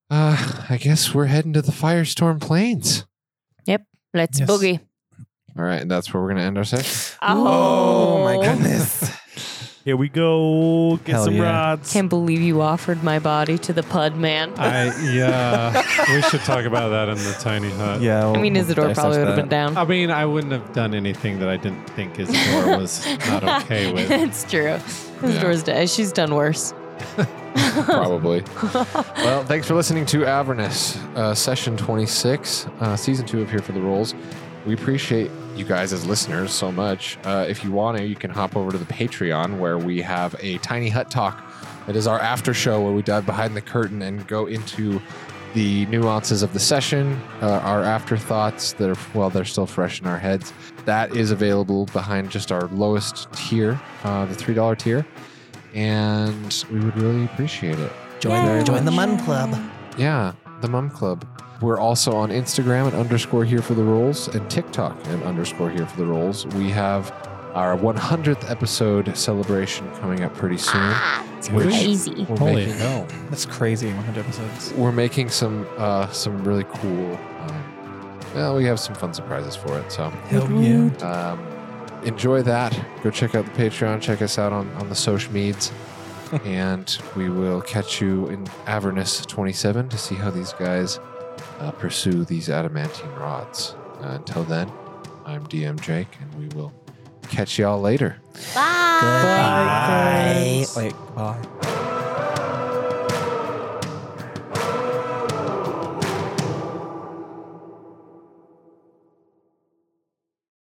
uh, I guess we're heading to the Firestorm Plains.
Let's
Yes.
boogie.
All right, and that's where we're gonna end our session.
oh my goodness.
Here we go. Get
Hell
some
yeah.
rods.
Can't believe you offered my body to the pud man.
I yeah. we should talk about that in the tiny hut.
Yeah.
I
we'll-
mean,
we'll
Isidore
dissect
probably would have
that.
been down.
I mean, I wouldn't have done anything that I didn't think Isidore was not okay with.
it's true. Isidore's dead. She's done worse.
Probably. well, thanks for listening to Avernus, uh, session 26, uh, season two of Here for the Rolls. We appreciate you guys as listeners so much. Uh, if you want to, you can hop over to the Patreon where we have a tiny hut talk. That is our after show where we dive behind the curtain and go into the nuances of the session, uh, our afterthoughts that are, well, they're still fresh in our heads. That is available behind just our lowest tier, uh, the $3 tier. And we would really appreciate it.
Join,
Yay.
join the Mun Club.
Yeah, the Mum Club. We're also on Instagram at underscore here for the rolls and TikTok at underscore here for the rolls. We have uh, our 100th episode celebration coming up pretty soon.
It's
Which-
crazy.
We're
Holy
making,
hell.
That's crazy. 100 episodes.
We're making some uh, some really cool. Um, well, we have some fun surprises for it. So
Hell yeah.
um, enjoy that. Go check out the Patreon. Check us out on, on the social meds. and we will catch you in Avernus 27 to see how these guys uh, pursue these adamantine rods. Uh, until then, I'm DM Jake, and we will catch y'all later.
Bye.
Wait, bye.